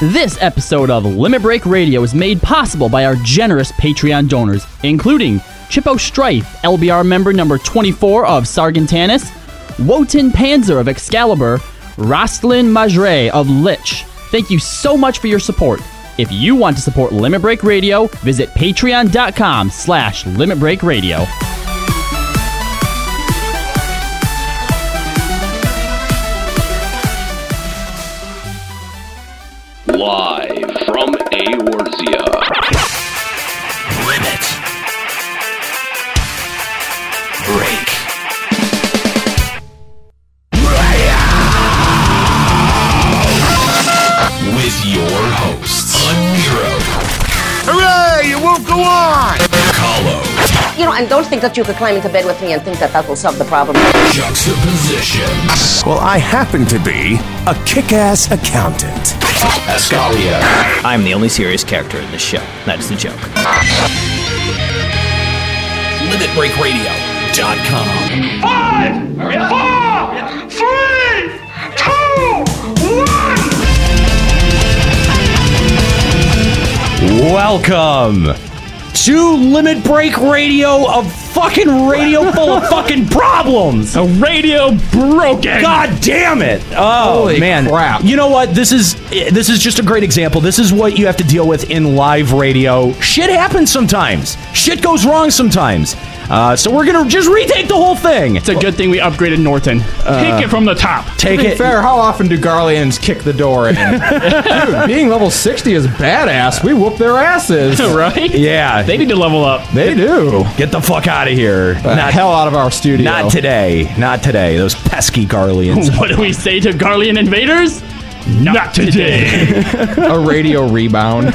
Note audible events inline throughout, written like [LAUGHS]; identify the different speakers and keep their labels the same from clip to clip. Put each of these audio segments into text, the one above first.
Speaker 1: This episode of Limit Break Radio is made possible by our generous Patreon donors, including Chippo Strife, LBR member number 24 of Sargentanus, Wotan Panzer of Excalibur, Rostlin Majre of Lich. Thank you so much for your support. If you want to support Limit Break Radio, visit patreon.com slash Limit Break Radio.
Speaker 2: Live from Aorzia. Limit. Break. With your hosts, Unhero. Hooray! You won't go on! Kahlo.
Speaker 3: You know, and don't think that you could climb into bed with me and think that that will solve the problem.
Speaker 2: Juxtaposition.
Speaker 4: Well, I happen to be a kick ass accountant.
Speaker 2: Ascalia.
Speaker 5: I'm the only serious character in this show. That's the joke.
Speaker 2: LimitBreakRadio.com.
Speaker 6: Five, four, three, two, one.
Speaker 7: Welcome to Limit Break Radio, a fucking radio full of fucking problems. A radio broken. God damn it! Oh
Speaker 8: Holy
Speaker 7: man,
Speaker 8: crap.
Speaker 7: You know what? This is this is just a great example. This is what you have to deal with in live radio. Shit happens sometimes. Shit goes wrong sometimes. Uh, so we're gonna just retake the whole thing. It's a good thing we upgraded Norton.
Speaker 9: Take it from the top.
Speaker 7: Take
Speaker 8: to be
Speaker 7: it.
Speaker 8: fair,
Speaker 7: [LAUGHS]
Speaker 8: how often do Garlands kick the door in? [LAUGHS] Dude, being level 60 is badass. We whoop their
Speaker 9: [LAUGHS]
Speaker 8: asses.
Speaker 9: right?
Speaker 7: Yeah,
Speaker 9: They need to level up.
Speaker 8: They do.
Speaker 7: Get the fuck out of here.
Speaker 8: The hell out of our studio.
Speaker 7: Not today. Not today. Those pesky Garleans.
Speaker 9: [LAUGHS] What do we say to Garlean invaders? Not, today.
Speaker 8: [LAUGHS] a radio rebound.
Speaker 7: [LAUGHS]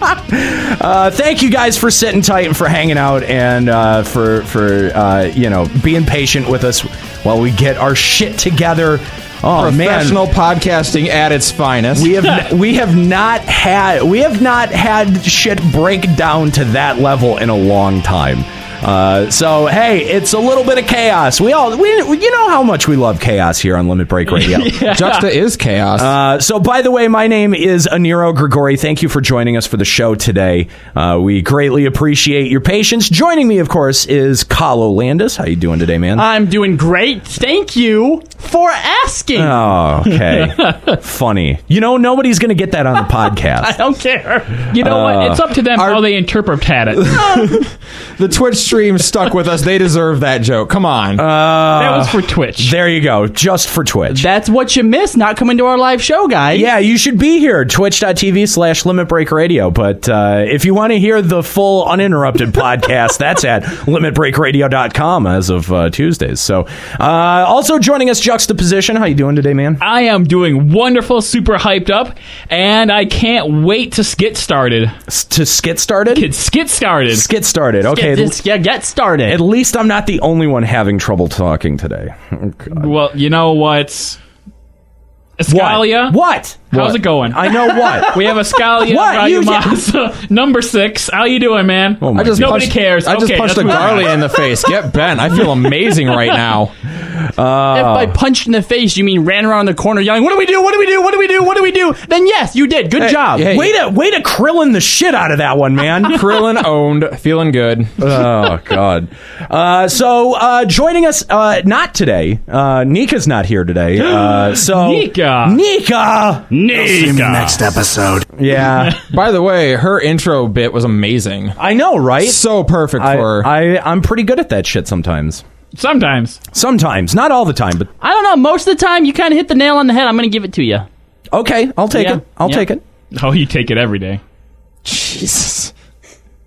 Speaker 7: Uh, thank you guys for sitting tight and for hanging out and uh, for for uh, you know being patient with us while we get our shit together. Oh man.
Speaker 8: Professional podcasting at its finest.
Speaker 7: We
Speaker 9: [LAUGHS]
Speaker 7: have we have not had we have not had shit break down to that level in a long time. Uh, so hey, it's a little bit of chaos. We all we you know how much we love chaos here on Limit Break Radio.
Speaker 8: Juxta is chaos.
Speaker 7: Uh, so, by the way, my name is Aniro Grigori. Thank you for joining us for the show today. Uh, we greatly appreciate your patience. Joining me, of course, is Kahlo Landis. How you doing today, man?
Speaker 9: I'm doing great. Thank you for asking.
Speaker 7: oh, okay. Funny. You know, nobody's going to get that on the podcast.
Speaker 9: I don't care. You know what?
Speaker 7: Uh,
Speaker 9: It's up to them how they interpret it. that
Speaker 8: [LAUGHS] the Twitch stream stuck with us. They deserve that joke. Come on.
Speaker 9: was for Twitch.
Speaker 7: Uh, There you go. Just for Twitch.
Speaker 1: That's what you miss not coming to our live show, guys.
Speaker 7: yeah, you should be here, twitch.tv slash Limit Break Radio. But uh, if you want to hear the full uninterrupted [LAUGHS] podcast, that's at limitbreakradio.com as of uh, Tuesdays. So uh, also joining us, Juxtaposition. How you doing today, man?
Speaker 9: I am doing wonderful, super hyped up, and I can't wait to get started.
Speaker 7: S- to skit started?
Speaker 9: Kids, get started.
Speaker 7: Skit started. Okay.
Speaker 1: Get, this, yeah, get
Speaker 7: At
Speaker 1: started.
Speaker 7: least I'm not the only one having trouble talking today.
Speaker 9: Well, you know what? Escalia?
Speaker 7: What?
Speaker 9: How's
Speaker 7: What?
Speaker 9: it going?
Speaker 7: I know
Speaker 9: [LAUGHS]
Speaker 7: what.
Speaker 9: We have Escalia
Speaker 7: What? You-
Speaker 9: Rayumasa, [LAUGHS] number six. How you doing, man?
Speaker 7: my
Speaker 8: I just
Speaker 9: Nobody
Speaker 8: punched,
Speaker 9: cares.
Speaker 8: Oh I just
Speaker 9: okay,
Speaker 8: punched a
Speaker 9: that's what-
Speaker 8: Garley in the face. Get bent. I feel amazing right now.
Speaker 1: [LAUGHS] if
Speaker 7: Oh.
Speaker 1: by punched in the face you mean ran around the corner yelling, "What do we do? What do we do? What do we do? What do we do?" Then yes, you did. Good job.
Speaker 8: hey.
Speaker 7: Way to way to Krillin the shit out of that
Speaker 1: [LAUGHS]
Speaker 7: one, man.
Speaker 8: Krillin owned. Feeling good.
Speaker 7: oh God! Uh, so uh, joining us uh, not today. Uh, Nika's not here today.
Speaker 1: [GASPS]
Speaker 7: Uh, so
Speaker 9: Nika.
Speaker 7: Nika,
Speaker 4: Next episode.
Speaker 7: yeah,
Speaker 8: [LAUGHS] By the way, her intro bit was amazing.
Speaker 7: I know, right?
Speaker 8: So perfect
Speaker 7: I,
Speaker 8: for her.
Speaker 7: I I'm pretty good at that shit sometimes.
Speaker 9: Sometimes.
Speaker 7: Sometimes, not all the time, but
Speaker 1: I don't know. Most of the time, you kind of hit the nail on the head. I'm going to give it to you.
Speaker 7: okay, I'll take
Speaker 1: Yeah,
Speaker 7: it. I'll
Speaker 1: yeah.
Speaker 7: take it.
Speaker 9: [LAUGHS] Oh, you take it every day.
Speaker 8: Jesus.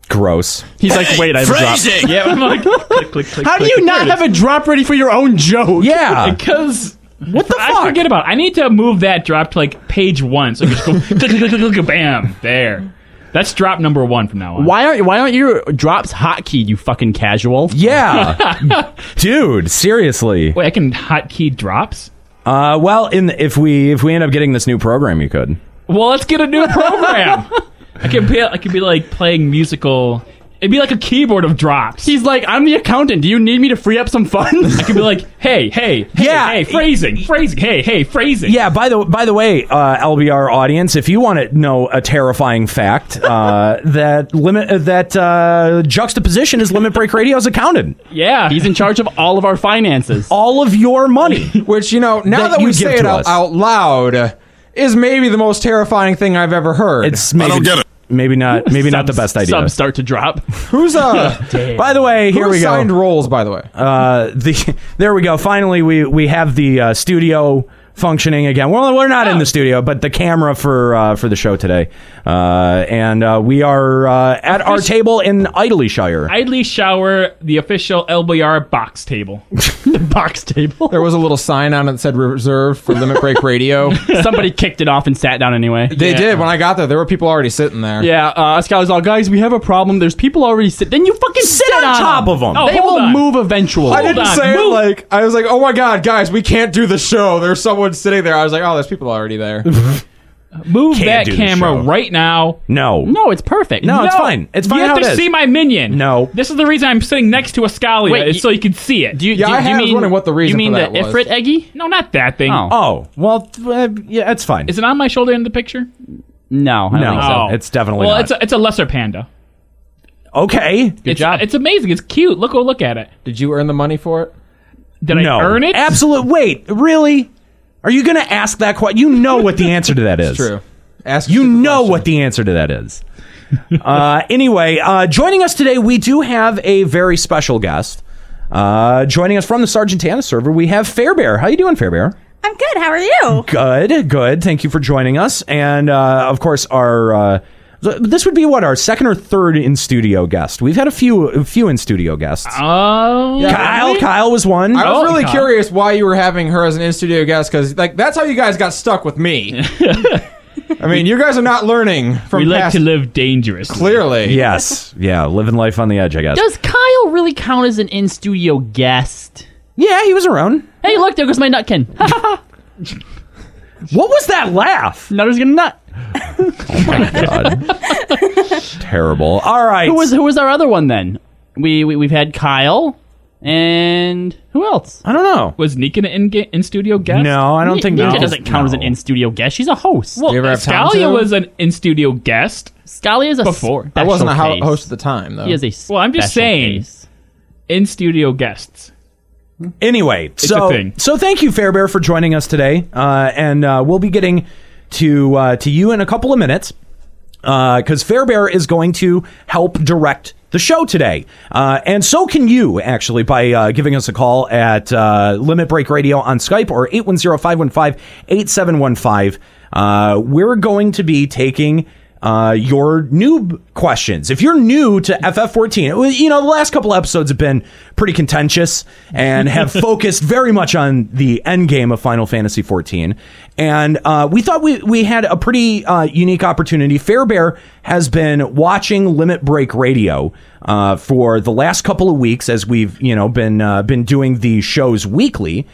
Speaker 7: Gross.
Speaker 9: He's like, wait, I
Speaker 2: Phrasing!
Speaker 9: [LAUGHS] Yeah, I'm like, click, click, click.
Speaker 1: How do you not have a drop ready for your own joke? [LAUGHS]
Speaker 7: Yeah.
Speaker 9: Because
Speaker 7: What the
Speaker 9: I
Speaker 7: fuck?
Speaker 9: forget about. It. I need to move that drop to like page one. So I just go [LAUGHS] click, click, click, click, click, bam. There. That's drop number one from now on.
Speaker 1: Why aren't Why aren't your drops hotkeyed? You fucking casual.
Speaker 7: Yeah,
Speaker 1: [LAUGHS]
Speaker 7: dude. Seriously.
Speaker 9: Wait, I can hotkey drops.
Speaker 7: Uh, well, in the, if we if we end up getting this new program, you could.
Speaker 9: Well, let's get a new program. I can be. I can be like playing musical It'd be like a keyboard of drops.
Speaker 1: He's like, I'm the accountant. Do you need me to free up some funds?
Speaker 9: I could be like, hey, hey, hey,
Speaker 7: Yeah.
Speaker 9: hey, phrasing, phrasing, hey, hey, phrasing.
Speaker 7: Yeah. By the by the way, uh, LBR audience, if you want to know a terrifying fact,
Speaker 9: [LAUGHS]
Speaker 7: uh, that limit uh, that uh, juxtaposition is Limit Break Radio's accountant.
Speaker 9: yeah.
Speaker 1: He's in charge of all of our finances.
Speaker 7: All of your money.
Speaker 9: [LAUGHS]
Speaker 8: Which you know, now
Speaker 7: That
Speaker 8: that,
Speaker 7: you
Speaker 8: we
Speaker 7: give
Speaker 8: say
Speaker 7: to
Speaker 8: it out,
Speaker 7: us.
Speaker 8: out loud, uh, is maybe the most terrifying thing I've
Speaker 1: [LAUGHS]
Speaker 8: ever heard.
Speaker 7: It's maybe,
Speaker 2: don't get it.
Speaker 7: Maybe not. Maybe not the best idea.
Speaker 1: Subs start to drop. [LAUGHS]
Speaker 8: who's uh
Speaker 7: By the way, here
Speaker 8: who
Speaker 7: we
Speaker 8: assigned
Speaker 7: go.
Speaker 8: roles by the way.
Speaker 7: Uh, the [LAUGHS] there we go. Finally, we we have the uh, studio functioning again. Well, we're not in
Speaker 1: Ah.
Speaker 7: the studio, but the camera for uh, for the show today, uh, and uh, we are uh, at our table in Idleshire.
Speaker 9: Idly shower the official LBR box
Speaker 7: [LAUGHS]
Speaker 9: table.
Speaker 1: the box table.
Speaker 8: there was a little sign on it that said reserved for Limit Break Radio.
Speaker 1: [LAUGHS] Somebody kicked it off and sat down anyway.
Speaker 8: They did. When I got there, there were people already sitting there.
Speaker 1: Yeah, uh, Skyler's all, guys, we have a problem. There's people already sit. Then you fucking sit,
Speaker 7: on top of 'em.
Speaker 1: Oh, they
Speaker 9: hold
Speaker 1: will
Speaker 9: on.
Speaker 1: move eventually.
Speaker 8: I didn't
Speaker 9: on,
Speaker 8: say it
Speaker 9: move.
Speaker 8: like I was like, oh my god, guys, we can't do the show. There's someone sitting there. I was like, oh, there's people already
Speaker 7: [LAUGHS]
Speaker 8: there.
Speaker 9: Move
Speaker 7: Can't
Speaker 9: that
Speaker 7: do the
Speaker 9: camera
Speaker 7: show.
Speaker 9: right now.
Speaker 7: No,
Speaker 1: No, it's perfect.
Speaker 7: No, it's fine. It's fine
Speaker 9: You
Speaker 7: how
Speaker 9: have
Speaker 7: it
Speaker 9: to
Speaker 7: is.
Speaker 9: see my minion.
Speaker 7: No.
Speaker 9: This is the reason I'm sitting next to Ascalia,
Speaker 1: Wait,
Speaker 9: is
Speaker 1: you-
Speaker 9: so you can see it.
Speaker 1: Do you,
Speaker 8: Yeah,
Speaker 1: do,
Speaker 8: I
Speaker 1: do
Speaker 8: had-
Speaker 1: you
Speaker 8: was
Speaker 1: mean,
Speaker 8: wondering what the reason
Speaker 1: You mean
Speaker 8: for
Speaker 1: the
Speaker 8: that was.
Speaker 1: Ifrit Eggy?
Speaker 9: no, not that thing.
Speaker 1: Oh.
Speaker 7: Oh well, uh, yeah, it's fine.
Speaker 9: Is it on my shoulder in the picture?
Speaker 1: No, I don't
Speaker 7: No.
Speaker 1: think so.
Speaker 7: Oh. it's definitely
Speaker 9: Well,
Speaker 7: not.
Speaker 9: it's a, it's a lesser panda.
Speaker 7: okay.
Speaker 9: Good it's, job. It's amazing. It's cute. Look, oh, look at it.
Speaker 8: Did you earn the money for it?
Speaker 9: Did
Speaker 7: no.
Speaker 9: I earn it?
Speaker 7: Absolute. Wait, really? Are you going to ask that question? You know what the answer to that is.
Speaker 8: True. Ask
Speaker 7: You
Speaker 8: a stupid
Speaker 7: know
Speaker 8: question.
Speaker 7: what the answer to that is. uh, anyway, uh, joining us today, we do have a very special guest. Uh, joining us from the Sargentana server, we have Fairbear. How you doing, Fairbear?
Speaker 10: I'm good. How are you?
Speaker 7: Good, good. Thank you for joining us, and uh, of course, our uh, th- this would be what our second or third in studio guest. We've had a few, a few in studio guests.
Speaker 9: Oh.
Speaker 7: Kyle, Kyle was one.
Speaker 8: I was
Speaker 9: Oh,
Speaker 8: really
Speaker 9: God.
Speaker 8: curious why you were having her as an in studio guest because like that's how you guys got stuck
Speaker 1: [LAUGHS]
Speaker 8: with me. I mean, you guys are not learning from
Speaker 9: we like
Speaker 8: past-
Speaker 9: to live dangerous.
Speaker 8: clearly.
Speaker 7: Yes, yeah, living life on the edge, I guess.
Speaker 1: Does Kyle really count as an in studio guest?
Speaker 7: yeah, he was around.
Speaker 1: Hey, look, there goes my [LAUGHS] nutkin.
Speaker 7: What was that laugh?
Speaker 1: Nutter's gonna nut.
Speaker 7: God. Terrible. All right.
Speaker 1: Who was who was our other one then? We, we we've had Kyle and who else?
Speaker 7: I don't know.
Speaker 9: Was Nika an in, in studio guest?
Speaker 7: No, I don't think
Speaker 1: Nika
Speaker 7: no.
Speaker 1: doesn't count as an
Speaker 7: No.
Speaker 1: in studio guest. She's a host.
Speaker 9: Well,
Speaker 8: you ever have time
Speaker 9: Scalia
Speaker 8: to?
Speaker 9: was an in studio guest.
Speaker 1: Scalia is a
Speaker 9: Before.
Speaker 8: I wasn't a
Speaker 1: special
Speaker 8: ho-
Speaker 1: case.
Speaker 8: host at the time though.
Speaker 1: He is a
Speaker 9: Well, I'm just
Speaker 1: special
Speaker 9: saying.
Speaker 1: case.
Speaker 9: In studio guests.
Speaker 7: Anyway, so
Speaker 9: a thing.
Speaker 7: so thank you, Fairbear, for joining us today, uh, and uh, we'll be getting to uh, to you in a couple of minutes because Fairbear is going to help direct the show today, uh, and so can you actually by uh, giving us a call at uh, Limit Break Radio on Skype or 810-515-8715. Uh, we're going to be taking uh, your noob questions. If you're new to FF14, it was- you know, the last couple episodes have been pretty contentious and
Speaker 9: [LAUGHS]
Speaker 7: have focused very much on the end game of Final Fantasy 14. And uh, we thought we, we had a pretty uh, unique opportunity. Fairbear has been watching Limit Break Radio uh, for the last couple of weeks as we've, you know, been uh, been doing the shows weekly.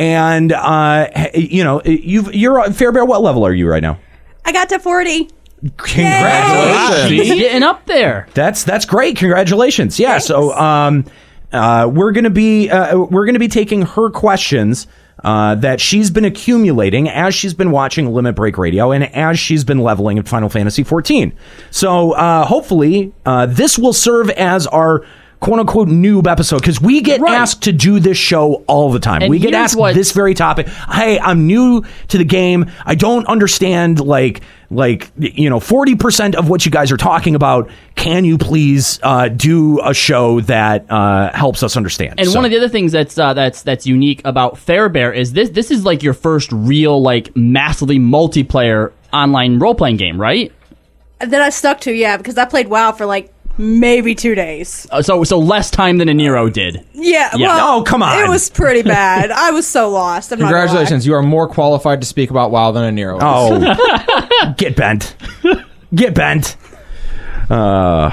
Speaker 7: And uh, h- you know, you've you're Fairbear. What level are you right now?
Speaker 10: I got to 40.
Speaker 8: Congratulations.
Speaker 1: He's Ah. getting up there.
Speaker 7: That's that's great. Congratulations. Yeah. So um, uh, we're gonna be uh, we're gonna be taking her questions. Uh, that she's been accumulating as she's been watching Limit Break Radio and as she's been leveling at Final Fantasy 14. So uh, hopefully uh, this will serve as our quote unquote noob episode because we get
Speaker 1: Right.
Speaker 7: asked to do this show all the time.
Speaker 1: And
Speaker 7: we get
Speaker 1: here's
Speaker 7: asked
Speaker 1: what-
Speaker 7: this very topic. Hey, I'm new to the game. I don't understand like like you know 40% of what you guys are talking about. Can you please uh, do a show that uh, helps us understand?
Speaker 1: And
Speaker 7: So-
Speaker 1: one of the other things that's uh, that's that's unique about Fairbear is this this is like your first real like massively multiplayer online role playing game, right?
Speaker 10: That I stuck to, yeah, because I played WoW for like maybe two days.
Speaker 1: Uh, so so less time than a Nero did.
Speaker 10: Yeah.
Speaker 1: Yeah.
Speaker 10: Well,
Speaker 7: Oh, come on.
Speaker 10: It was pretty bad. I was so lost. I'm not gonna lie.
Speaker 8: Congratulations, you are more qualified to speak about WoW than a Nero. is.
Speaker 7: oh,
Speaker 1: [LAUGHS]
Speaker 7: get bent, get bent. Uh,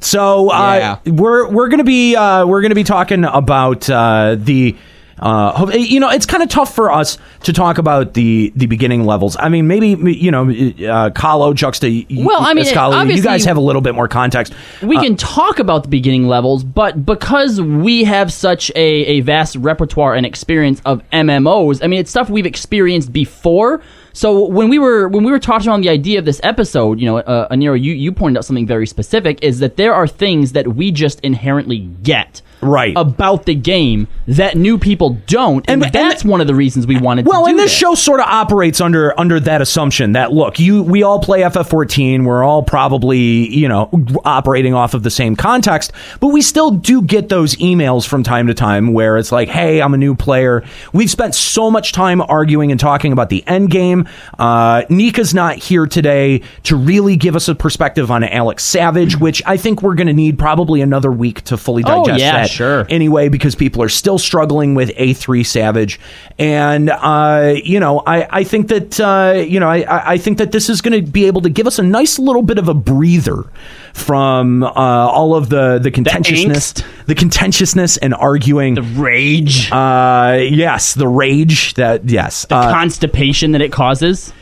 Speaker 7: so uh,
Speaker 8: Yeah.
Speaker 7: we're we're gonna be uh, we're gonna be talking about uh, the Uh, hope- you know, it's kind of tough for us to talk about the the beginning levels. I mean, maybe you know, uh, Kahlo, Juxta,
Speaker 1: Well, I mean,
Speaker 7: Escalade, you
Speaker 1: obviously-
Speaker 7: guys have a little bit more context.
Speaker 1: We can talk about the beginning levels, but because we have such a, a vast repertoire and experience of MMOs, I mean it's stuff we've experienced before. So when we were when we were talking on the idea of this episode, you know, uh, Aniro, you you pointed out something very specific is that there are things that we just inherently get
Speaker 7: right
Speaker 1: about the game that new people don't, and, that's one of the reasons we wanted
Speaker 7: well,
Speaker 1: to do
Speaker 7: and this
Speaker 1: that.
Speaker 7: show sort of operates under under that assumption that look, you we all play FF14, we're all probably you know operating off of the same context, but we still do get those emails from time to time where it's like, hey, I'm a new player. We've spent so much time arguing and talking about the end game. Uh, Nika's not here today to really give us a perspective on Alex Savage, which I think we're going to need probably another week to fully
Speaker 1: Oh,
Speaker 7: digest
Speaker 1: yeah,
Speaker 7: that
Speaker 1: sure.
Speaker 7: anyway because people are still struggling with A3 Savage. And, uh, you know, I, I think that, uh, you know, I- I, I think that this is going to be able to give us a nice little bit of a breather from uh, all of the, the contentiousness, the, contentiousness and arguing. The
Speaker 1: rage.
Speaker 7: Uh, yes, the rage that, yes. uh, The
Speaker 1: constipation that it causes.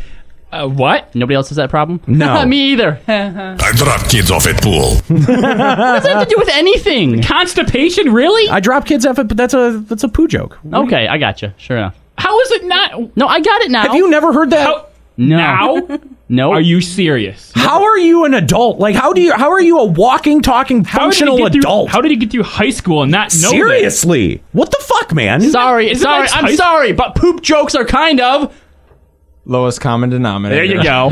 Speaker 9: Uh, what?
Speaker 1: Nobody else has that problem? [LAUGHS]
Speaker 7: No.
Speaker 1: me
Speaker 9: [LAUGHS]
Speaker 1: either.
Speaker 2: I dropped kids off at pool.
Speaker 1: what does that have to do with anything?
Speaker 9: Constipation, really?
Speaker 7: I drop kids off, but that's a, that's a poo joke.
Speaker 1: Okay, I gotcha. Sure enough.
Speaker 9: How is it not?
Speaker 1: No, I got it now.
Speaker 7: Have you never heard that? Oh.
Speaker 1: No.
Speaker 7: [LAUGHS]
Speaker 9: Now?
Speaker 1: No.
Speaker 9: Are you serious?
Speaker 7: How are you an adult? Like, how do you? How are you a walking, talking,
Speaker 9: How did he
Speaker 7: functional
Speaker 9: get through-
Speaker 7: adult?
Speaker 9: How did he get through high school and not know this?
Speaker 7: Seriously, what the fuck, man?
Speaker 1: Sorry,
Speaker 9: Isn't
Speaker 1: sorry,
Speaker 9: that
Speaker 1: I'm
Speaker 9: tight?
Speaker 1: sorry, but poop jokes are kind of.
Speaker 8: Lowest common denominator.
Speaker 9: There you
Speaker 8: [LAUGHS]
Speaker 9: go.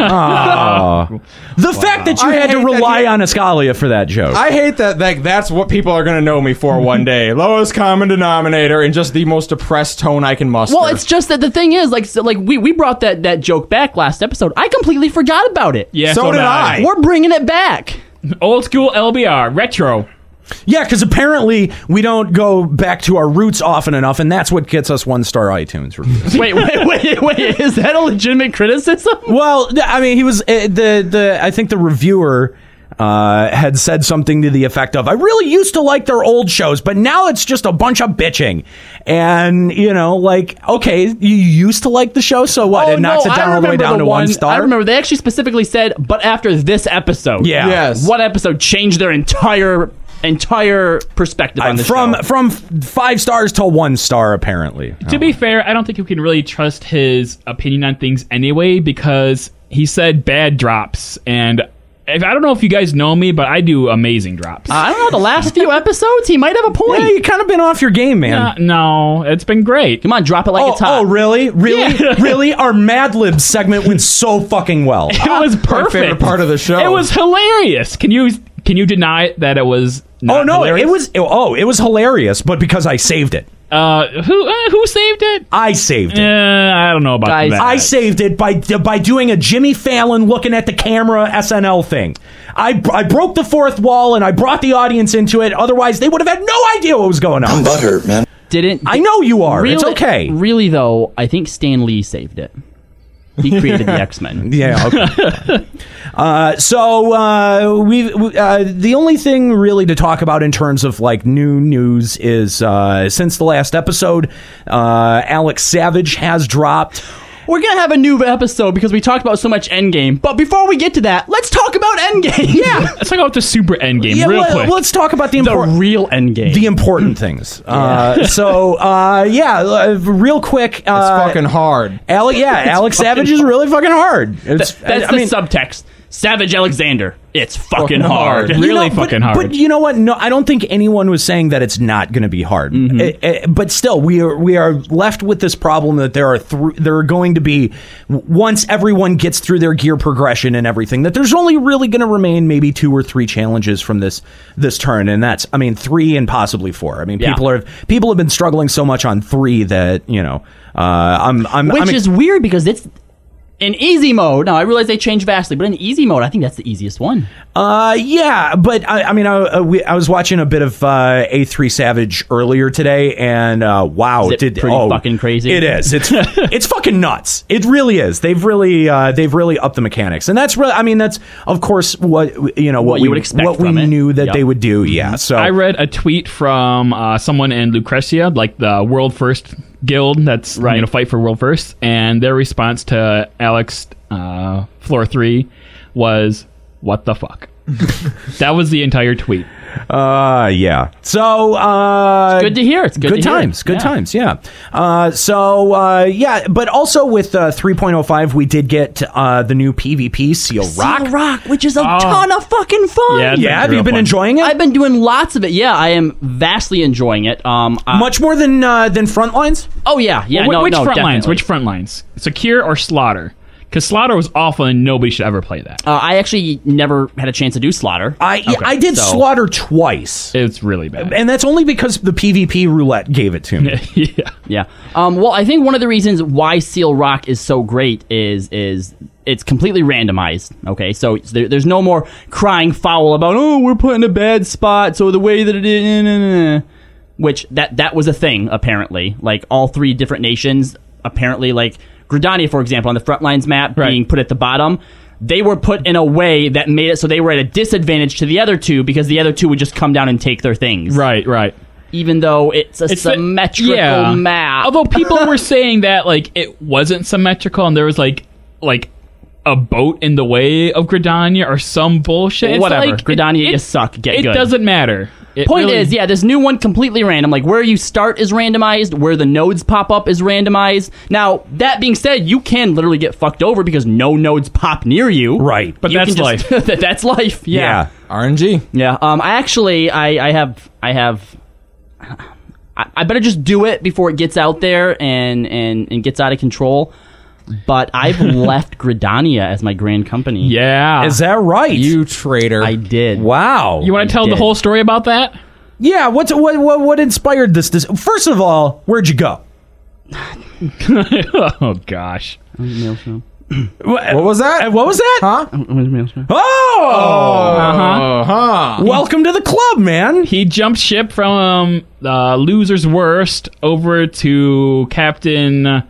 Speaker 7: The fact that you
Speaker 8: I
Speaker 7: had to
Speaker 8: hate that
Speaker 7: rely
Speaker 8: you-
Speaker 7: on Escalia for that joke.
Speaker 8: I hate that. Like that's what people are gonna know
Speaker 1: [LAUGHS]
Speaker 8: me for one day. Lowest common denominator and just the most depressed tone I can muster.
Speaker 1: Well, it's just that the thing is, like, so, like we, we brought that, that joke back last episode. I completely forgot about it.
Speaker 9: Yeah,
Speaker 8: so, did I.
Speaker 1: We're bringing it back.
Speaker 9: Old school LBR, retro.
Speaker 7: yeah, because apparently we don't go back to our roots often enough, and that's what gets us one star iTunes reviews.
Speaker 1: [LAUGHS] Wait, wait, wait, wait. Is that a legitimate criticism?
Speaker 7: well, th- I mean, he was uh, the the I think the reviewer. Uh, had said something to the effect of, I really used to like their old shows, but now it's just a bunch of bitching. And, you know, like, okay, you used to like the show, so
Speaker 9: Oh,
Speaker 7: what? it knocks it down all the way down to one star?
Speaker 1: I remember they actually specifically said, but after this episode.
Speaker 7: Yeah.
Speaker 8: Yes.
Speaker 1: What episode changed their entire entire perspective on this
Speaker 7: from
Speaker 1: show.
Speaker 7: from five stars to one star apparently.
Speaker 9: To be fair, I don't think you can really trust his opinion on things anyway because he said bad drops and if, I don't know if you guys know me, but I do amazing drops.
Speaker 1: I don't know, the last few episodes, he might have a point.
Speaker 7: Yeah, Oh. you kind of been off your game, man.
Speaker 9: Uh, no, it's been great.
Speaker 1: Come on, drop it like
Speaker 7: Oh,
Speaker 1: it's hot.
Speaker 7: oh, really? Really?
Speaker 9: [LAUGHS]
Speaker 7: really? Our Mad Lib segment went so fucking well.
Speaker 9: It was perfect.
Speaker 8: favorite part of the show.
Speaker 7: Oh.
Speaker 9: It was hilarious. Can you can you deny that it was? Not
Speaker 7: Oh no,
Speaker 9: hilarious?
Speaker 7: it was it- oh, it was hilarious, but because I saved it.
Speaker 9: Uh, who uh, who saved it?
Speaker 7: I saved it.
Speaker 9: Uh, I don't know about
Speaker 1: Guys,
Speaker 9: that.
Speaker 7: I saved it by by doing a Jimmy Fallon looking at the camera SNL thing. I, I broke the fourth wall and I brought the audience into it. Otherwise, they would have had no idea what was going on.
Speaker 2: butthurt, man.
Speaker 1: Didn't
Speaker 7: I know you are. it's
Speaker 1: Really-
Speaker 7: okay.
Speaker 1: Really though, I think Stan Lee saved it. He
Speaker 7: [LAUGHS]
Speaker 1: created the X Men.
Speaker 7: Yeah. Okay. uh, so uh, we uh, the only thing really to talk about in terms of like new news is uh, since the last episode, uh, Alex Savage has dropped.
Speaker 1: We're gonna have a new episode because we talked about so much Endgame. [LAUGHS]
Speaker 7: [LAUGHS]
Speaker 1: But before we get to that, let's talk about Endgame. Yeah,
Speaker 9: Let's talk about the super end game
Speaker 7: Yeah,
Speaker 9: real
Speaker 7: let-
Speaker 9: quick.
Speaker 7: let's talk about the
Speaker 1: the
Speaker 7: important.
Speaker 1: real Endgame.
Speaker 7: the
Speaker 1: [LAUGHS]
Speaker 7: important things. Uh, so, uh, yeah, uh, real quick. Uh,
Speaker 8: It's fucking hard.
Speaker 7: Ale- yeah, Alex Savage is really fucking hard. It's,
Speaker 1: That's
Speaker 7: I
Speaker 1: the
Speaker 7: mean-
Speaker 1: subtext. Savage Alexander. It's fucking
Speaker 8: Fucking
Speaker 1: hard.
Speaker 8: hard.
Speaker 9: really
Speaker 7: You know, but-
Speaker 9: fucking hard.
Speaker 7: But you know what? No, I don't think anyone was saying that it's not going to be hard. Eh, eh, but still, we are we are left with this problem that there are thr there are going to be w- once everyone gets through their gear progression and everything that there's only really going to remain maybe two or three challenges from this this turn, and that's I mean three and possibly four. I mean
Speaker 1: Yeah.
Speaker 7: people are people have been struggling so much on three that you know uh, I'm I'm
Speaker 1: Which
Speaker 7: I'm-
Speaker 1: is weird because it's In easy mode, now I realize they changed vastly, but in easy mode, I think that's the easiest one.
Speaker 7: Uh, yeah, but I, I mean, I, uh, we, I was watching a bit of uh, A3 Savage earlier today, and uh, wow,
Speaker 1: Is it
Speaker 7: did
Speaker 1: pretty
Speaker 7: oh,
Speaker 1: fucking crazy?
Speaker 7: It is.
Speaker 9: [LAUGHS]
Speaker 7: It's it's fucking nuts. It really is. They've really uh, they've really upped the mechanics, and that's really. I mean, that's of course what you know what,
Speaker 9: What you
Speaker 7: we
Speaker 9: would expect
Speaker 7: what
Speaker 9: from
Speaker 7: we
Speaker 9: it.
Speaker 7: knew
Speaker 9: Yep.
Speaker 7: that
Speaker 9: Mm-hmm.
Speaker 7: they would do. Yeah. So
Speaker 9: I read a tweet from uh, someone in Lucretia, like the World First Guild that's you know fight for World First, and their response to Alex uh, Floor Three was, "What the fuck." [LAUGHS] that was the entire tweet.
Speaker 7: Uh, yeah. So, uh,
Speaker 9: It's good to hear. It's good to hear.
Speaker 7: times. Good
Speaker 9: Yeah.
Speaker 7: times. Yeah. Uh, so, uh, yeah, but also with uh, 3.05, we did get uh, the new PvP Seal Rock.
Speaker 1: Seal Rock, which is a ton of fucking fun.
Speaker 7: Yeah, it's Yeah, been have you real been fun. enjoying it?
Speaker 1: I've been doing lots of it. Yeah, I am vastly enjoying it. Um, I-
Speaker 7: Much more than uh, than Frontlines.
Speaker 1: Oh yeah, yeah.
Speaker 9: Wh-
Speaker 1: no,
Speaker 9: which
Speaker 1: no,
Speaker 9: front lines?
Speaker 1: definitely.
Speaker 9: Which front lines? Secure or Slaughter? Because Slaughter was awful, and nobody should ever play that.
Speaker 1: Uh, I actually never had a chance to do Slaughter.
Speaker 7: I I did Slaughter twice.
Speaker 9: It's really bad.
Speaker 7: And that's only because the PvP roulette gave it
Speaker 9: [LAUGHS]
Speaker 7: to me.
Speaker 9: yeah.
Speaker 1: Yeah. Um, well, I think one of the reasons why Seal Rock is so great is is it's completely randomized. Okay, so it's- there, there's no more crying foul about oh we're put in a bad spot. So the way that it is, nah, nah, nah." which that that was a thing apparently. Like all three different nations apparently like Gridania, for example, on the frontlines map being put at the bottom. They were put in a way that made it so they were at a disadvantage to the other two because the other two would just come down and take their things.
Speaker 9: Right, right.
Speaker 1: Even though it's a
Speaker 9: the-
Speaker 1: symmetrical map.
Speaker 9: Although people
Speaker 1: [LAUGHS]
Speaker 9: were saying that like it wasn't symmetrical and there was like like a boat in the way of Gridania or some bullshit. It's
Speaker 1: Whatever.
Speaker 9: like,
Speaker 1: Gridania,
Speaker 9: it,
Speaker 1: you
Speaker 9: it-
Speaker 1: suck. Get
Speaker 9: it
Speaker 1: good.
Speaker 9: doesn't matter. It
Speaker 1: Point
Speaker 9: really-
Speaker 1: is, yeah, this new one completely random. Like where you start is randomized, where the nodes pop up is randomized. Now that being said, you can literally get fucked over because no nodes pop near you.
Speaker 7: Right.
Speaker 9: But
Speaker 1: You
Speaker 9: that's
Speaker 1: can just- [LAUGHS] that- that's life. Yeah.
Speaker 8: RNG.
Speaker 1: Yeah. Um. I actually, I, I have, I have. I, I better just do it before it gets out there and and and gets out of control. But I've left Gridania as my grand company.
Speaker 9: Yeah.
Speaker 7: Is that right?
Speaker 8: You traitor.
Speaker 1: I did.
Speaker 7: wow.
Speaker 9: you want to tell the
Speaker 1: did.
Speaker 9: whole story about that?
Speaker 7: yeah. What's, what, what, what inspired this? This First of all, where'd
Speaker 9: [LAUGHS]
Speaker 7: you go?
Speaker 9: oh gosh. Uh,
Speaker 7: What,
Speaker 8: What was that?
Speaker 7: what was that?
Speaker 8: Huh?
Speaker 7: Oh!
Speaker 8: Uh huh.
Speaker 7: Welcome to the club, man.
Speaker 9: Uh-huh. He jumped ship from uh, loser's worst over to Captain uh,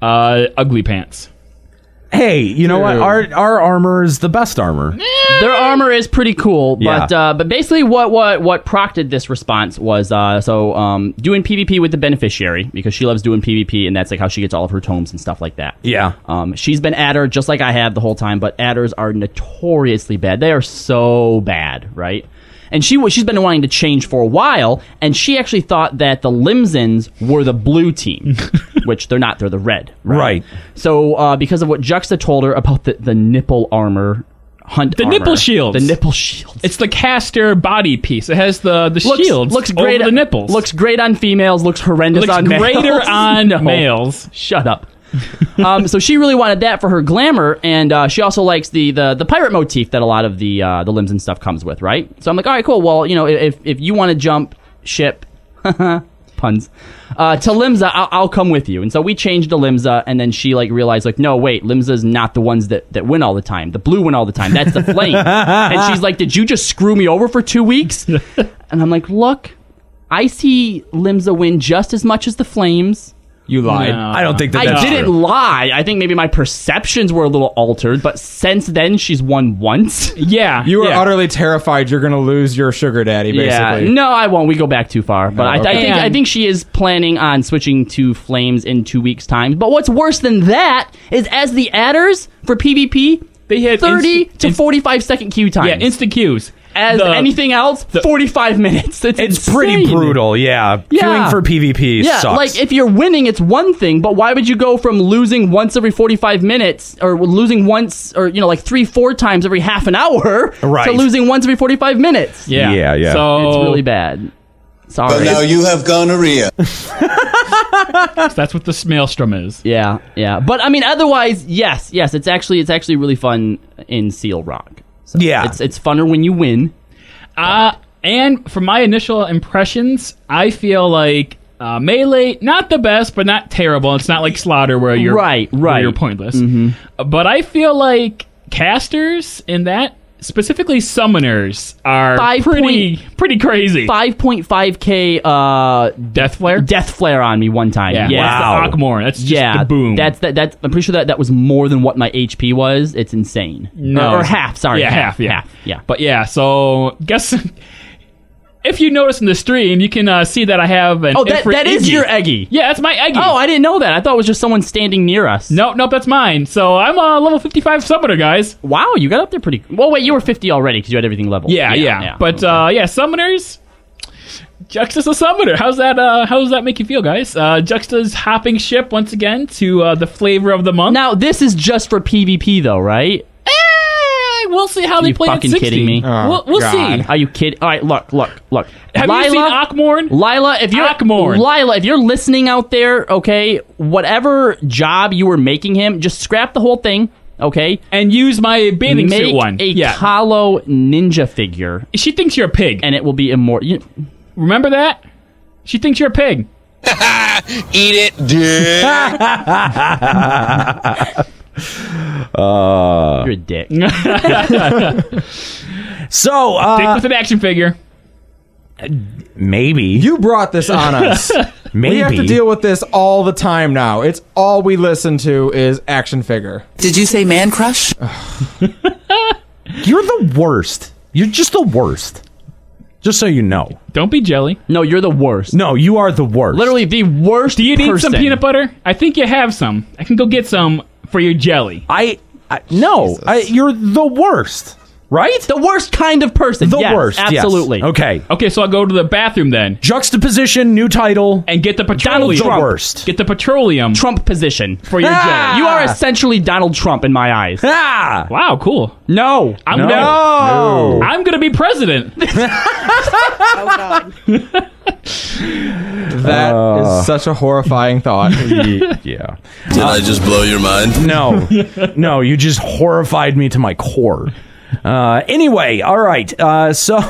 Speaker 9: Ugly Pants.
Speaker 7: Hey, you know what?
Speaker 1: Dude.
Speaker 7: Our our armor is the best armor.
Speaker 9: Eh,
Speaker 1: Their armor is pretty cool,
Speaker 7: Yeah.
Speaker 1: but uh, but basically what what what procted this response was uh, so um, doing PvP with the beneficiary because she loves doing PvP and that's like how she gets all of her tomes and stuff like that.
Speaker 7: Yeah.
Speaker 1: Um, she's been adder just like I have the whole time, but adders are notoriously bad. They are so bad, right? And she was she's been wanting to change for a while, and she actually thought that the Limsins were the blue team, which they're not. They're the red.
Speaker 7: Right.
Speaker 1: So uh, because of what Juxta told her about the, the nipple armor hunt,
Speaker 9: The
Speaker 1: armor,
Speaker 9: nipple shields.
Speaker 1: the nipple shields.
Speaker 9: It's the caster body piece. It has the the
Speaker 1: looks,
Speaker 9: shields.
Speaker 1: looks great.
Speaker 9: over the nipples.
Speaker 1: Looks great on females. Looks horrendous
Speaker 9: looks
Speaker 1: on [LAUGHS]
Speaker 9: greater
Speaker 1: males.
Speaker 9: on
Speaker 1: No.
Speaker 9: males.
Speaker 1: Shut
Speaker 9: [LAUGHS]
Speaker 1: up. um, so she really wanted that for her glamour, and uh, she also likes the, the the pirate motif that a lot of the uh, the limbs and stuff comes with, right? So I'm like, all right, cool. Well, you know, if if you want to jump ship, [LAUGHS] puns, uh, to Limsa, I'll, I'll come with you. And so we changed to Limsa, and then she like realized like, no, wait, Limsa's not the ones that that win all the time. The blue win all the time. That's the
Speaker 9: [LAUGHS]
Speaker 1: flame. and she's like, did you just screw me over for two
Speaker 7: [LAUGHS]
Speaker 1: weeks? and I'm like, look, I see Limsa win just as much as the flames.
Speaker 8: You lied.
Speaker 7: I don't think that
Speaker 1: I
Speaker 7: that's
Speaker 1: didn't
Speaker 7: true.
Speaker 1: lie. I think maybe my perceptions were a little altered, but since then she's won
Speaker 7: [LAUGHS]
Speaker 1: once.
Speaker 9: Yeah.
Speaker 8: You were
Speaker 9: yeah.
Speaker 8: utterly terrified you're going to lose your sugar daddy, basically.
Speaker 1: Yeah, no, I won't. We go back too far, but I, I
Speaker 8: Oh, okay.
Speaker 1: think I
Speaker 9: And-
Speaker 1: think she is planning on switching to flames in two weeks' time. But what's worse than that is as the adders for PvP,
Speaker 9: They had
Speaker 1: thirty
Speaker 9: inst-
Speaker 1: to
Speaker 9: inst-
Speaker 1: forty-five second queue times.
Speaker 9: Yeah, instant cues.
Speaker 1: as anything else, forty-five minutes. It's,
Speaker 7: It's pretty
Speaker 1: insane.
Speaker 7: brutal. Yeah.
Speaker 1: Yeah.
Speaker 7: Queuing for PvP
Speaker 1: Yeah,
Speaker 7: sucks.
Speaker 1: like if you're winning, it's one thing, but why would you go from losing once every 45 minutes or losing once or, you know, like three, four times every half an hour [LAUGHS]
Speaker 7: Right.
Speaker 1: to losing once every 45 minutes?
Speaker 9: Yeah.
Speaker 7: Yeah, yeah.
Speaker 9: So
Speaker 1: It's really bad. Sorry.
Speaker 2: you have gonorrhea.
Speaker 9: [LAUGHS] That's what the maelstrom is.
Speaker 1: yeah, yeah. But I mean, otherwise, yes, yes, it's actually, it's actually really fun in Seal Rock. So
Speaker 7: Yeah.
Speaker 1: It's, it's funner when you win.
Speaker 9: Uh, and from my initial impressions, I feel like Uh, melee, not the best, but not terrible. It's not like Slaughter where you're
Speaker 1: Right,
Speaker 9: where
Speaker 1: right. Mm-hmm.
Speaker 9: you're pointless. Uh, But I feel like casters in that, specifically summoners, are
Speaker 1: Five
Speaker 9: pretty pretty crazy.
Speaker 1: 5.5k uh,
Speaker 9: Death flare.
Speaker 1: death flare on me one time.
Speaker 9: Yeah,
Speaker 1: Yeah,
Speaker 7: Wow.
Speaker 9: that's the Ockmore. That's just
Speaker 1: yeah.
Speaker 9: the boom.
Speaker 1: That's that. That's I'm pretty sure that that was more than what my HP was. It's insane.
Speaker 9: No.
Speaker 1: or, or half. Sorry,
Speaker 9: yeah, half, yeah,
Speaker 1: yeah.
Speaker 9: But yeah, so guess [LAUGHS] if you notice in the stream, you can uh, see that I have an.
Speaker 1: oh, that,
Speaker 9: Ifrit
Speaker 1: that is
Speaker 9: Iggy.
Speaker 1: your eggy.
Speaker 9: Yeah, that's my eggy.
Speaker 1: Oh, I didn't know that. I thought it was just someone standing near us.
Speaker 9: nope, nope, that's mine. So I'm a level 55 summoner, guys.
Speaker 1: Wow, you got up there pretty. Well, wait, you were 50 already because you had everything leveled.
Speaker 9: Yeah, yeah. But uh, yeah, summoners. Juxta's a summoner. How's that? Uh, how does that make you feel, guys? Uh, Juxta's hopping ship once again to uh, the flavor of the month.
Speaker 1: now this is just for PvP though, right?
Speaker 9: Eh, we'll see how they
Speaker 1: You
Speaker 9: play. at
Speaker 1: fucking
Speaker 9: 60.
Speaker 1: kidding me?
Speaker 8: Oh,
Speaker 9: we'll we'll see.
Speaker 8: God.
Speaker 1: Are you kidding? All right, look, look, look.
Speaker 9: Have
Speaker 1: Lila,
Speaker 9: you seen Ockmorn?
Speaker 1: Lila, if you're
Speaker 9: Ockmorn.
Speaker 1: Lila, if you're listening out there, okay, whatever job you were making him, just scrap the whole thing, okay?
Speaker 9: and use my bathing
Speaker 1: Make
Speaker 9: suit one.
Speaker 1: a
Speaker 9: yeah,
Speaker 1: Kahlo ninja figure,
Speaker 9: she thinks you're a pig.
Speaker 1: and it will be immortal. You,
Speaker 9: Remember that? She thinks you're a pig.
Speaker 2: [LAUGHS] Eat it,
Speaker 1: [LAUGHS]
Speaker 9: [LAUGHS]
Speaker 2: dude.
Speaker 7: Uh,
Speaker 1: you're a dick.
Speaker 9: [LAUGHS]
Speaker 7: [LAUGHS] so
Speaker 9: Dick
Speaker 7: uh,
Speaker 9: with an action figure.
Speaker 7: maybe
Speaker 8: You brought this
Speaker 1: [LAUGHS]
Speaker 8: on us.
Speaker 7: maybe
Speaker 8: We have to deal with this all the time now. It's all we listen to is action figure.
Speaker 11: Did you say man crush?
Speaker 7: You're the worst. You're just the worst. Just so you know.
Speaker 9: Don't be jelly.
Speaker 1: No, you're the worst.
Speaker 7: No, you are the worst.
Speaker 1: Literally the worst.
Speaker 9: Do you need some
Speaker 1: person.
Speaker 9: peanut butter? I think you have some. I can go get some for your jelly.
Speaker 7: I, I no. I, you're the worst. Right?
Speaker 1: The worst kind of person.
Speaker 7: The
Speaker 1: Yes,
Speaker 7: worst. yes.
Speaker 1: Absolutely.
Speaker 7: Okay.
Speaker 9: Okay, so I'll go to the bathroom then
Speaker 7: Juxtaposition. New title.
Speaker 9: and get the
Speaker 7: Donald
Speaker 9: petroleum.
Speaker 7: the worst.
Speaker 9: Get the petroleum.
Speaker 1: Trump position for
Speaker 7: your
Speaker 1: job.
Speaker 7: jelly.
Speaker 1: You are essentially Donald Trump in my eyes.
Speaker 7: ah.
Speaker 9: Wow, cool.
Speaker 1: No.
Speaker 9: I'm
Speaker 7: No.
Speaker 9: gonna
Speaker 7: No.
Speaker 9: I'm gonna be president.
Speaker 10: [LAUGHS] Oh
Speaker 9: [LAUGHS]
Speaker 10: god.
Speaker 8: That is such a horrifying thought.
Speaker 7: [LAUGHS] yeah.
Speaker 2: Did I just blow your mind?
Speaker 7: No,
Speaker 2: [LAUGHS]
Speaker 7: no, you just horrified me to my core. Uh, anyway, all right. Uh, so,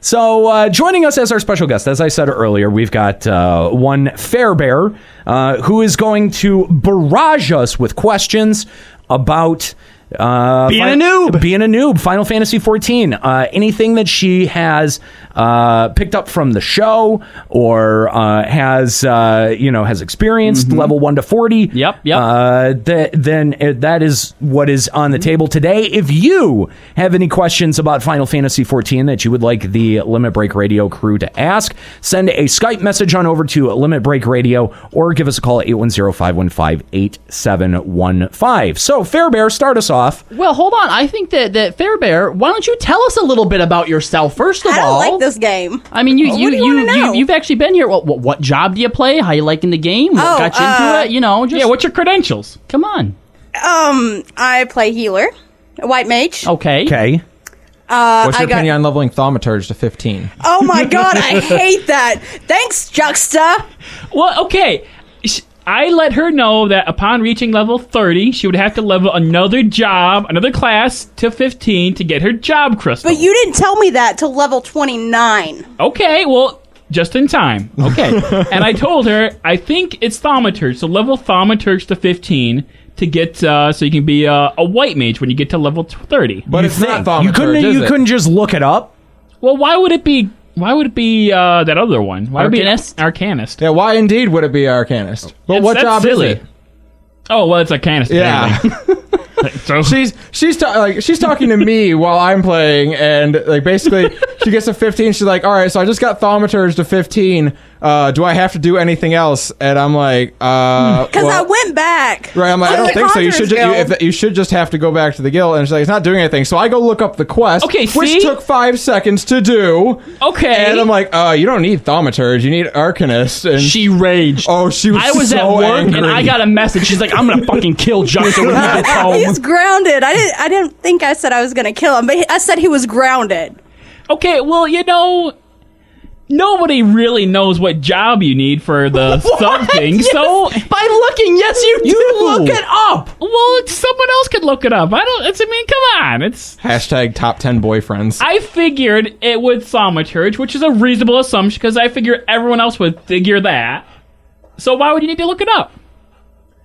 Speaker 7: so uh, joining us as our special guest, as I said earlier, we've got uh, one Fairbear uh, who is going to barrage us with questions about. Uh, being
Speaker 1: a noob.
Speaker 7: being a noob, Final Fantasy 14. Uh, anything that she has uh, picked up from the show or uh, has uh, you know has experienced level one to forty.
Speaker 1: Mm-hmm. Yep, yep.
Speaker 7: Uh, uh, th- then uh, that is what is on
Speaker 1: Mm-hmm.
Speaker 7: the table today. If you have any questions about Final Fantasy 14 that you would like the Limit Break Radio crew to ask, send a Skype message on over to Limit Break Radio or give us a call at 810-515-8715. So, Fairbear, start us off.
Speaker 1: Well, hold on. I think that that Fairbear, why don't you tell us a little bit about yourself first of
Speaker 10: I don't
Speaker 1: all?
Speaker 10: like this game.
Speaker 1: I mean, you
Speaker 10: What
Speaker 1: you
Speaker 10: do you
Speaker 1: you,
Speaker 10: wanna
Speaker 1: you
Speaker 10: know?
Speaker 1: you've actually been here. Well, what, what job do you play? How you liking the game? What
Speaker 10: Oh,
Speaker 1: got you
Speaker 10: uh,
Speaker 1: into it? You know, just
Speaker 9: Yeah, what's your credentials?
Speaker 1: come on.
Speaker 10: Um, I play healer, a white mage. Uh,
Speaker 1: Okay.
Speaker 7: Okay.
Speaker 8: What's
Speaker 10: I
Speaker 8: your
Speaker 10: got-
Speaker 8: opinion on leveling Thaumaturge to 15?
Speaker 10: Oh my god, I
Speaker 8: [LAUGHS]
Speaker 10: hate that. Thanks, Juxta.
Speaker 9: Well, okay. Sh- I let her know that upon reaching level 30, she would have to level another job, another class to 15 to get her job crystal.
Speaker 10: But you didn't tell me that till
Speaker 9: [LAUGHS]
Speaker 10: level 29.
Speaker 9: Okay, well, just in time. Okay.
Speaker 8: [LAUGHS]
Speaker 9: and I told her, I think it's Thaumaturge. So level Thaumaturge to 15 to get, uh, so you can be uh, a white mage when you get to level 30.
Speaker 8: But it's not Thaumaturge.
Speaker 7: You couldn't
Speaker 8: is
Speaker 7: you
Speaker 8: it?
Speaker 7: couldn't just look it up?
Speaker 9: Well, why would it be, why would it be uh, that other one? Why would it be
Speaker 1: Arcanist?
Speaker 9: Arcanist.
Speaker 8: Yeah, why indeed would it be Arcanist? But
Speaker 9: It's-
Speaker 8: what
Speaker 9: that's
Speaker 8: job
Speaker 9: silly.
Speaker 8: is it?
Speaker 9: Oh, well, it's Arcanist.
Speaker 8: Yeah.
Speaker 9: apparently.
Speaker 8: [LAUGHS]
Speaker 9: So-
Speaker 8: she's she's ta- like she's talking to me while I'm playing, and like basically she gets to 15. She's like, "All right, so I just got Thaumaturge to 15. Uh, do I have to do anything else?" And I'm like,
Speaker 10: [LAUGHS]
Speaker 8: "Uh,
Speaker 10: Because
Speaker 8: well-
Speaker 10: I went back.
Speaker 8: Right, I'm like, I
Speaker 10: on
Speaker 8: don't
Speaker 10: the
Speaker 8: think so. You should just, you,
Speaker 10: Conjurer's Guild.
Speaker 8: if, you should just have to go back to the guild. And she's like, it's not doing anything. So I go look up the quest,
Speaker 9: Okay,
Speaker 8: which
Speaker 9: see?
Speaker 8: took five seconds to do.
Speaker 9: Okay.
Speaker 8: and I'm like, uh, you don't need thaumaturge, you need arcanist. And
Speaker 1: She raged.
Speaker 8: oh, she was
Speaker 1: I was
Speaker 8: so
Speaker 1: at work
Speaker 8: angry.
Speaker 1: and I got a message. She's like, "I'm gonna fucking kill Juxta when
Speaker 10: [LAUGHS]
Speaker 1: he gets home."
Speaker 10: He's grounded. I didn't. I didn't think I said I was gonna kill him, but he- I said he was grounded.
Speaker 9: Okay, well, you know, nobody really knows what job you need
Speaker 1: [LAUGHS]
Speaker 9: for the something.
Speaker 1: Yes.
Speaker 9: So,
Speaker 1: by looking, yes, you do.
Speaker 7: look it
Speaker 1: up.
Speaker 9: well, it's- someone else could look it up. I don't. It's. I mean, come on. It's.
Speaker 8: hashtag top ten boyfriends.
Speaker 9: I figured it would Thaumaturge, which is a reasonable assumption because I figured everyone else would figure that. So why would you need to look it up?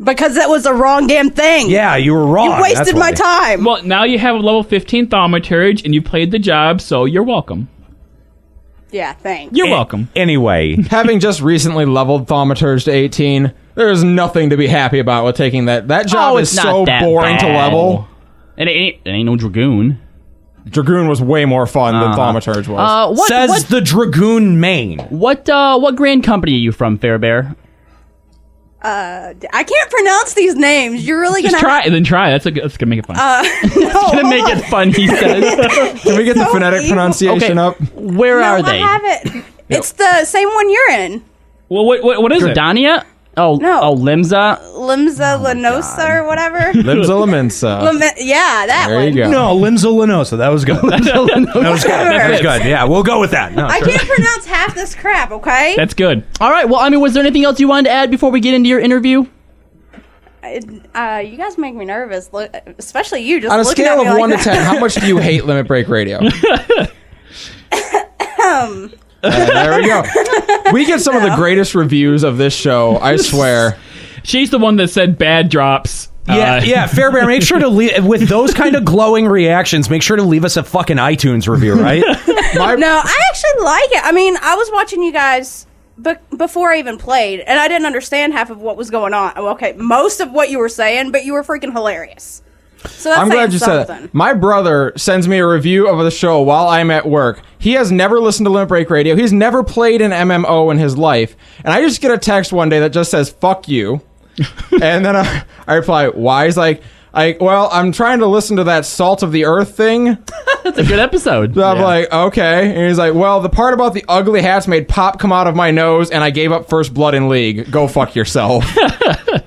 Speaker 10: Because that was the wrong damn thing.
Speaker 7: Yeah, you were wrong.
Speaker 10: You wasted my time.
Speaker 9: Well, now you have a level 15 thaumaturge and you played the job, so you're welcome.
Speaker 10: Yeah, thanks.
Speaker 9: You're welcome.
Speaker 7: Anyway,
Speaker 8: [LAUGHS] Having just recently leveled Thaumaturge to 18, there is nothing to be happy about with taking that. That job
Speaker 1: Oh,
Speaker 8: is
Speaker 1: it's not
Speaker 8: so
Speaker 1: that
Speaker 8: boring to
Speaker 1: bad.
Speaker 8: level.
Speaker 1: And it ain't, it ain't no dragoon. Uh-huh.
Speaker 8: Dragoon was way more fun than Thaumaturge was.
Speaker 1: Uh,
Speaker 10: Oh,
Speaker 1: what,
Speaker 7: says
Speaker 1: what,
Speaker 7: the dragoon main.
Speaker 1: what, uh, what grand company are you from, Fairbear?
Speaker 10: I can't pronounce these names. You're really
Speaker 9: Just
Speaker 10: gonna
Speaker 9: try it, then try it. That's, a, that's gonna make it fun.
Speaker 10: Uh, [LAUGHS] no,
Speaker 1: Gonna make it fun, he says.
Speaker 8: Can we get the
Speaker 10: Oh, so
Speaker 8: phonetic
Speaker 10: evil.
Speaker 8: pronunciation up?
Speaker 1: Where
Speaker 10: no,
Speaker 1: are they?
Speaker 10: I have it. It's the same one you're in.
Speaker 9: well, what, what, what is it?
Speaker 1: Dania? Oh,
Speaker 10: No.
Speaker 1: oh, Limza.
Speaker 10: Limsa Lanosa or whatever.
Speaker 8: Limsa
Speaker 10: [LAUGHS]
Speaker 8: Limensa.
Speaker 10: Lame- yeah, that
Speaker 8: There
Speaker 10: one.
Speaker 8: you go.
Speaker 7: No, Limsa Lenosa. That [LAUGHS] was good. that was good. That was good. Yeah, we'll go with that. No,
Speaker 10: I
Speaker 7: sure.
Speaker 10: can't pronounce half this crap, okay?
Speaker 9: That's good.
Speaker 1: All right. Well, I mean, was there anything else you wanted to add before we get into your interview?
Speaker 10: uh, you guys make me nervous, look, especially you just
Speaker 8: On a
Speaker 10: looking
Speaker 8: scale
Speaker 10: at me
Speaker 8: of
Speaker 10: like
Speaker 8: 1 to
Speaker 10: that.
Speaker 8: 10,
Speaker 10: [LAUGHS]
Speaker 8: how much do you hate Limit Break Radio?
Speaker 10: Um,
Speaker 8: Uh, there we
Speaker 10: [LAUGHS]
Speaker 8: go. We get some of the greatest reviews of this show,
Speaker 9: [LAUGHS]
Speaker 8: I swear.
Speaker 9: She's the one that said bad drops.
Speaker 7: Yeah,
Speaker 9: Uh,
Speaker 7: yeah, Fairbear, make sure to leave with those kind of glowing reactions. Make sure to leave us a fucking iTunes review,
Speaker 9: [LAUGHS]
Speaker 7: right?
Speaker 9: Oh,
Speaker 8: My-
Speaker 10: No, I actually like it. I mean, I was watching you guys be- before I even played, and I didn't understand half of what was going on. Well, Okay, most of what you were saying, but you were freaking hilarious. So that's
Speaker 8: I'm glad
Speaker 10: saying
Speaker 8: you said
Speaker 10: something.
Speaker 8: that. My brother sends me a review of the show while I'm at work. He has never listened to Limit Break Radio. He's never played an MMO in his life. And I just get a text one day that just says,
Speaker 9: [LAUGHS]
Speaker 8: fuck you. and then I, I reply, why? He's like, I, well, I'm trying to listen to that Salt of the
Speaker 9: [LAUGHS]
Speaker 8: Earth thing.
Speaker 1: That's a good episode.
Speaker 8: So I'm like, okay. And he's like, well, the part about the ugly hats made pop come out of my nose, and I gave up first blood in league. Go fuck yourself. Uh,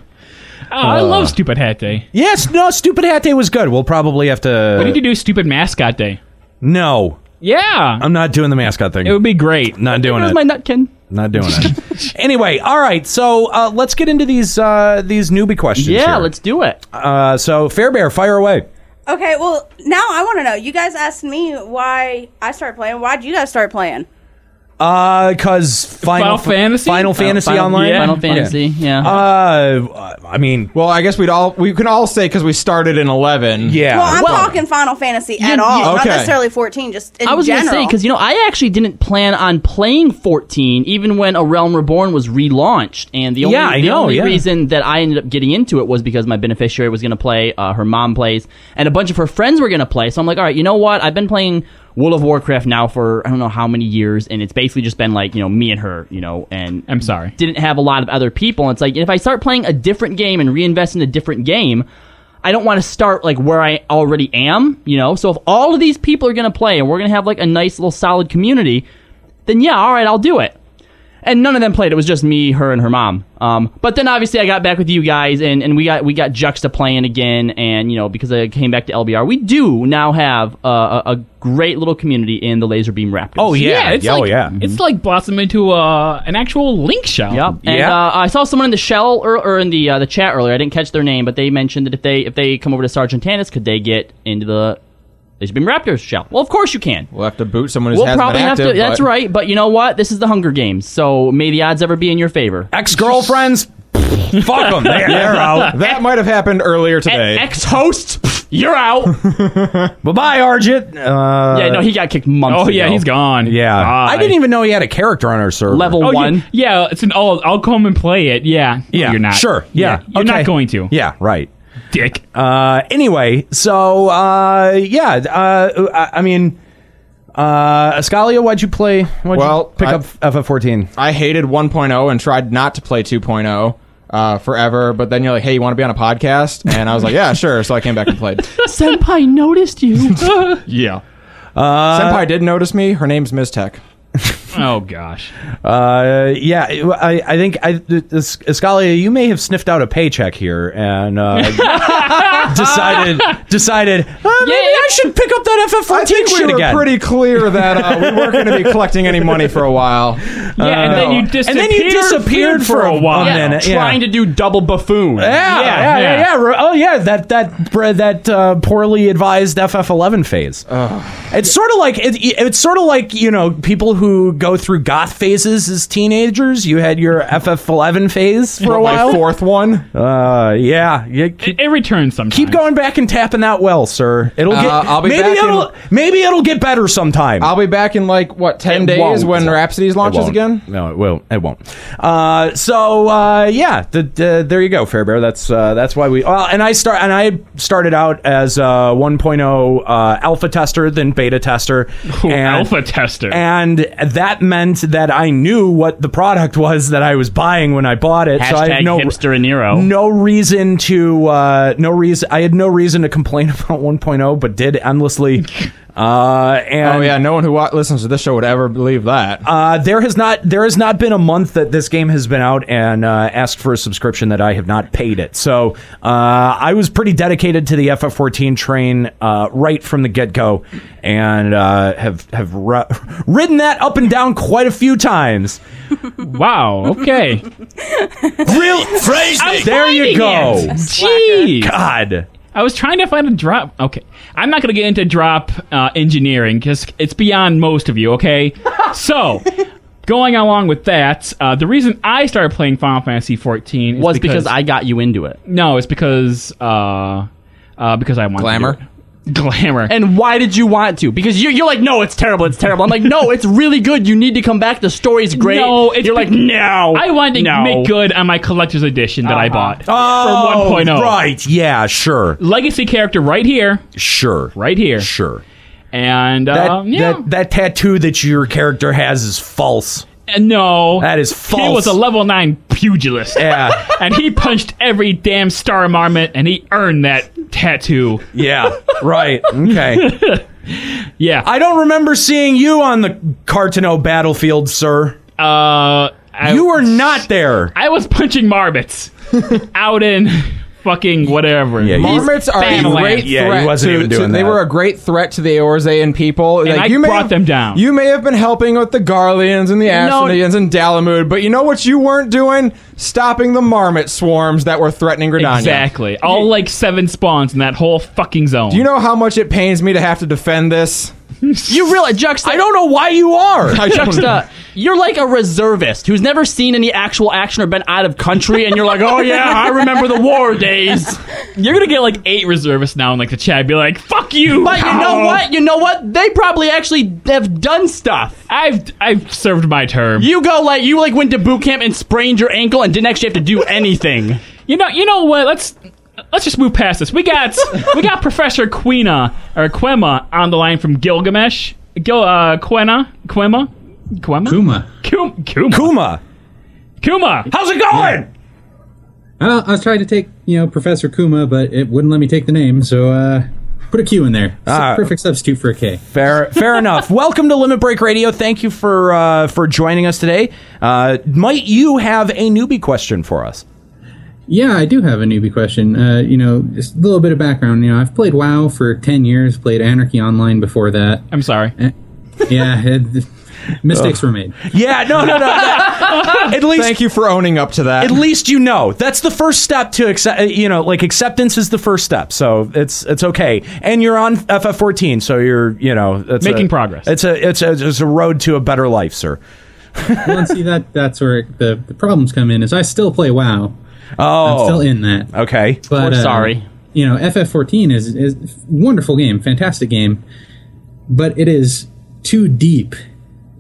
Speaker 9: Oh, [LAUGHS] I love Stupid Hat Day.
Speaker 7: yes, no, Stupid Hat Day was good. We'll probably have to.
Speaker 9: [LAUGHS] We need to do Stupid Mascot Day.
Speaker 7: no,
Speaker 9: Yeah.
Speaker 7: I'm not doing the mascot thing.
Speaker 9: it would be great.
Speaker 7: not doing
Speaker 1: Where's
Speaker 7: it.
Speaker 1: my nutkin?
Speaker 7: not doing it. [LAUGHS] anyway, all right. So uh, let's get into these uh, these newbie questions.
Speaker 1: Yeah,
Speaker 7: here.
Speaker 1: let's do it.
Speaker 7: Uh, so Fairbear, fire away.
Speaker 10: Okay, well, now I want to know. You guys asked me why I started playing. Why'd you guys start playing?
Speaker 7: Uh, cause Final,
Speaker 9: Final Fantasy?
Speaker 7: Final Fantasy
Speaker 1: Oh, Final-
Speaker 7: Online,
Speaker 9: yeah.
Speaker 1: Final Fantasy. Yeah.
Speaker 7: Uh, I mean,
Speaker 8: well, I guess we'd all we can all say because we started in eleven.
Speaker 7: yeah.
Speaker 10: Well, I'm
Speaker 1: well-
Speaker 10: talking Final Fantasy at all, not
Speaker 8: okay.
Speaker 10: necessarily 14. Just in
Speaker 1: I was
Speaker 10: general.
Speaker 1: gonna say because you know I actually didn't plan on playing 14, even when A Realm Reborn was relaunched, and the only,
Speaker 7: Yeah, I
Speaker 1: the
Speaker 7: know,
Speaker 1: only
Speaker 7: yeah.
Speaker 1: reason that I ended up getting into it was because my beneficiary was gonna play, uh, her mom plays, and a bunch of her friends were gonna play. So I'm like, all right, you know what? I've been playing World of Warcraft now for I don't know how many years, and it's basically just been like you know me and her, you know, and
Speaker 9: I'm sorry.
Speaker 1: didn't have a lot of other people. And it's like if I start playing a different game and reinvest in a different game, I don't want to start like where I already am, you know. So if all of these people are gonna play and we're gonna have like a nice little solid community, then yeah, all right, I'll do it. And none of them played. It was just me, her, and her mom. Um, but then obviously I got back with you guys, and, and we got we got Juxta playing again, and you know because I came back to LBR, we do now have a, a, a great little community in the Laser Beam Raptors.
Speaker 7: oh yeah.
Speaker 9: it's
Speaker 7: oh
Speaker 9: like,
Speaker 7: yeah.
Speaker 8: Mm-hmm.
Speaker 9: It's like blossomed into uh, an actual Link shop.
Speaker 1: Yep. And
Speaker 7: Yeah.
Speaker 1: uh, I saw someone in the shell or, or in the uh, the chat earlier. I didn't catch their name, but they mentioned that if they if they come over to Sergeant Tannis, could they get into the Laser Beam Raptors shell? Well, of course you can.
Speaker 8: We'll have to boot someone who's
Speaker 1: We'll
Speaker 8: hasn't
Speaker 1: probably
Speaker 8: been
Speaker 1: have
Speaker 8: active.
Speaker 1: to. That's
Speaker 8: but-
Speaker 1: right. But you know what? This is the Hunger Games, so may the odds ever be in your favor.
Speaker 7: Ex girlfriends, fuck them. They, they're out.
Speaker 8: That might have happened earlier today.
Speaker 1: Ex host, you're
Speaker 8: [LAUGHS]
Speaker 1: out.
Speaker 7: Bye bye, Arjit. Uh,
Speaker 1: yeah, no, he got kicked months
Speaker 9: Oh
Speaker 1: ago.
Speaker 9: yeah, he's gone.
Speaker 7: Yeah, I
Speaker 9: Bye.
Speaker 7: didn't even know he had a character on our server.
Speaker 1: Level
Speaker 9: Oh, you-
Speaker 1: one.
Speaker 9: yeah, it's an all. I'll come and play it. Yeah. No,
Speaker 7: Yeah,
Speaker 9: you're not.
Speaker 7: Sure. Yeah,
Speaker 9: You're
Speaker 7: okay.
Speaker 9: not going to.
Speaker 7: Yeah, right.
Speaker 9: Dick.
Speaker 7: Uh, anyway, so uh, yeah, uh, I, I mean, uh, Ascalia, why'd you play? Why'd
Speaker 8: Well,
Speaker 7: you pick
Speaker 8: I-
Speaker 7: up FF14.
Speaker 8: I hated 1.0 and tried not to play 2.0 uh, forever. But then you're like, hey, you want to be on a podcast? And I was like, yeah, sure. So I came back and played.
Speaker 1: [LAUGHS] Senpai noticed you.
Speaker 8: yeah. Senpai did notice me. Her name's Miztech.
Speaker 9: Oh gosh.
Speaker 7: Uh, yeah, I, I think I, this, Ascalia, you may have sniffed out a paycheck here, and uh, decided decided "Ah, maybe I should pick up that FF14
Speaker 8: I think we
Speaker 7: shit
Speaker 8: were
Speaker 7: again.
Speaker 8: pretty clear that uh, we weren't going to be collecting any money for a while. Uh,
Speaker 7: Yeah, Oh. and then you
Speaker 8: And then
Speaker 7: disappeared
Speaker 8: disappeared for a while.
Speaker 1: Yeah, Trying to do double buffoon.
Speaker 7: Yeah, yeah, yeah, yeah. Re- Oh, yeah. That that br- that uh, poorly advised FF11 phase. It's sort of like it, it's sort of like you know people who go through goth phases as teenagers. You had your FF11 phase for a while.
Speaker 8: My fourth one.
Speaker 7: Uh, yeah, yeah.
Speaker 9: It, it returns sometimes.
Speaker 7: Keep going back and tapping that well, sir. It'll get.
Speaker 8: Uh, I'll be
Speaker 7: maybe
Speaker 8: back in-
Speaker 7: it'll maybe it'll get better sometime.
Speaker 8: I'll be back in like what ten
Speaker 7: It
Speaker 8: days
Speaker 7: won't.
Speaker 8: when Rhapsodies
Speaker 7: It
Speaker 8: launches
Speaker 7: won't.
Speaker 8: again.
Speaker 7: No, it won't. It won't. Uh, so uh, yeah, the, the, there you go, Fairbear. That's uh, that's why we. Well, and I start and I started out as a 1.0 uh, alpha tester, then beta tester,
Speaker 9: Ooh,
Speaker 7: and,
Speaker 9: alpha tester.
Speaker 7: and that meant that I knew what the product was that I was buying when I bought it. so I
Speaker 1: Hashtag
Speaker 7: had no
Speaker 1: hipster and Nero.
Speaker 7: no reason to uh, no reason. I had no reason to complain [LAUGHS] about 1.0, but did endlessly. Uh, and
Speaker 8: Oh yeah, no one who wa- listens to this show would ever believe that.
Speaker 7: uh, there has not there has not been a month that this game has been out and uh, asked for a subscription that I have not paid it. So uh, I was pretty dedicated to the FF14 train uh, right from the get go, and uh, have have ru- [LAUGHS] ridden that up and down quite a few times.
Speaker 9: Wow. Okay.
Speaker 7: Real [LAUGHS]
Speaker 9: I'm
Speaker 7: there you
Speaker 9: finding
Speaker 7: go.
Speaker 9: it. Jeez.
Speaker 7: God.
Speaker 9: I was trying to find a drop. Okay, I'm not going to get into drop uh, engineering because it's beyond most of you.
Speaker 7: [LAUGHS]
Speaker 9: Okay, so going along with that, uh, the reason I started playing Final Fantasy 14 is
Speaker 1: was because I got you into it.
Speaker 9: no, it's because uh, uh, because I want
Speaker 8: Glamour?
Speaker 1: [LAUGHS]
Speaker 9: glamour, and
Speaker 1: And why did you want to? Because you're, you're like, no, it's terrible, it's terrible. I'm like, no, it's really good. You need to come back. The story's great.
Speaker 9: No, it's
Speaker 1: you're like,
Speaker 9: be-
Speaker 1: no.
Speaker 9: I wanted to
Speaker 1: Oh, no. Uh-huh.
Speaker 9: make good on my collector's edition that I bought
Speaker 7: Oh,
Speaker 9: for 1.0
Speaker 7: right. Yeah, Ah, sure.
Speaker 9: legacy character right here,
Speaker 7: Sure.
Speaker 9: right here,
Speaker 7: Sure.
Speaker 9: and
Speaker 7: That,
Speaker 9: uh, yeah,
Speaker 7: that that tattoo that your character has is false.
Speaker 9: Uh, no,
Speaker 7: That is
Speaker 9: He
Speaker 7: false.
Speaker 9: was a level nine pugilist.
Speaker 7: Yeah.
Speaker 9: and he punched every damn star marmot and he earned that tattoo.
Speaker 7: Yeah, right. Okay.
Speaker 9: Yeah.
Speaker 7: I don't remember seeing you on the Cartano battlefield, sir.
Speaker 9: [LAUGHS] uh, I,
Speaker 7: you were not there.
Speaker 9: I was punching
Speaker 7: [LAUGHS]
Speaker 9: marmots out in fucking whatever.
Speaker 7: Yeah, you-
Speaker 8: Marmots are a
Speaker 9: Family.
Speaker 8: great
Speaker 7: Yeah, he
Speaker 8: threat.
Speaker 7: wasn't
Speaker 8: to,
Speaker 7: even
Speaker 8: to-
Speaker 7: doing
Speaker 8: They
Speaker 7: that.
Speaker 8: were a great threat to the Orzean people.
Speaker 9: And I
Speaker 8: may
Speaker 9: brought
Speaker 8: have,
Speaker 9: them down.
Speaker 8: You may have been helping with the Garleans and the
Speaker 9: No.
Speaker 8: Ashleyans and Dalamud, but you know what you weren't doing? Stopping the marmot swarms that were threatening Gridania.
Speaker 9: exactly. All like seven spawns in that whole fucking zone.
Speaker 8: Do you know how much it pains me to have to defend this?
Speaker 9: [LAUGHS]
Speaker 1: You realize, Juxta.
Speaker 7: I don't know why you
Speaker 1: [LAUGHS]
Speaker 7: are.
Speaker 1: Juxta, you're like a reservist who's never seen any actual action or been out of country, and you're like, oh yeah, I remember the war
Speaker 8: [LAUGHS]
Speaker 1: days.
Speaker 9: you're gonna get like eight reservists now in like the chat. Be like, "Fuck you!"
Speaker 1: But you know
Speaker 9: Kyle.
Speaker 1: what? You know what? They probably actually have done stuff.
Speaker 9: I've I've served my term.
Speaker 1: You go like you like went to boot camp and sprained your ankle and didn't actually have to do [LAUGHS] anything.
Speaker 9: You know, you know what? Let's let's just move past this. We got we got Professor Quina or Quema on the line from Gilgamesh. Gil uh, Quena Quema Quema
Speaker 11: Kuma.
Speaker 9: Kuma Kuma
Speaker 7: Kuma.
Speaker 9: Kuma.
Speaker 7: How's it going?
Speaker 11: Well, I was trying to take, you know, Professor Kuma, but it wouldn't let me take the name, so uh, put a Q in there. It's
Speaker 7: Ah.
Speaker 11: a perfect substitute for a K.
Speaker 7: Fair,
Speaker 9: [LAUGHS]
Speaker 7: fair enough. Welcome to Limit Break Radio. Thank you for uh, for joining us today. Uh, might you have a newbie question for us?
Speaker 11: Yeah, I do have a newbie question. Uh, you know, just a little bit of background. You know, I've played WoW for 10 years, played Anarchy Online before that. Eh,
Speaker 9: I'm sorry.
Speaker 11: Yeah, [LAUGHS] it, mistakes were made.
Speaker 7: Yeah, no, no, no. that-
Speaker 8: [LAUGHS]
Speaker 7: at least
Speaker 8: Thank you for owning up to that.
Speaker 7: at least you know that's the first step to accept uh, you know like acceptance is the first step so it's it's okay and you're on ff14 so you're you know it's
Speaker 9: Making
Speaker 7: a-
Speaker 9: progress.
Speaker 7: it's a it's a it's a road to a better life sir
Speaker 11: [LAUGHS] Well, and see, that, that's where the, the problems come in, is I still play WoW.
Speaker 7: oh
Speaker 11: I'm still in that.
Speaker 7: okay
Speaker 11: But,
Speaker 1: We're
Speaker 11: uh,
Speaker 1: sorry.
Speaker 11: You know, FF14 is is a wonderful game, fantastic game, but it is too deep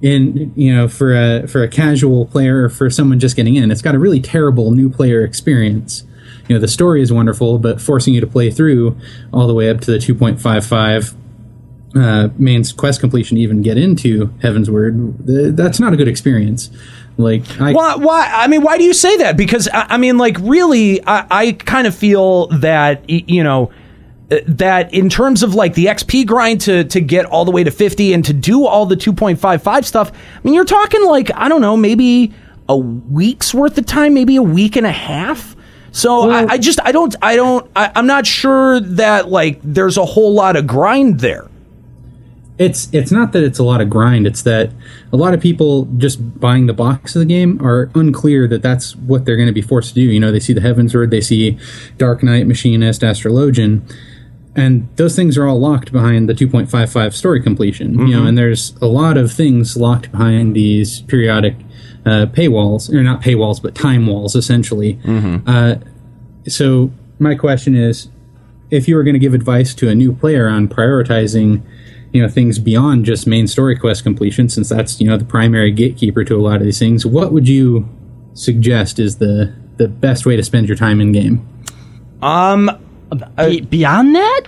Speaker 11: in you know for a for a casual player or for someone just getting in. It's got a really terrible new player experience. You know, the story is wonderful, but forcing you to play through all the way up to the 2.55 uh, main quest completion to even get into Heaven's Word, th- that's not a good experience. Like, I,
Speaker 7: Why, why? I mean, why do you say that? Because I, I mean, like, really, I, I kind of feel that y- you know uh, that in terms of like the XP grind to to get all the way to fifty and to do all the two point five five stuff. I mean, you're talking like I don't know, maybe a week's worth of time, maybe a week and a half. So I, I just I don't I don't I, I'm not sure that like there's a whole lot of grind there.
Speaker 11: it's it's not that it's a lot of grind it's that a lot of people just buying the box of the game are unclear that that's what they're going to be forced to do you know they see the heavens word they see dark knight machinist astrologian and those things are all locked behind the 2.55 story completion you
Speaker 7: Mm-hmm.
Speaker 11: know
Speaker 12: Mhm.
Speaker 11: and there's a lot of things locked behind these periodic uh, paywalls or not paywalls but time walls essentially
Speaker 7: Mm-hmm.
Speaker 11: uh, so my question is, if you were going to give advice to a new player on prioritizing, you know, things beyond just main story quest completion, since that's you know the primary gatekeeper to a lot of these things, what would you suggest is the the best way to spend your time in game?
Speaker 7: Um,
Speaker 1: Be- beyond that,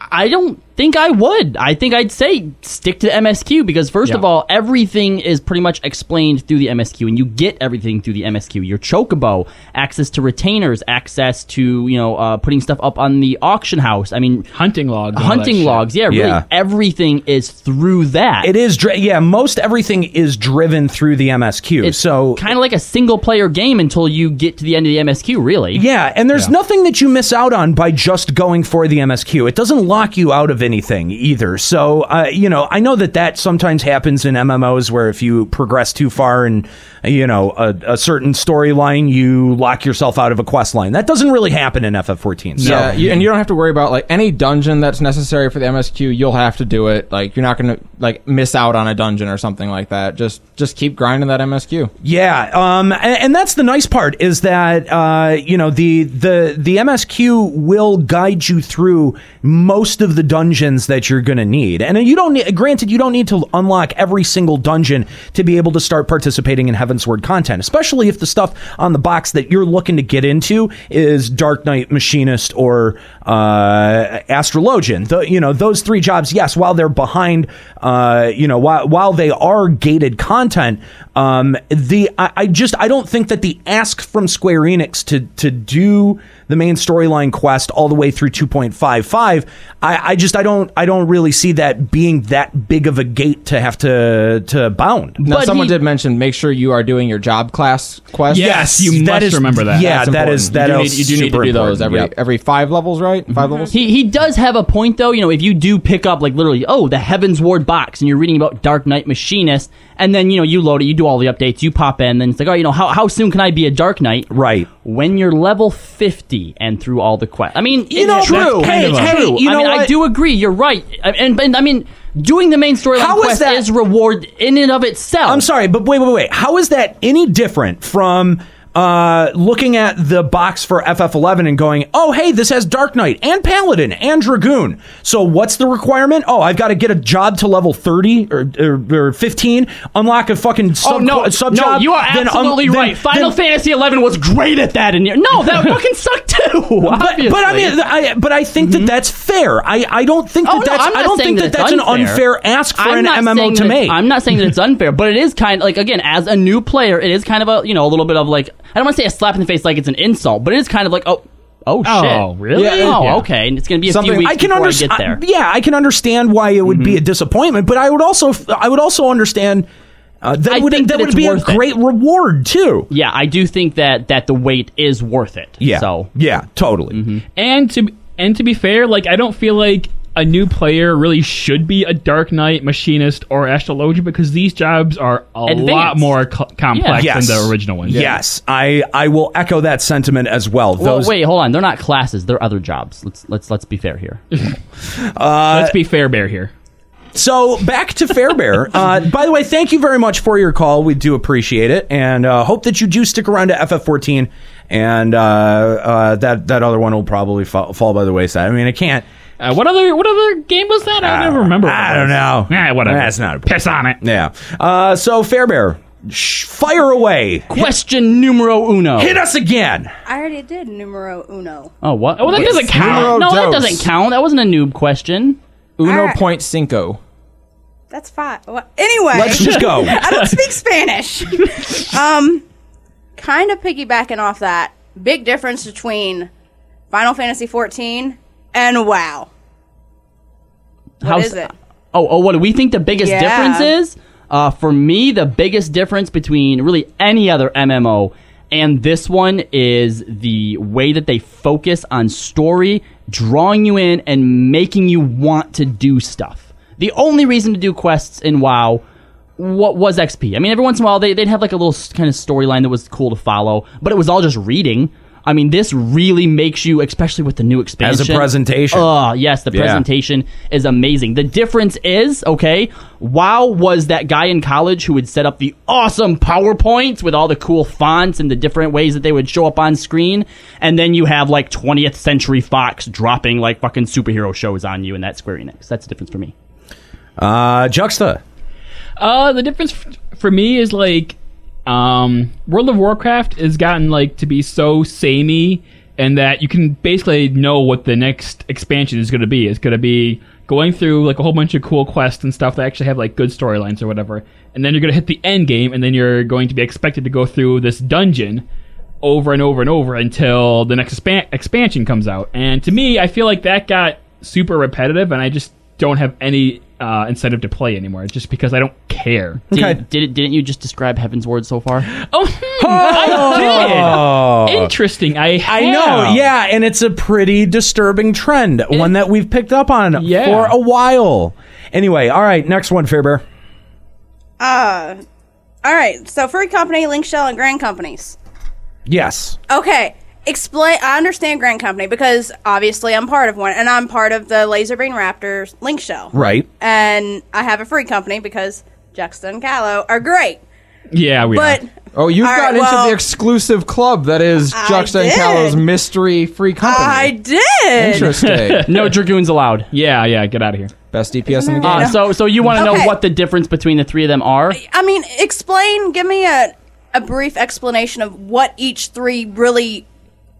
Speaker 1: I don't think I would. I think I'd say stick to the MSQ because first of all, everything is pretty much explained through the MSQ, and you get everything through the MSQ. Your chocobo, access to retainers, access to you know uh, putting stuff up on the auction house. I mean,
Speaker 9: hunting logs,
Speaker 7: all that
Speaker 1: hunting
Speaker 7: shit.
Speaker 1: logs. Yeah, really,
Speaker 7: Yeah.
Speaker 1: everything is through that.
Speaker 7: It is dri- yeah, most everything is driven through the MSQ. so
Speaker 1: kind of like a single player game until you get to the end of the MSQ. Really,
Speaker 7: Yeah, and there's nothing that you miss out on by just going for the MSQ. It doesn't lock you out of anything either. So, uh, you know, I know that that sometimes happens in MMOs where if you progress too far in, you know, a, a certain storyline, you lock yourself out of a quest line. That doesn't really happen in FF14. So,
Speaker 8: yeah, you, and you don't have to worry about like any dungeon that's necessary for the MSQ. You'll have to do it. Like you're not gonna like miss out on a dungeon or something like that. Just just keep grinding that MSQ.
Speaker 7: Yeah, um, and, and that's the nice part is that uh, you know the the the MSQ will guide you through most of the dungeons that you're going to need, and you don't. Need, granted, you don't need to unlock every single dungeon to be able to start participating in Heaven's Word content, especially if the stuff on the box that you're looking to get into is Dark Knight, Machinist, or uh, Astrologian. Tho- you know those three jobs. Yes, while they're behind, uh, you know while while they are gated content, um, the I, I just I don't think that the ask from Square Enix to to do the main storyline quest all the way through 2.55 I, I just I don't I don't really see that being that big of a gate to have to to bound.
Speaker 8: Now, someone did mention make sure you are doing your job class quest.
Speaker 7: Yes, Yes, you that must is- remember that. yeah, that
Speaker 8: important.
Speaker 7: is- that
Speaker 8: you do need,
Speaker 7: is
Speaker 8: you do need to
Speaker 7: super
Speaker 8: do those
Speaker 7: important,
Speaker 8: every
Speaker 7: yep.
Speaker 8: every five levels, right? 5 levels.
Speaker 1: Mm-hmm. He he does have a point though. You know, if you do pick up like literally, oh, the Heaven's Ward box, and you're reading about Dark Knight Machinist, and then you know you load it, you do all the updates, you pop in, then it's like, oh, you know, how how soon can I be a Dark Knight?
Speaker 7: Right.
Speaker 1: When you're level fifty and through all the quests. I mean,
Speaker 7: You
Speaker 1: it's
Speaker 7: know,
Speaker 1: true.
Speaker 7: that's kind
Speaker 1: It's
Speaker 7: of a-
Speaker 1: true.
Speaker 7: Hey, you
Speaker 1: I
Speaker 7: know
Speaker 1: mean, I
Speaker 7: what?
Speaker 1: do agree. You're right. I- And, and I mean, doing the main storyline
Speaker 7: How is
Speaker 1: quest
Speaker 7: that-
Speaker 1: is reward in and of itself.
Speaker 7: I'm sorry, but wait, wait, wait. How is that any different from uh, looking at the box for FF11 and going, oh, hey, this has Dark Knight and Paladin and Dragoon. So what's the requirement? Oh, I've got to get a job to level 30 or, or, or 15, unlock a fucking sub,
Speaker 1: oh no,
Speaker 7: sub
Speaker 1: no,
Speaker 7: job.
Speaker 1: you are
Speaker 7: then un-
Speaker 1: absolutely
Speaker 7: then-
Speaker 1: right. Final
Speaker 7: then-
Speaker 1: Fantasy XI was great at that, and you- no,
Speaker 7: [LAUGHS]
Speaker 1: that fucking sucked too.
Speaker 7: but,
Speaker 1: obviously. Mm-hmm.
Speaker 7: but I mean, I, but I think that that's fair. I, I don't think that
Speaker 1: Oh, no,
Speaker 7: that's
Speaker 1: I'm not
Speaker 7: I don't
Speaker 1: saying
Speaker 7: think that,
Speaker 1: that
Speaker 7: that's
Speaker 1: it's
Speaker 7: an unfair ask for
Speaker 1: I'm
Speaker 7: an
Speaker 1: not saying
Speaker 7: MMO to
Speaker 1: that-
Speaker 7: make.
Speaker 1: I'm not saying that it's unfair, but it is kind of like again, as a new player, it is kind of a you know a little bit of like I don't want to say a slap in the face like it's an insult, but it is kind of like oh oh shit,
Speaker 9: Oh, really?
Speaker 7: Yeah.
Speaker 1: oh
Speaker 7: Yeah.
Speaker 1: okay, and it's going to be a few weeks
Speaker 7: I can
Speaker 1: before
Speaker 7: underst-
Speaker 1: I get there. Mm-hmm.
Speaker 7: I- yeah, I can understand why it would be a disappointment, but I would also I would also understand uh, that would that,
Speaker 1: that
Speaker 7: would
Speaker 1: it's
Speaker 7: be a
Speaker 1: worth it.
Speaker 7: great reward too.
Speaker 1: yeah, I do think that that the wait is worth it.
Speaker 7: Yeah.
Speaker 1: So Mm-hmm.
Speaker 7: yeah, totally.
Speaker 9: And to and to be fair, like I don't feel like a new player really should be a Dark Knight, Machinist, or Astrologian because these jobs are a lot
Speaker 7: Advanced.
Speaker 9: more co- complex
Speaker 7: Yes.
Speaker 9: than the original ones.
Speaker 7: Yes, I I will echo that sentiment as well.
Speaker 1: Well,
Speaker 7: Those
Speaker 1: wait, hold on. They're not classes. They're other jobs. Let's let's let's be fair here.
Speaker 7: Uh,
Speaker 9: Let's be fair, bear here.
Speaker 7: So back
Speaker 9: [LAUGHS]
Speaker 7: to Fairbear. uh, by the way, thank you very much for your call. We do appreciate it, and uh, hope that you do stick around to FF14. And uh, uh, that that other one will probably fall, fall by the wayside. I mean, I can't. Ah,
Speaker 9: Uh, what other what other game was that? I never remember. what
Speaker 7: I
Speaker 9: it
Speaker 7: don't
Speaker 9: was.
Speaker 7: know.
Speaker 9: Yeah, whatever.
Speaker 7: That's not important.
Speaker 9: piss on it.
Speaker 7: Yeah. Uh, so Fairbear, sh- fire away.
Speaker 1: Question numero uno.
Speaker 7: Hit us again.
Speaker 10: I already did numero uno.
Speaker 1: Oh what?
Speaker 9: Oh, that
Speaker 1: Wait,
Speaker 9: doesn't count.
Speaker 1: No, that
Speaker 8: dos.
Speaker 1: doesn't count. That wasn't a noob question.
Speaker 8: Uno
Speaker 10: Alright.
Speaker 8: point cinco.
Speaker 10: That's fine. Well, anyway,
Speaker 8: Let's just go.
Speaker 10: [LAUGHS] I don't
Speaker 8: [LAUGHS]
Speaker 10: speak Spanish. um, kind of piggybacking off that big difference between Final Fantasy 14 and WoW. What
Speaker 1: How's-
Speaker 10: is it?
Speaker 1: Oh, oh, what do we think the biggest
Speaker 10: Yeah.
Speaker 1: difference is? Uh, for me, the biggest difference between really any other MMO And this one is the way that they focus on story, drawing you in and making you want to do stuff. The only reason to do quests in WoW what was XP. I mean, every once in a while they, they'd have like a little kind of storyline that was cool to follow, but it was all just reading. I mean, this really makes you, especially with the new expansion.
Speaker 7: presentation.
Speaker 1: Oh, yes, the
Speaker 7: Yeah.
Speaker 1: presentation is amazing. The difference is, okay, WoW was that guy in college who would set up the awesome PowerPoints with all the cool fonts and the different ways that they would show up on screen. And then you have like 20th Century Fox dropping like fucking superhero shows on you, and that's Square Enix. That's the difference for me.
Speaker 7: Uh, Juxta.
Speaker 9: Uh, the difference f- for me is like, um, World of Warcraft has gotten like to be so samey, and that you can basically know what the next expansion is going to be. It's going to be going through like a whole bunch of cool quests and stuff that actually have like good storylines or whatever, and then you're going to hit the end game, and then you're going to be expected to go through this dungeon over and over and over until the next expan- expansion comes out. And to me, I feel like that got super repetitive, and I just don't have any uh, incentive to play anymore, just because I don't care.
Speaker 1: Did, did it, didn't you just describe Heaven's Word so
Speaker 9: [LAUGHS]
Speaker 1: far?
Speaker 9: Oh. I did.
Speaker 7: Oh.
Speaker 9: Interesting. I
Speaker 7: I know,
Speaker 9: have.
Speaker 7: yeah, and it's a pretty disturbing trend, one that we've picked up on
Speaker 9: Yeah.
Speaker 7: for a while. Anyway, all right, next one, Fairbear.
Speaker 10: Uh, all right. So, Free Company, Link Shell, and Grand Companies.
Speaker 7: Yes.
Speaker 10: Okay, explain. I understand Grand Company because obviously I'm part of one, and I'm part of the Laserbeam Raptors Link Shell.
Speaker 7: Right.
Speaker 10: And I have a free company because Juxta and Callow are great.
Speaker 9: Yeah,
Speaker 10: we But- are.
Speaker 8: Oh, you've
Speaker 10: All right,
Speaker 8: gotten into
Speaker 10: well-
Speaker 8: the exclusive club that is
Speaker 10: I
Speaker 8: Juxta and
Speaker 10: did.
Speaker 8: Callow's mystery free company.
Speaker 10: I did.
Speaker 7: [LAUGHS]
Speaker 8: Interesting.
Speaker 1: [LAUGHS] no dragoons allowed.
Speaker 9: Yeah, yeah, get out of here.
Speaker 8: Best DPS in the game.
Speaker 1: Uh, so, so you want to
Speaker 10: Okay.
Speaker 1: know what the difference between the three of them are?
Speaker 10: I mean, explain. Give me a a brief explanation of what each three really.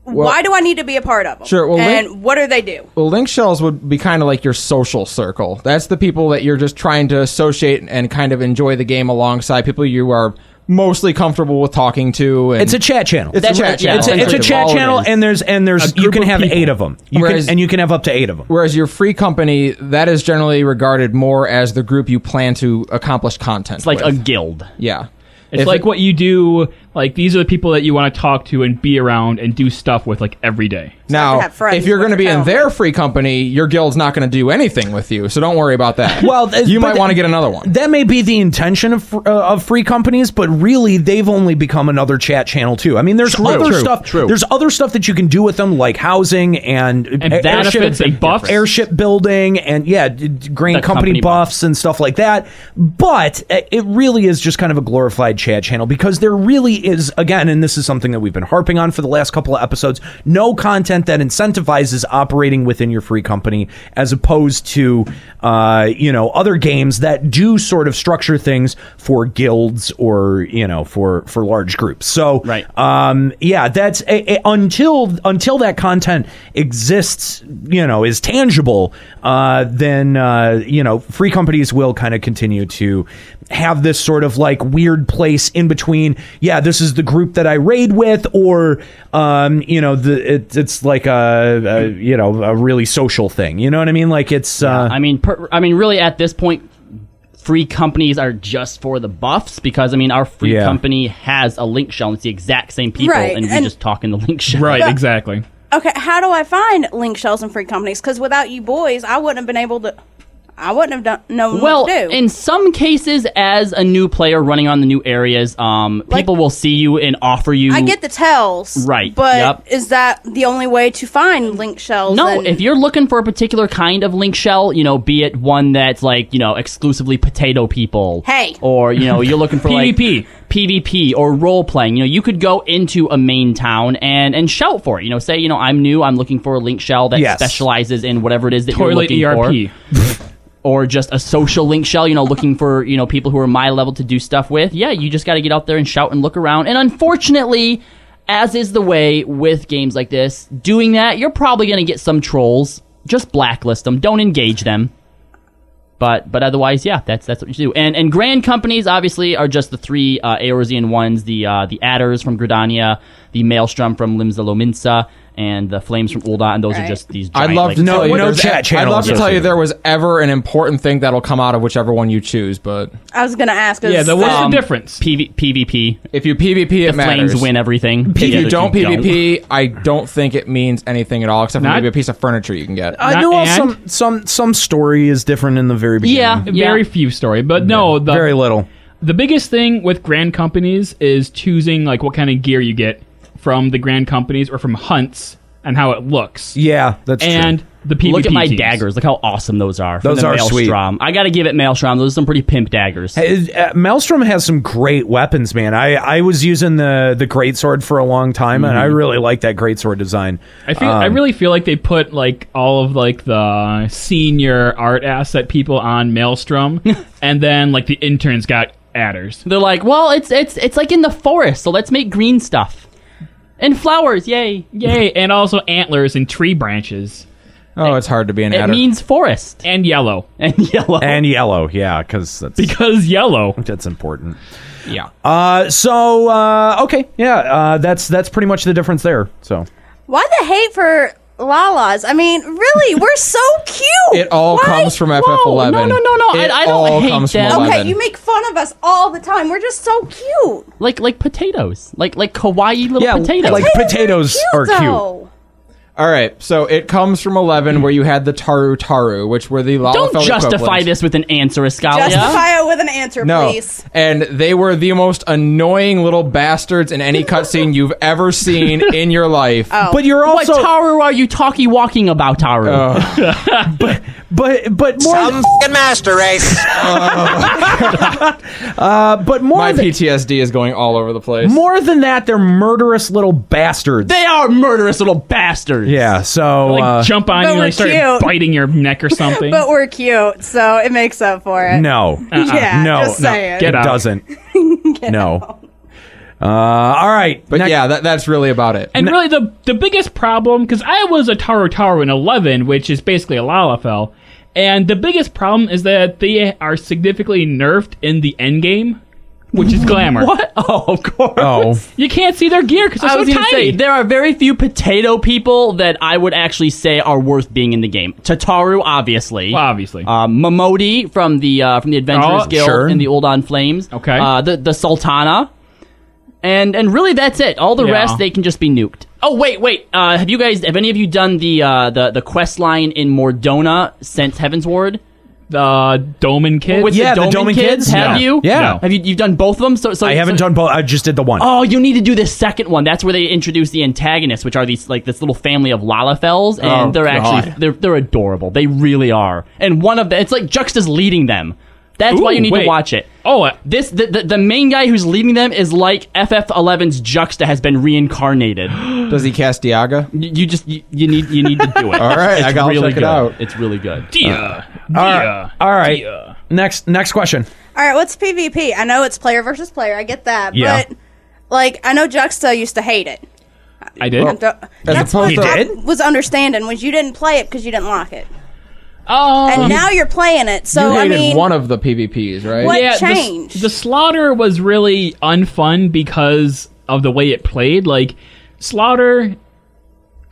Speaker 8: Well-
Speaker 10: why do I need to be a part of them?
Speaker 8: Sure, well,
Speaker 10: and
Speaker 8: Link-
Speaker 10: what do they do?
Speaker 8: Well, link shells would be kind of like your social circle. That's the people that you're just trying to associate and kind of enjoy the game alongside people you are mostly comfortable with talking to. And
Speaker 7: It's a chat channel.
Speaker 8: It's
Speaker 7: That's
Speaker 8: a
Speaker 7: what
Speaker 8: chat
Speaker 7: it-
Speaker 8: channel.
Speaker 7: It's a, it's a
Speaker 8: That's
Speaker 7: chat
Speaker 8: all it
Speaker 7: channel,
Speaker 8: is.
Speaker 7: and there's and there's you can have eight of them, you
Speaker 8: Whereas-
Speaker 7: can, and you can have up to eight of them.
Speaker 8: Whereas your free company, that is generally regarded more as the group you plan to accomplish content. It's
Speaker 1: like a
Speaker 8: with.
Speaker 1: guild.
Speaker 8: Yeah.
Speaker 9: It's
Speaker 8: If
Speaker 9: like
Speaker 8: it-
Speaker 9: what you do. Like these are the people that you want to talk to and be around and do stuff with, like every day.
Speaker 8: Now,
Speaker 10: have friends
Speaker 8: if you're
Speaker 10: with
Speaker 8: going to be
Speaker 10: your
Speaker 8: in their free company, your guild's not going to do anything with you, so don't worry about that.
Speaker 7: Well, th-
Speaker 8: you
Speaker 7: but
Speaker 8: might
Speaker 7: th-
Speaker 8: want to get another one.
Speaker 7: That may be the intention of uh, of free companies, but really they've only become another chat channel too. I mean, there's
Speaker 9: True,
Speaker 7: other
Speaker 9: true,
Speaker 7: stuff.
Speaker 9: true.
Speaker 7: There's other stuff that you can do with them, like housing and,
Speaker 9: And
Speaker 7: a-
Speaker 9: benefits and buffs.
Speaker 7: airship building, and yeah, d- d- grain
Speaker 1: The
Speaker 7: company,
Speaker 1: company
Speaker 7: buffs and stuff like that. But uh, it really is just kind of a glorified chat channel because there really is again, and this is something that we've been harping on for the last couple of episodes. No content that incentivizes operating within your free company, as opposed to uh, you know other games that do sort of structure things for guilds or you know for for large groups. So
Speaker 1: Right.
Speaker 7: um, yeah, that's a, a- until until that content exists, you know, is tangible. Uh, then uh, you know, free companies will kind of continue to have this sort of like weird place in between. Yeah, this is the group that I raid with, or um, you know, the it, it's like a, a you know a really social thing. You know what I mean? Like it's uh,
Speaker 1: I mean, per, I mean, really, at this point, free companies are just for the buffs because I mean, our free
Speaker 7: Yeah.
Speaker 1: company has a link shell and it's the exact same people,
Speaker 10: Right,
Speaker 1: and we
Speaker 10: and-
Speaker 1: just talk in the link shell.
Speaker 9: Right, exactly.
Speaker 10: Okay, how do I find link shells and free companies? Because without you boys, I wouldn't have been able to. I wouldn't have done known
Speaker 1: Well,
Speaker 10: what to do.
Speaker 1: in some cases, as a new player running on the new areas, um,
Speaker 10: Like-
Speaker 1: people will see you and offer you.
Speaker 10: I get the tells,
Speaker 1: Right,
Speaker 10: But
Speaker 1: yep.
Speaker 10: is that the only way to find link shells?
Speaker 1: No,
Speaker 10: and-
Speaker 1: if you're looking for a particular kind of link shell, you know, be it one that's like, you know, exclusively potato people.
Speaker 10: Hey.
Speaker 1: Or, you know, you're
Speaker 10: [LAUGHS]
Speaker 1: looking for like
Speaker 9: PvP.
Speaker 1: PvP or role playing. You know, you could go into a main town and and shout for it. You know, say, you know, I'm new, I'm looking for a link shell that
Speaker 7: Yes.
Speaker 1: specializes in whatever it is that
Speaker 9: Toilet
Speaker 1: you're looking
Speaker 9: ERP.
Speaker 1: for. [LAUGHS] Or just a social link shell, you know, looking for, you know, people who are my level to do stuff with. Yeah, you just got to get out there and shout and look around. And unfortunately, as is the way with games like this, doing that, you're probably going to get some trolls. Just blacklist them. Don't engage them. But but otherwise, yeah, that's that's what you do. And and grand companies obviously are just the three uh, Eorzean ones: the uh, the Adders from Gridania, the Maelstrom from Limsa Lominsa, and the flames from Ulda, and those are just these. Giant,
Speaker 8: I'd love
Speaker 1: like,
Speaker 8: to tell you
Speaker 1: there's
Speaker 8: there's- I'd love to tell you there was ever an important thing that'll come out of whichever one you choose, but
Speaker 10: I was gonna ask. 'cause-
Speaker 1: Um, PV, PvP.
Speaker 8: If you PvP, it
Speaker 1: the
Speaker 8: matters.
Speaker 1: Flames win everything.
Speaker 8: If
Speaker 1: The
Speaker 8: you
Speaker 1: other
Speaker 8: don't
Speaker 1: two
Speaker 8: PvP, I don't think it means anything at all, except for
Speaker 1: Not-
Speaker 8: maybe a piece of furniture you can get.
Speaker 7: I know how some some some story is different in the very beginning.
Speaker 9: very few story, but no, the,
Speaker 7: very little.
Speaker 9: The biggest thing with grand companies is choosing like what kind of gear you get from the grand companies or from hunts and how it looks.
Speaker 7: Yeah, that's
Speaker 9: and the PvP
Speaker 1: Look at my
Speaker 9: teams.
Speaker 1: daggers. Look how awesome those are. From
Speaker 7: Those
Speaker 1: the
Speaker 7: are sweet.
Speaker 1: Maelstrom. I got to give it Maelstrom. Those are some pretty pimp daggers.
Speaker 7: Hey, uh, Maelstrom has some great weapons, man. I, I was using the the great sword for a long time, and I
Speaker 9: Mhm.
Speaker 7: really like that great sword design.
Speaker 9: I feel I
Speaker 7: Um,
Speaker 9: really feel like they put like all of like the senior art asset people
Speaker 1: [LAUGHS]
Speaker 9: on Maelstrom, and then like the interns got adders.
Speaker 1: They're like, well, it's it's it's like in the forest, so let's make green stuff and flowers. Yay, [LAUGHS]
Speaker 9: Yay! And also antlers and tree branches.
Speaker 8: Oh, it's hard to be an
Speaker 9: it
Speaker 8: adder.
Speaker 9: means
Speaker 1: forest
Speaker 9: and yellow
Speaker 1: and yellow
Speaker 7: and yellow. Yeah, because that's
Speaker 9: [LAUGHS] because yellow.
Speaker 7: That's important.
Speaker 1: Yeah.
Speaker 7: Uh, so uh, okay, yeah, uh, that's that's pretty much the difference there. So
Speaker 10: Why the hate for Lalas? I mean, really, we're
Speaker 8: [LAUGHS]
Speaker 10: so cute.
Speaker 8: It all comes from FF11.
Speaker 10: no, no, no, no, I-
Speaker 8: It
Speaker 10: I don't
Speaker 8: all comes from 11.
Speaker 10: Okay, you make fun of us all the time. We're just so cute.
Speaker 1: like like potatoes, like like kawaii little potatoes.
Speaker 10: though.
Speaker 8: All right, so it comes from 11, where you had the Taru Taru, which were the Lalafell
Speaker 1: Don't justify
Speaker 8: equivalents.
Speaker 1: this with an answer, Escalia.
Speaker 10: Justify it with an answer, please.
Speaker 8: And they were the most annoying little bastards in any cutscene you've ever seen in your life.
Speaker 1: Oh. what Taru are you talkie walking about, Taru?
Speaker 7: Oh.
Speaker 1: [LAUGHS]
Speaker 7: but but but
Speaker 1: more
Speaker 7: Some
Speaker 2: master
Speaker 9: [LAUGHS]
Speaker 2: race.
Speaker 7: uh, but more
Speaker 8: My PTSD is going all over the place.
Speaker 7: [LAUGHS] more than that, they're murderous little bastards.
Speaker 1: They are murderous little bastards.
Speaker 7: Yeah. So
Speaker 9: Like
Speaker 7: uh,
Speaker 9: jump on
Speaker 10: But
Speaker 9: you and
Speaker 10: we're
Speaker 9: they start
Speaker 10: cute.
Speaker 9: biting your neck or something.
Speaker 10: [LAUGHS] But we're cute, so it makes up for it.
Speaker 7: No.
Speaker 10: [LAUGHS]
Speaker 7: Uh-uh.
Speaker 10: Yeah,
Speaker 7: no.
Speaker 10: just
Speaker 7: no.
Speaker 10: saying.
Speaker 7: It doesn't. no. Uh, all right.
Speaker 8: But yeah, that, that's really about it.
Speaker 9: And really, the the biggest problem because I was a Taro Taro in eleven, which is basically a Lalafell, and the biggest problem is that they are significantly nerfed in the end game,
Speaker 1: [LAUGHS]
Speaker 9: which is glamour.
Speaker 1: What? Oh, of course.
Speaker 7: Oh.
Speaker 9: You can't see their gear because they're
Speaker 1: I was
Speaker 9: so
Speaker 1: gonna
Speaker 9: tiny.
Speaker 1: say there are very few potato people that I would actually say are worth being in the game. Tataru, obviously,
Speaker 9: obviously,
Speaker 1: uh, Momodi from the uh, from the Adventurers
Speaker 9: Oh,
Speaker 1: Guild
Speaker 9: sure.
Speaker 1: and the Old On Flames.
Speaker 9: Okay.
Speaker 1: uh, the the Sultana, and and really that's it. All the
Speaker 9: Yeah.
Speaker 1: rest they can just be nuked. Oh wait, wait. Uh, have you guys? Have any of you done the uh, the the quest line in Mordona since Heaven's Ward?
Speaker 9: The Doman kids?
Speaker 1: With
Speaker 7: Yeah,
Speaker 1: the
Speaker 7: the
Speaker 1: Doman,
Speaker 7: Doman
Speaker 1: kids,
Speaker 7: kids?
Speaker 1: have
Speaker 7: No.
Speaker 1: you?
Speaker 7: Yeah. No.
Speaker 1: Have you? You've done both of them. So, so
Speaker 7: I haven't
Speaker 1: so-
Speaker 7: done both. I just did the one.
Speaker 1: Oh, you need to do this second one. That's where they introduce the antagonists, which are these like this little family of Lalafels, and
Speaker 7: Oh,
Speaker 1: they're actually
Speaker 7: God.
Speaker 1: they're they're adorable. They really are. And one of them, it's like Juxta's leading them. That's why
Speaker 9: Ooh,
Speaker 1: you need to
Speaker 9: wait.
Speaker 1: watch it.
Speaker 9: Oh,
Speaker 1: This the, the the main guy who's leading them is like FF11's Juxta has been reincarnated. you,
Speaker 8: [GASPS] Does he cast Diaga?
Speaker 1: you just you, you need you need to do it.
Speaker 8: [LAUGHS] All
Speaker 7: [LAUGHS]
Speaker 8: right,
Speaker 1: it's
Speaker 8: I gotta
Speaker 1: really
Speaker 8: check it
Speaker 1: good.
Speaker 8: out.
Speaker 1: It's really good.
Speaker 9: Dia.
Speaker 7: all right. All right. Next next question.
Speaker 10: All right, what's PvP? I know it's player versus player. I get that.
Speaker 7: Yeah.
Speaker 10: But, like, I know Juxta used to hate it.
Speaker 9: I did.
Speaker 10: And th- that's what
Speaker 9: opposed to-
Speaker 10: I
Speaker 9: He did?
Speaker 10: was understanding was you didn't play it because you didn't lock it.
Speaker 9: Oh.
Speaker 10: and now you're playing it. So
Speaker 8: you
Speaker 10: I
Speaker 8: hated
Speaker 10: mean,
Speaker 8: one of the PvPs, right?
Speaker 10: What
Speaker 9: the s-
Speaker 10: changed?
Speaker 9: The, slaughter was really unfun because of the way it played. Like slaughter,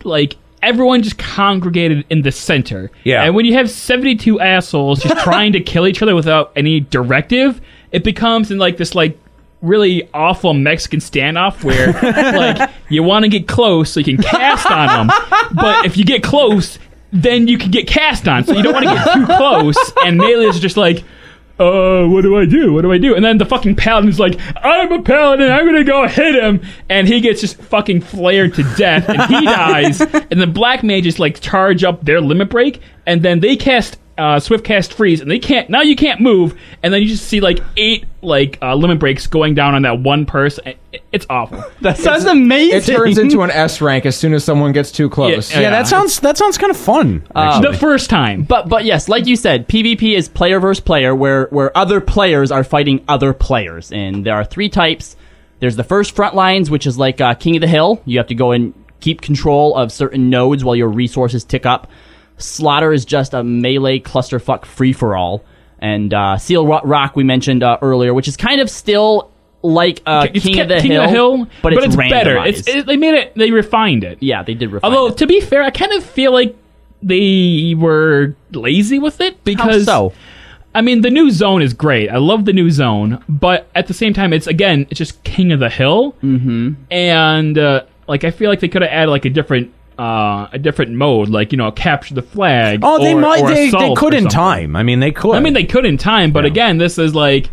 Speaker 9: like everyone just congregated in the center.
Speaker 7: Yeah.
Speaker 9: And when you have seventy-two assholes
Speaker 10: [LAUGHS]
Speaker 9: just trying to kill each other without any directive, it becomes in like this like really awful Mexican standoff
Speaker 10: [LAUGHS]
Speaker 9: where like you want to get close so you can cast on them, but if you get close. Then you can get cast on, so you don't want to get too close. And melee is just like, uh, what do I do? What do I do? And then the fucking paladin's like, I'm a paladin, I'm gonna go hit him. And he gets just fucking flared to death and he dies. And the black mages like charge up their limit break and then they cast. Uh, swift cast freeze and they can't now you can't move and then you just see like eight like uh, limit breaks going down on that one person It- it's awful
Speaker 1: That sounds amazing.
Speaker 8: It turns into an S rank as soon as someone gets too close.
Speaker 9: Yeah, yeah, that
Speaker 7: sounds that sounds kind of fun.
Speaker 9: the first time
Speaker 1: But but yes, like you said, PvP is player versus player, where where other players are fighting other players, and there are three types. There's the first front lines, which is like uh, King of the Hill. You have to go and keep control of certain nodes while your resources tick up. Slaughter is just a melee clusterfuck free for all, and uh, Seal Ro- Rock we mentioned uh, earlier, which is kind of still like uh,
Speaker 9: It's
Speaker 1: King, of
Speaker 9: Ki-
Speaker 1: the
Speaker 9: King
Speaker 1: Hill,
Speaker 9: of the Hill,
Speaker 1: but it's,
Speaker 9: better.
Speaker 1: randomized.
Speaker 9: It's it, they made it. They refined it.
Speaker 1: yeah, they did. Refine
Speaker 9: Although to be fair, I kind of feel like they were lazy with it because
Speaker 1: so?
Speaker 9: I mean, the new zone is great. I love the new zone, but at the same time, it's again, it's just King of the Hill, mm-hmm. and uh, like I feel like they could have added like a different. Uh, a different mode, like you know, capture the flag.
Speaker 7: Oh, they
Speaker 9: or-
Speaker 7: might.
Speaker 9: or
Speaker 7: They, they
Speaker 9: assault
Speaker 7: could
Speaker 9: or
Speaker 7: in
Speaker 9: something.
Speaker 7: time. I mean, they could.
Speaker 9: I mean, they could in time, but again, this is like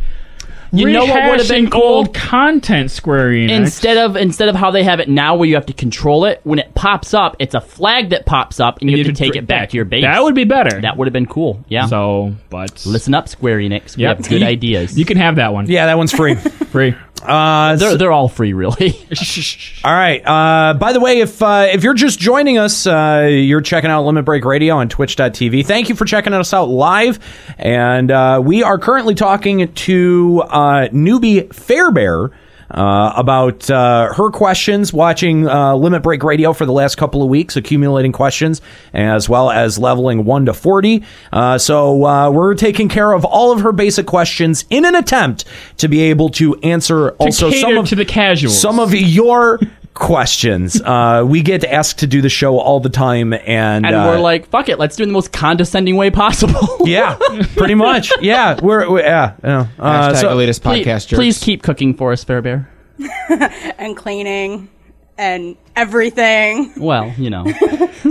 Speaker 1: You know what would've been
Speaker 9: rehashing old content Square Enix.
Speaker 1: Instead of instead of how they have it now, where you have to control it, when it pops up, it's a flag that pops up, and you, have to take
Speaker 9: br-
Speaker 1: it back to your base.
Speaker 9: That would be better.
Speaker 1: That would have been cool. Yeah.
Speaker 9: So, but
Speaker 1: listen up, Square Enix. We
Speaker 9: Yep. [LAUGHS]
Speaker 1: have good
Speaker 9: You-
Speaker 1: ideas.
Speaker 9: You can have that one.
Speaker 7: Yeah, that
Speaker 1: [LAUGHS]
Speaker 7: one's free.
Speaker 9: Free.
Speaker 7: Uh,
Speaker 1: they're, they're all free, really.
Speaker 7: [LAUGHS] All right. Uh, by the way, if uh, if you're just joining us, uh, you're checking out Limit Break Radio on Twitch.tv. Thank you for checking us out live, and uh, we are currently talking to uh, newbie Fairbear. Uh, about uh, her questions, watching uh, Limit Break Radio for the last couple of weeks, accumulating questions, as well as leveling 1 to 40. Uh, so uh, we're taking care of all of her basic questions in an attempt to be able to answer also
Speaker 9: cater
Speaker 7: some of
Speaker 9: to the casuals.
Speaker 7: Some of your questions. Uh, we get asked to do the show all the time, and,
Speaker 1: and
Speaker 7: uh,
Speaker 1: we're like, fuck it, let's do it in the most condescending way possible.
Speaker 7: yeah, pretty much, yeah, we're, we yeah. you know. Uh,
Speaker 8: Hashtag
Speaker 7: so-
Speaker 8: elitist
Speaker 1: please,
Speaker 8: podcast jerks.
Speaker 1: please keep cooking for us, Fair Bear.
Speaker 10: [LAUGHS] and cleaning and
Speaker 7: [LAUGHS]
Speaker 10: everything.
Speaker 1: Well, you know,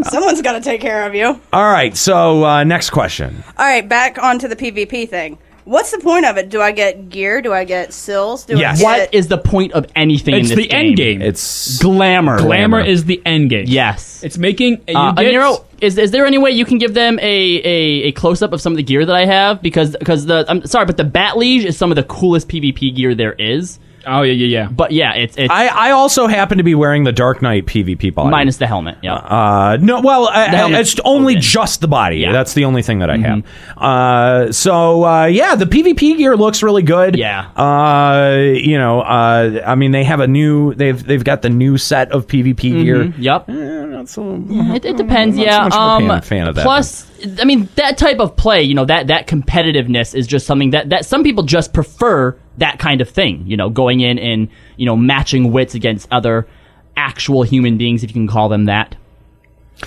Speaker 10: Someone's got to take care of you.
Speaker 7: all right, so uh, next question.
Speaker 10: All right, back onto the PvP thing. What's the point of it? Do I get gear? Do I get sills? Do
Speaker 7: Yes.
Speaker 10: I
Speaker 1: what
Speaker 10: get
Speaker 1: is the point of anything?
Speaker 9: it's
Speaker 1: in
Speaker 9: the
Speaker 1: this
Speaker 9: end game.
Speaker 7: It's
Speaker 1: Glamour.
Speaker 9: glamour is the end game.
Speaker 1: Yes.
Speaker 9: It's making you
Speaker 1: Uh,
Speaker 9: get-
Speaker 1: Aniro, is is there any way you can give them a, a, a close up of some of the gear that I have? Because because the I'm sorry, but the Bat Liege is some of the coolest PvP gear there is.
Speaker 9: Oh yeah, yeah, yeah.
Speaker 1: But yeah, it's it's
Speaker 7: I, I also happen to be wearing the Dark Knight PvP body.
Speaker 1: minus the helmet. Yeah,
Speaker 7: Uh, no, well, I, I,
Speaker 1: helmet's
Speaker 7: it's only
Speaker 1: open.
Speaker 7: just the body.
Speaker 1: Yeah. Mm-hmm.
Speaker 7: That's the only thing that I have. Uh, so uh, yeah, the PvP gear looks really good.
Speaker 1: Yeah.
Speaker 7: Uh, you know, uh, I mean, they have a new. They've they've got the new set of PvP
Speaker 1: Mm-hmm.
Speaker 7: gear.
Speaker 1: yep. It, it depends.
Speaker 7: not so
Speaker 1: yeah.
Speaker 7: much of a
Speaker 1: um.
Speaker 7: fan- fan of that,
Speaker 1: plus, I mean, that type of play, you know, that that competitiveness is just something that that some people just prefer that kind of thing. You know, going in and you know matching wits against other actual human beings, if you can call them that.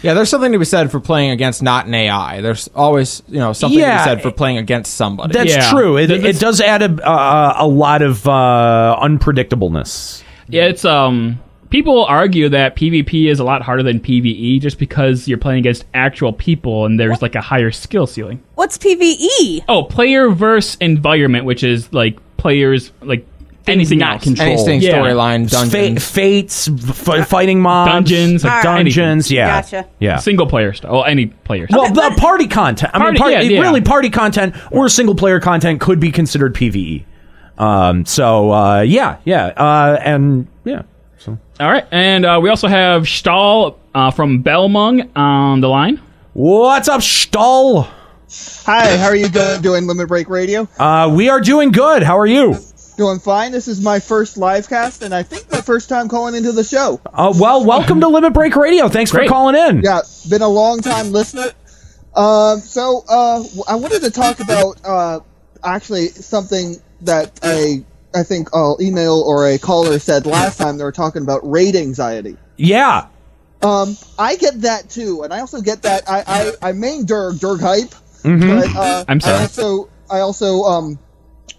Speaker 8: Yeah, there's something to be said for playing against not an AI. There's always, you know, something to
Speaker 7: Yeah.
Speaker 8: be said for playing against somebody.
Speaker 7: That's
Speaker 9: Yeah.
Speaker 7: true. It,
Speaker 9: Th-
Speaker 7: it
Speaker 9: this-
Speaker 7: does add a, uh, a lot of uh, unpredictableness.
Speaker 9: Yeah, it's um people argue that PvP is a lot harder than PvE just because you're playing against actual people and there's like a higher skill ceiling.
Speaker 10: what's PVE?
Speaker 9: Oh, player versus environment, which is like players like anything
Speaker 1: not
Speaker 9: else.
Speaker 1: controlled.
Speaker 8: Anything
Speaker 9: Yeah.
Speaker 8: storyline
Speaker 7: Fate,
Speaker 8: dungeons.
Speaker 7: fates, f- fighting mobs,
Speaker 9: Dungeons,
Speaker 10: Alright.
Speaker 7: dungeons. Yeah,
Speaker 10: Gotcha.
Speaker 7: Yeah.
Speaker 9: Single player stuff. Oh, any player. stuff.
Speaker 7: Well, the party content. I mean,
Speaker 9: Party-
Speaker 7: party,
Speaker 9: yeah, yeah.
Speaker 7: really, party content or single player content could be considered PVE. Um, so uh, yeah, yeah, uh, and yeah. So
Speaker 9: All right, and uh, we also have Stahl uh, from Belmung on the line.
Speaker 7: what's up, Stahl?
Speaker 12: Hi, how are you do- doing, Limit Break Radio?
Speaker 7: Uh, we are doing good. How are you?
Speaker 12: Doing fine. This is my first live cast, and I think my first time calling into the show.
Speaker 7: Uh, well, welcome to Limit Break Radio. Thanks
Speaker 9: Great.
Speaker 7: for calling in.
Speaker 12: Yeah, been a long time listener. Um, so uh, w- I wanted to talk about uh, actually something that a I think uh, email or a caller said last time they were talking about raid anxiety.
Speaker 7: yeah.
Speaker 12: Um, I get that too, and I also get that I I, I main Derg Derg hype.
Speaker 7: Mm-hmm.
Speaker 12: But, uh,
Speaker 9: I'm sorry.
Speaker 12: I also I also um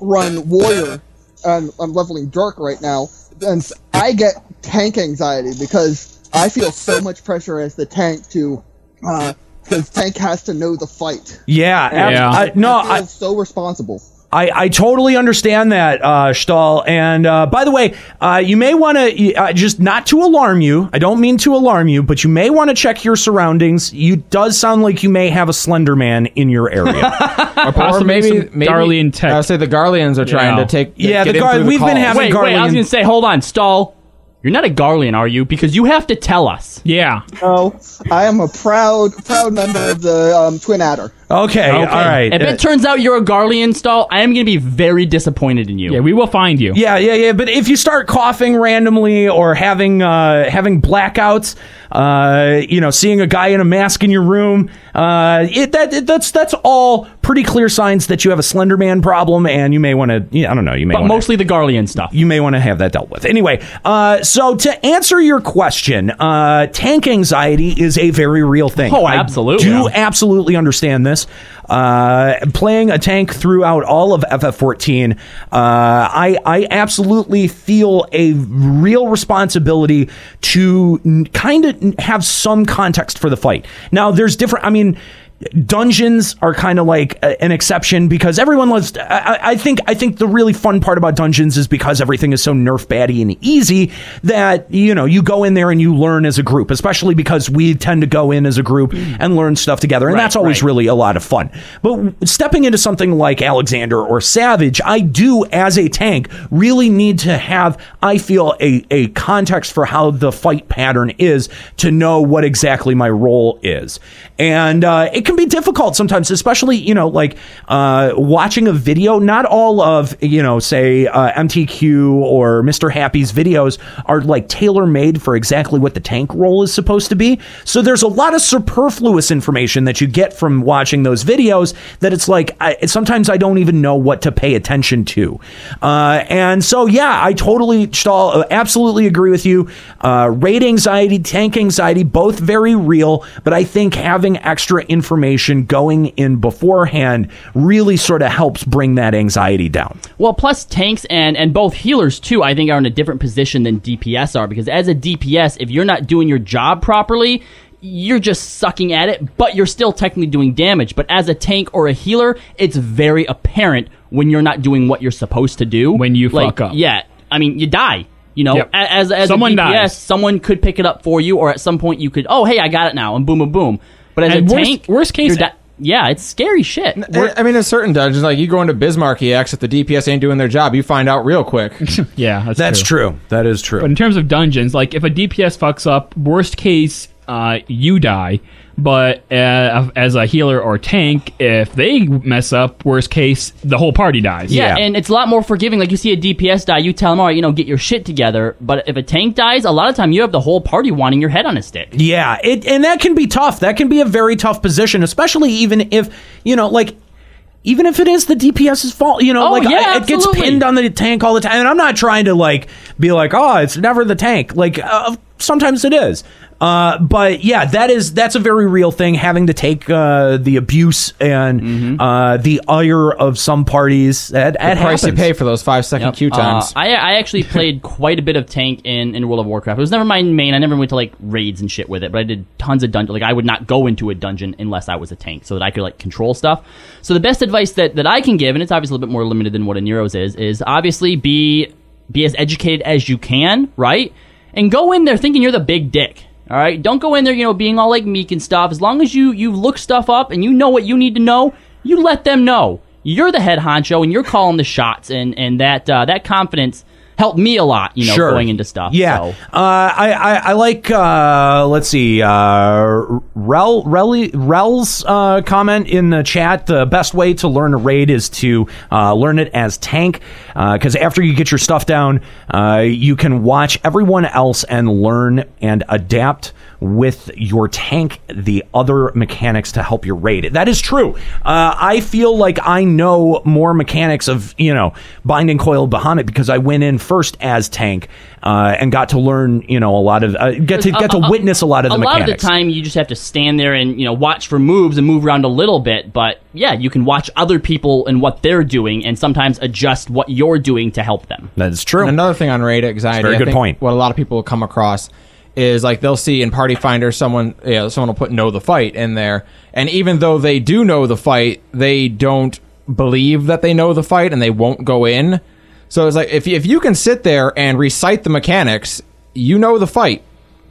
Speaker 12: run warrior, and I'm leveling Dirk right now, and I get tank anxiety because I feel so much pressure as the tank to because tank has to know the fight.
Speaker 7: Yeah, ab-
Speaker 9: Yeah.
Speaker 7: I- no,
Speaker 12: I
Speaker 7: I,
Speaker 12: feel so responsible.
Speaker 7: I, I totally understand that, uh, Stahl. And uh, by the way, uh, you may want to uh, just not to alarm you. I don't mean to alarm you, but you may want to check your surroundings. You does sound like you may have a Slender Man in
Speaker 9: [LAUGHS]
Speaker 7: your area.
Speaker 9: Or possibly maybe, some Darlian tech.
Speaker 8: I would say the Garlians are trying
Speaker 9: Yeah.
Speaker 8: to take.
Speaker 7: Yeah,
Speaker 8: get
Speaker 7: the
Speaker 8: in
Speaker 7: Gar-
Speaker 8: through
Speaker 7: we've been
Speaker 8: calls.
Speaker 7: having-
Speaker 1: Wait, wait, I was
Speaker 7: Garlean.
Speaker 1: gonna say, hold on, Stahl. You're not a Garlean, are you? Because you have to tell us.
Speaker 9: yeah.
Speaker 12: No, I am a proud proud member of the um, Twin Adder.
Speaker 7: Okay, all right.
Speaker 1: If
Speaker 7: Uh,
Speaker 1: it turns out you're a Garley install, I am going to be very disappointed in you. Yeah,
Speaker 9: we will find you.
Speaker 7: Yeah, yeah, yeah. But if you start coughing randomly or having uh, having blackouts, uh, you know, seeing a guy in a mask in your room, uh, it, that it- that's that's all pretty clear signs that you have a Slender Man problem, and you may want to. Yeah, I don't know. You may.
Speaker 1: But
Speaker 7: wanna,
Speaker 1: mostly the Garlean stuff.
Speaker 7: You may want to have that dealt with. Anyway, uh, so to answer your question, uh, tank anxiety is a very real thing.
Speaker 1: Oh,
Speaker 7: I
Speaker 1: absolutely.
Speaker 7: do absolutely understand this. Uh, playing a tank throughout all of FF14, uh, I I absolutely feel a real responsibility to kind of have some context for the fight. Now, there's different. I mean. Dungeons are kind of like a- an exception because everyone loves. I- I, I think I think the really fun part about dungeons is because everything is so nerf batty and easy that you know you go in there and you learn as a group, especially because we tend to go in as a group and learn stuff together, and that's always really a lot of fun. But w- stepping into something like Alexander or Savage, I do as a tank really need to have I feel a a context for how the fight pattern is to know what exactly my role is, and uh, it can be difficult sometimes, especially you know like uh, watching a video. Not all of you know say uh, MTQ or Mr. Happy's videos are like tailor made for exactly what the tank role is supposed to be. So there's a lot of superfluous information that you get from watching those videos that it's like I, sometimes I don't even know what to pay attention to. Uh, and so yeah, I totally Stahl, uh, absolutely agree with you. Uh, rate anxiety, tank anxiety, both very real, but I think having extra information going in beforehand really sort of helps bring that anxiety down.
Speaker 1: Well, plus tanks and and both healers too, I think are in a different position than DPS are because as a DPS, if you're not doing your job properly, you're just sucking at it, but you're still technically doing damage. But as a tank or a healer, it's very apparent when you're not doing what you're supposed to do. When you
Speaker 9: fuck up.
Speaker 1: yeah. I mean, you die. You know,
Speaker 9: Yep.
Speaker 1: A- as as
Speaker 9: Someone
Speaker 1: a DPS,
Speaker 9: dies.
Speaker 1: someone could pick it up for you, or at some point you could, oh hey, I got it now, and boom, boom, boom. But as
Speaker 9: And
Speaker 1: a
Speaker 9: worst-
Speaker 1: tank,
Speaker 9: worst case-
Speaker 1: you're di- yeah, it's scary shit.
Speaker 8: I I mean, in certain dungeons, like you go into Bismarck EX, if the DPS ain't doing their job, you find out real [LAUGHS] quick.
Speaker 9: yeah, that's,
Speaker 7: true. That is true.
Speaker 9: But in terms of dungeons, like if a DPS fucks up, worst case, uh, you die. But uh, as a healer or tank, if they mess up, worst case, the whole party dies.
Speaker 1: Yeah, and it's a lot more forgiving. Like you see a DPS die, you tell him, all right, you know, get your shit together. But if a tank dies, a lot of time you have the whole party wanting your head on a stick.
Speaker 7: Yeah, it and that can be tough. That can be a very tough position, especially even if you know, like, even if it is the DPS's fault. You know,
Speaker 1: Oh,
Speaker 7: like
Speaker 1: yeah,
Speaker 7: I- it gets
Speaker 1: absolutely.
Speaker 7: pinned on the tank all the time. And I'm not trying to like be like, oh, it's never the tank. Like uh, sometimes it is. Uh, but yeah, that is that's a very real thing. Having to take uh, the abuse and
Speaker 1: Mm-hmm.
Speaker 7: uh, the ire of some parties. That,
Speaker 8: The
Speaker 7: that
Speaker 8: price you
Speaker 7: happens.
Speaker 8: pay for those five second queue times.
Speaker 1: Uh, I, I actually played quite a bit of tank in, in World of Warcraft. It was never my main. I never went to like raids and shit with it, but I did tons of dungeon. Like I would not go into a dungeon unless I was a tank, so that I could like control stuff. So the best advice that, that I can give, and it's obviously a little bit more limited than what a Nero's is, is obviously be be as educated as you can, right? And go in there thinking you're the big dick. All right, don't go in there, you know, being all like meek and stuff. As long as you you look stuff up and you know what you need to know, you let them know you're the head honcho and you're calling the shots, and and that uh, that confidence helped me a lot, you know,
Speaker 7: Sure.
Speaker 1: going into stuff.
Speaker 7: Yeah,
Speaker 1: so.
Speaker 7: uh, I, I I like uh, let's see, uh, Rel Relly, Rel's uh, comment in the chat. The best way to learn a raid is to uh, learn it as tank, because after you get your stuff down, uh, you can watch everyone else and learn and adapt with your tank the other mechanics to help your raid. That is true. Uh, I feel like I know more mechanics of, you know, binding coil Bahamut because I went in first as tank uh, and got to learn, you know, a lot of, uh, get to get to witness a lot of
Speaker 1: a
Speaker 7: the
Speaker 1: lot of
Speaker 7: mechanics.
Speaker 1: the time you just have to stand there and you know watch for moves and move around a little bit but yeah you can watch other people and what they're doing and sometimes adjust what you're doing to help them
Speaker 7: That's true.
Speaker 8: And another thing on raid anxiety,
Speaker 1: very
Speaker 8: I
Speaker 1: good
Speaker 8: think
Speaker 1: point.
Speaker 8: What a lot of people will come across is like they'll see in Party Finder someone, you know, someone will put "know the fight" in there, and even though they do know the fight, they don't believe that they know the fight, and they won't go in. So it's like if you, if you can sit there and recite the mechanics, you know the fight.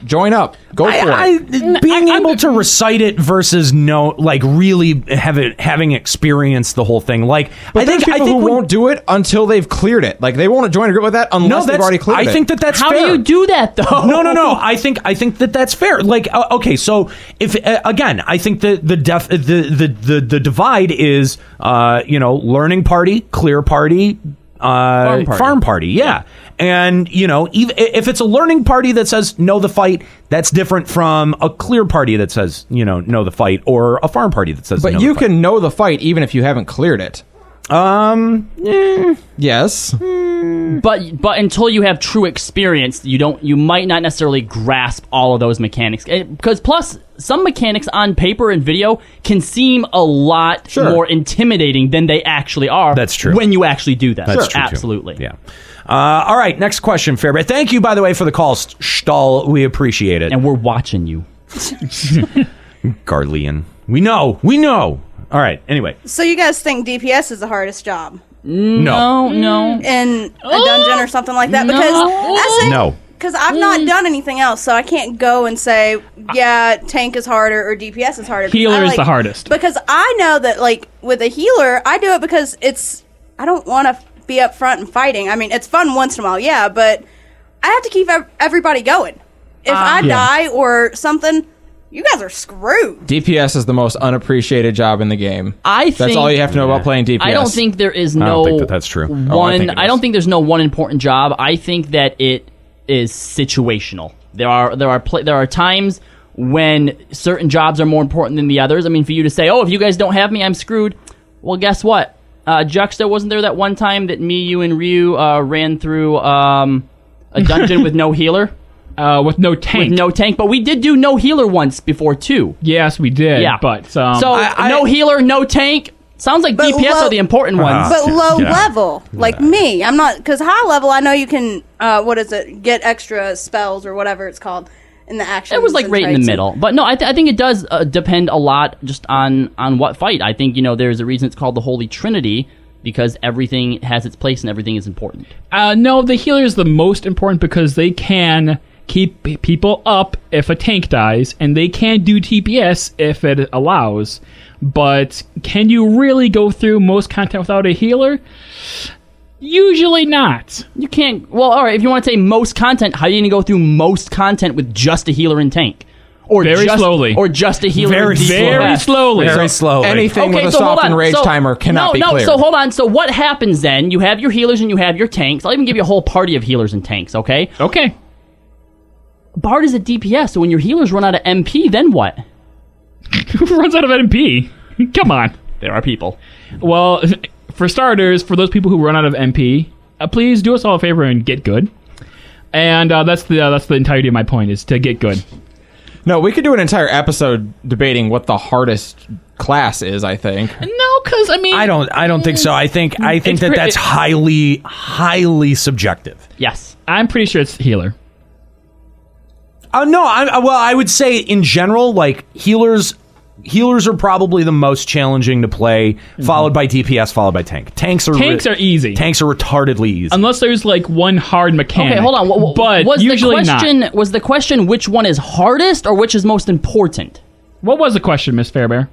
Speaker 8: Join up. Go for
Speaker 7: I-
Speaker 8: it.
Speaker 7: being able to recite it versus no, like really have it, having experienced the whole thing. Like
Speaker 8: But
Speaker 7: I
Speaker 8: there's
Speaker 7: think I
Speaker 8: people
Speaker 7: think
Speaker 8: who
Speaker 7: when-
Speaker 8: won't do it until they've cleared it. Like they won't join a group with that unless they've
Speaker 7: that's-
Speaker 8: already cleared
Speaker 7: I
Speaker 8: it.
Speaker 7: think that that's fair.
Speaker 1: do that though?
Speaker 7: [LAUGHS] No, no, no. I think I think that that's fair. Like uh, okay, so if uh, again, I think the the def the the the, the divide is uh you know learning party, clear party. Uh,
Speaker 8: Farm party.
Speaker 7: yeah. And you know, ev- if it's a learning party that says no the fight, that's different from a clear party that says you know no the fight, or a farm party that says.
Speaker 8: But
Speaker 7: no
Speaker 8: you
Speaker 7: the fight.
Speaker 8: can know the fight even if you haven't cleared it.
Speaker 7: Um.
Speaker 8: Yes.
Speaker 1: But but until you have true experience, you don't you might not necessarily grasp all of those mechanics. Because plus some mechanics on paper and video can seem a lot more intimidating than they actually are. That's
Speaker 7: true.
Speaker 1: When you actually do that,
Speaker 7: That's true, too.
Speaker 1: absolutely.
Speaker 7: Yeah. Uh, all right, next question, Fairbairn. Thank you, by the way, for the call, St- Stahl. We appreciate it. And
Speaker 1: we're watching you.
Speaker 7: [LAUGHS] Garlean. We know. We know. All right, anyway.
Speaker 10: So you guys think DPS is the hardest job?
Speaker 7: No.
Speaker 1: no.
Speaker 10: In a dungeon or something like that? Because
Speaker 1: No.
Speaker 10: I say,
Speaker 7: No.
Speaker 10: Because I've
Speaker 1: Mm.
Speaker 10: not done anything else, so I can't go and say, yeah, tank is harder or DPS is harder.
Speaker 9: Healer
Speaker 10: I,
Speaker 9: is
Speaker 10: like-
Speaker 9: the hardest.
Speaker 10: Because I know that, like, with a healer, I do it because it's. I don't want to be up front and fighting. I mean, it's fun once in a while, yeah, but I have to keep ev- everybody going. If
Speaker 1: Ah.
Speaker 10: I
Speaker 8: Yeah.
Speaker 10: die or something, you guys are screwed.
Speaker 8: DPS is the most unappreciated job in the game.
Speaker 1: I
Speaker 8: that's
Speaker 1: think-
Speaker 8: all you have to know about playing DPS.
Speaker 1: I don't think there is
Speaker 8: I
Speaker 1: no.
Speaker 8: don't think that that's true. Oh, I think
Speaker 1: One,
Speaker 8: it
Speaker 1: I, don't think there's no one important job. I think that it is situational. There are there are pla there are times when certain jobs are more important than the others. I mean, for you to say, "Oh, if you guys don't have me, I'm screwed." Well, guess what? Uh, Juxta wasn't there that one time that me, you, and Ryu uh, ran through um, a
Speaker 8: [LAUGHS]
Speaker 1: dungeon with no healer.
Speaker 8: Um,
Speaker 9: Uh, with no tank.
Speaker 1: With no tank, but we did do no healer once before too.
Speaker 9: Yes, we did.
Speaker 1: Yeah,
Speaker 9: but um,
Speaker 1: so no healer, no tank. Sounds like DPS
Speaker 10: low-
Speaker 1: are the important ones.
Speaker 10: But
Speaker 9: Uh-huh.
Speaker 10: low level, like me, I'm not because high level. I know you can. Uh, what is it? Get extra spells or whatever it's called in the action.
Speaker 1: It was like right in the middle, but no, I, th- I think it does uh, depend a lot just on on what fight. I think you know there's a reason it's called the Holy Trinity because everything has its place and everything is important.
Speaker 9: Uh, no, the healer is the most important because they can keep p- people up if a tank dies, and they can do TPS if it allows. But can you really go through most content without a healer? Usually not. [LAUGHS]
Speaker 1: You can't. Well, all right. If you want to say most content, how are you going to go through most content with just a healer and tank, or
Speaker 9: Very
Speaker 1: just,
Speaker 9: slowly.
Speaker 1: or just a healer?
Speaker 9: Very
Speaker 1: and DPS?
Speaker 9: slowly. Very slowly. Very
Speaker 8: So slowly. anything with a
Speaker 1: hold
Speaker 8: softened
Speaker 1: on.
Speaker 8: rage timer cannot
Speaker 1: no,
Speaker 8: be
Speaker 1: no.
Speaker 8: cleared.
Speaker 1: So hold on. So what happens then? You have your healers and you have your tanks. I'll even give you a whole party of healers and tanks. Okay.
Speaker 9: Okay.
Speaker 1: Bard is a DPS, so when your healers run out of MP, then what?
Speaker 9: Who runs out of MP? [LAUGHS] Come on.
Speaker 1: There are people.
Speaker 9: Well, [LAUGHS] for starters, for those people who run out of MP, uh, please do us all a favor and get good. And uh, that's the uh, that's the entirety of my point is to get good.
Speaker 8: No, we could do an entire episode debating what the hardest class is. I think.
Speaker 9: No, because I mean,
Speaker 7: I don't. I don't think so. I think. I think
Speaker 9: It's
Speaker 7: that
Speaker 9: pre-
Speaker 7: that's
Speaker 9: it-
Speaker 7: highly, highly subjective.
Speaker 1: Yes,
Speaker 9: I'm pretty sure it's healer.
Speaker 7: Uh, no, I, I- well, I would say in general, like healers, healers are probably the most challenging to play, followed by DPS, followed by tank. Tanks are
Speaker 9: Mm-hmm. Tanks are easy.
Speaker 7: Tanks are retardedly easy.
Speaker 9: Unless there's like one hard mechanic.
Speaker 1: Okay, hold on. Wha- wha-
Speaker 9: but
Speaker 1: was
Speaker 9: usually
Speaker 1: the question
Speaker 9: not.
Speaker 1: was the question which one is hardest or which is most important?
Speaker 9: What was the question, Miss Fairbear?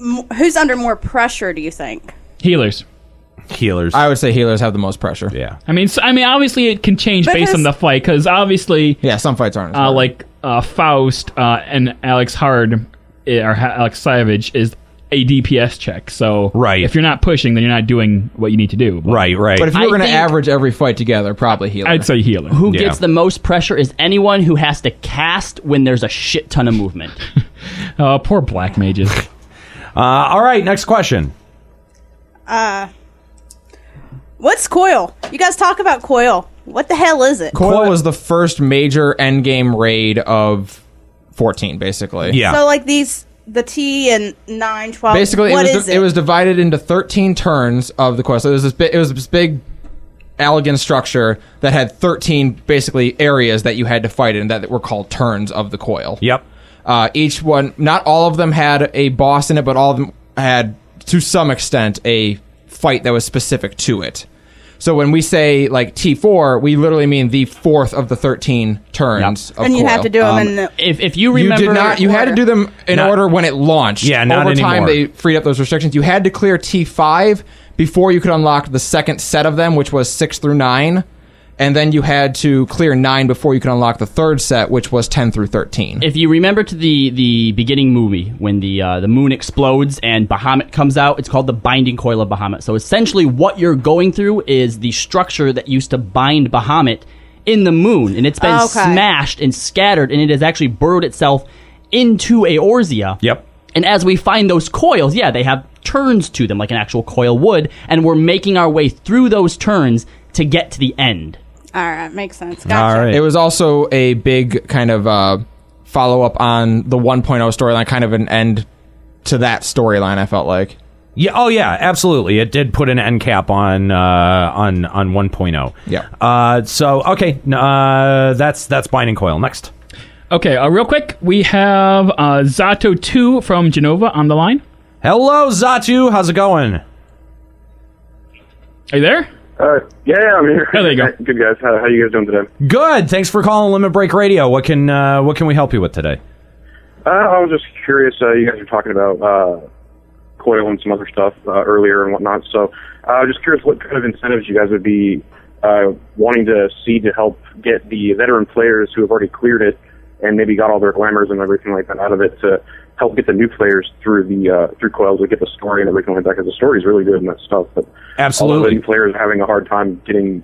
Speaker 10: M- Who's under more pressure? Do you think?
Speaker 9: Healers.
Speaker 7: Healers.
Speaker 8: I would say healers have the most pressure.
Speaker 7: Yeah.
Speaker 9: I mean, s I I mean, obviously it can change based
Speaker 10: Because-
Speaker 9: on the fight because obviously,
Speaker 8: Yeah. Some fights aren't. as
Speaker 9: uh,
Speaker 8: hard.
Speaker 9: like uh, Faust uh, and Alex Hard eh, or Ha- Alex Savage is a DPS check. So right. if you're not pushing, then you're not doing what you need to do.
Speaker 7: right. Right.
Speaker 8: but if you were
Speaker 1: I
Speaker 8: going to
Speaker 1: think-
Speaker 8: average every fight together, probably healer.
Speaker 9: I'd say healer.
Speaker 1: Who gets the most pressure is anyone who has to cast when there's a shit ton of movement.
Speaker 9: Uh, poor black mages.
Speaker 7: [LAUGHS] Uh, all right. Next question.
Speaker 10: Uh, what's coil? You guys talk about coil. What the hell is it?
Speaker 8: Coil was the first major endgame raid of 14, basically.
Speaker 10: So like these, the T and nine twelve.
Speaker 8: basically,
Speaker 10: what
Speaker 8: it was
Speaker 10: is
Speaker 8: di- it? was divided into 13 turns of the quest. So it was this big, it was this big elegant structure that had 13 basically areas that you had to fight in that were called turns of the coil.
Speaker 7: Yep.
Speaker 8: Uh, each one, not all of them had a boss in it, but all of them had, to some extent, a fight that was specific to it. So when we say like T4, we literally mean the fourth of the 13 turns. Of
Speaker 10: [LAUGHS] and you
Speaker 8: coil.
Speaker 10: have
Speaker 8: Um,
Speaker 10: to do them in the.
Speaker 1: If, if you
Speaker 8: You did not. You had to do them in
Speaker 7: Not-
Speaker 8: order when it launched.
Speaker 7: Yeah, not
Speaker 8: Over time,
Speaker 7: anymore.
Speaker 8: they freed up those restrictions. You had to clear T5 before you could unlock the second set of them, which was six through nine, and then you had to clear nine before you could unlock the third set, which was ten through thirteen.
Speaker 1: If you remember to the the beginning movie when the uh, the moon explodes and Bahamut comes out, it's called the binding coil of Bahamut. So essentially, what you're going through is the structure that used to bind Bahamut in the moon, and it's been
Speaker 13: Okay.
Speaker 1: smashed and scattered, and it has actually burrowed itself into Eorzea.
Speaker 7: Yep.
Speaker 1: And as we find those coils, yeah, they have turns to them like an actual coil would, and we're making our way through those turns to get to the end.
Speaker 10: All right, makes sense. Gotcha.
Speaker 8: It was also a big kind of uh, follow up on the 1.0 storyline, kind of an end to that storyline. I felt like.
Speaker 7: Yeah. Oh, yeah. Absolutely. It did put an end cap on uh, on on 1.0. Yeah. Uh, so okay. n- Uh, that's that's binding coil. Next.
Speaker 9: Okay, uh, real quick, we have uh, Zato Two from Genova on the line.
Speaker 7: Hello, Zatu. How's it going? Are
Speaker 9: you there?
Speaker 14: Uh, yeah, I'm here.
Speaker 9: Oh, there you go.
Speaker 14: [LAUGHS] Good guys. How, how you guys doing today?
Speaker 7: Good. Thanks for calling Limit Break Radio. What can uh, what can we help you with today?
Speaker 14: Uh, I was just curious. Uh, you guys were talking about uh, coil and some other stuff uh, earlier and whatnot. So uh, I was just curious what kind of incentives you guys would be uh, wanting to see to help get the veteran players who have already cleared it and maybe got all their glamours and everything like that out of it to help get the new players through the uh, through coils and get the story and everything like that. Because the story is really good and that stuff. But
Speaker 7: Absolutely.
Speaker 14: a lot of the new players are having a hard time getting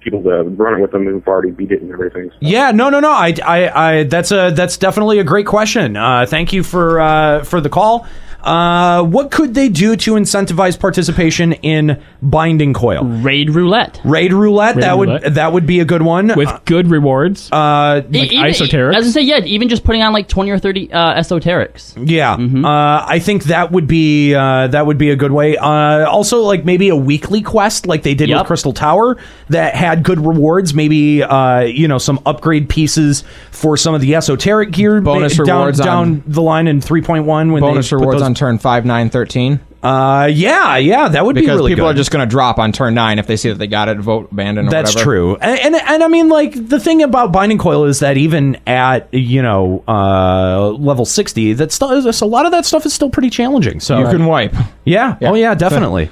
Speaker 14: people to run it with them who've already beat it and everything.
Speaker 7: Yeah, no, no, no. I, I, I that's a that's definitely a great question. Uh, thank you for uh, for the call. Uh, what could they do to incentivize participation in binding coil?
Speaker 1: Raid roulette.
Speaker 7: Raid roulette.
Speaker 9: Raid
Speaker 7: that
Speaker 9: roulette.
Speaker 7: would that would be a good one
Speaker 9: with good rewards.
Speaker 7: Uh,
Speaker 1: E- even- As I say, yeah, even just putting on like twenty or thirty uh, esoterics.
Speaker 7: Yeah,
Speaker 8: Mm-hmm.
Speaker 7: uh, I think that would be uh, that would be a good way. Uh, also, like maybe a weekly quest, like they did with Crystal Tower, that had good rewards. Maybe uh, you know some upgrade pieces for some of the esoteric gear.
Speaker 8: Bonus
Speaker 7: ma- down,
Speaker 8: rewards on-
Speaker 7: down the line in three point one. When
Speaker 8: bonus
Speaker 7: they put
Speaker 8: rewards
Speaker 7: those-
Speaker 8: on turn 5, 9, 13?
Speaker 7: Uh, yeah, yeah, that would be
Speaker 8: because
Speaker 7: really
Speaker 8: people
Speaker 7: good.
Speaker 8: are just going to drop on turn 9 if they see that they got it, vote abandon or
Speaker 7: That's
Speaker 8: whatever.
Speaker 7: true. And, and and I mean like the thing about binding coil is that even at you know uh, level sixty, that still is a lot of that stuff is still pretty challenging. So
Speaker 8: You can wipe.
Speaker 7: Yeah. Oh yeah, definitely.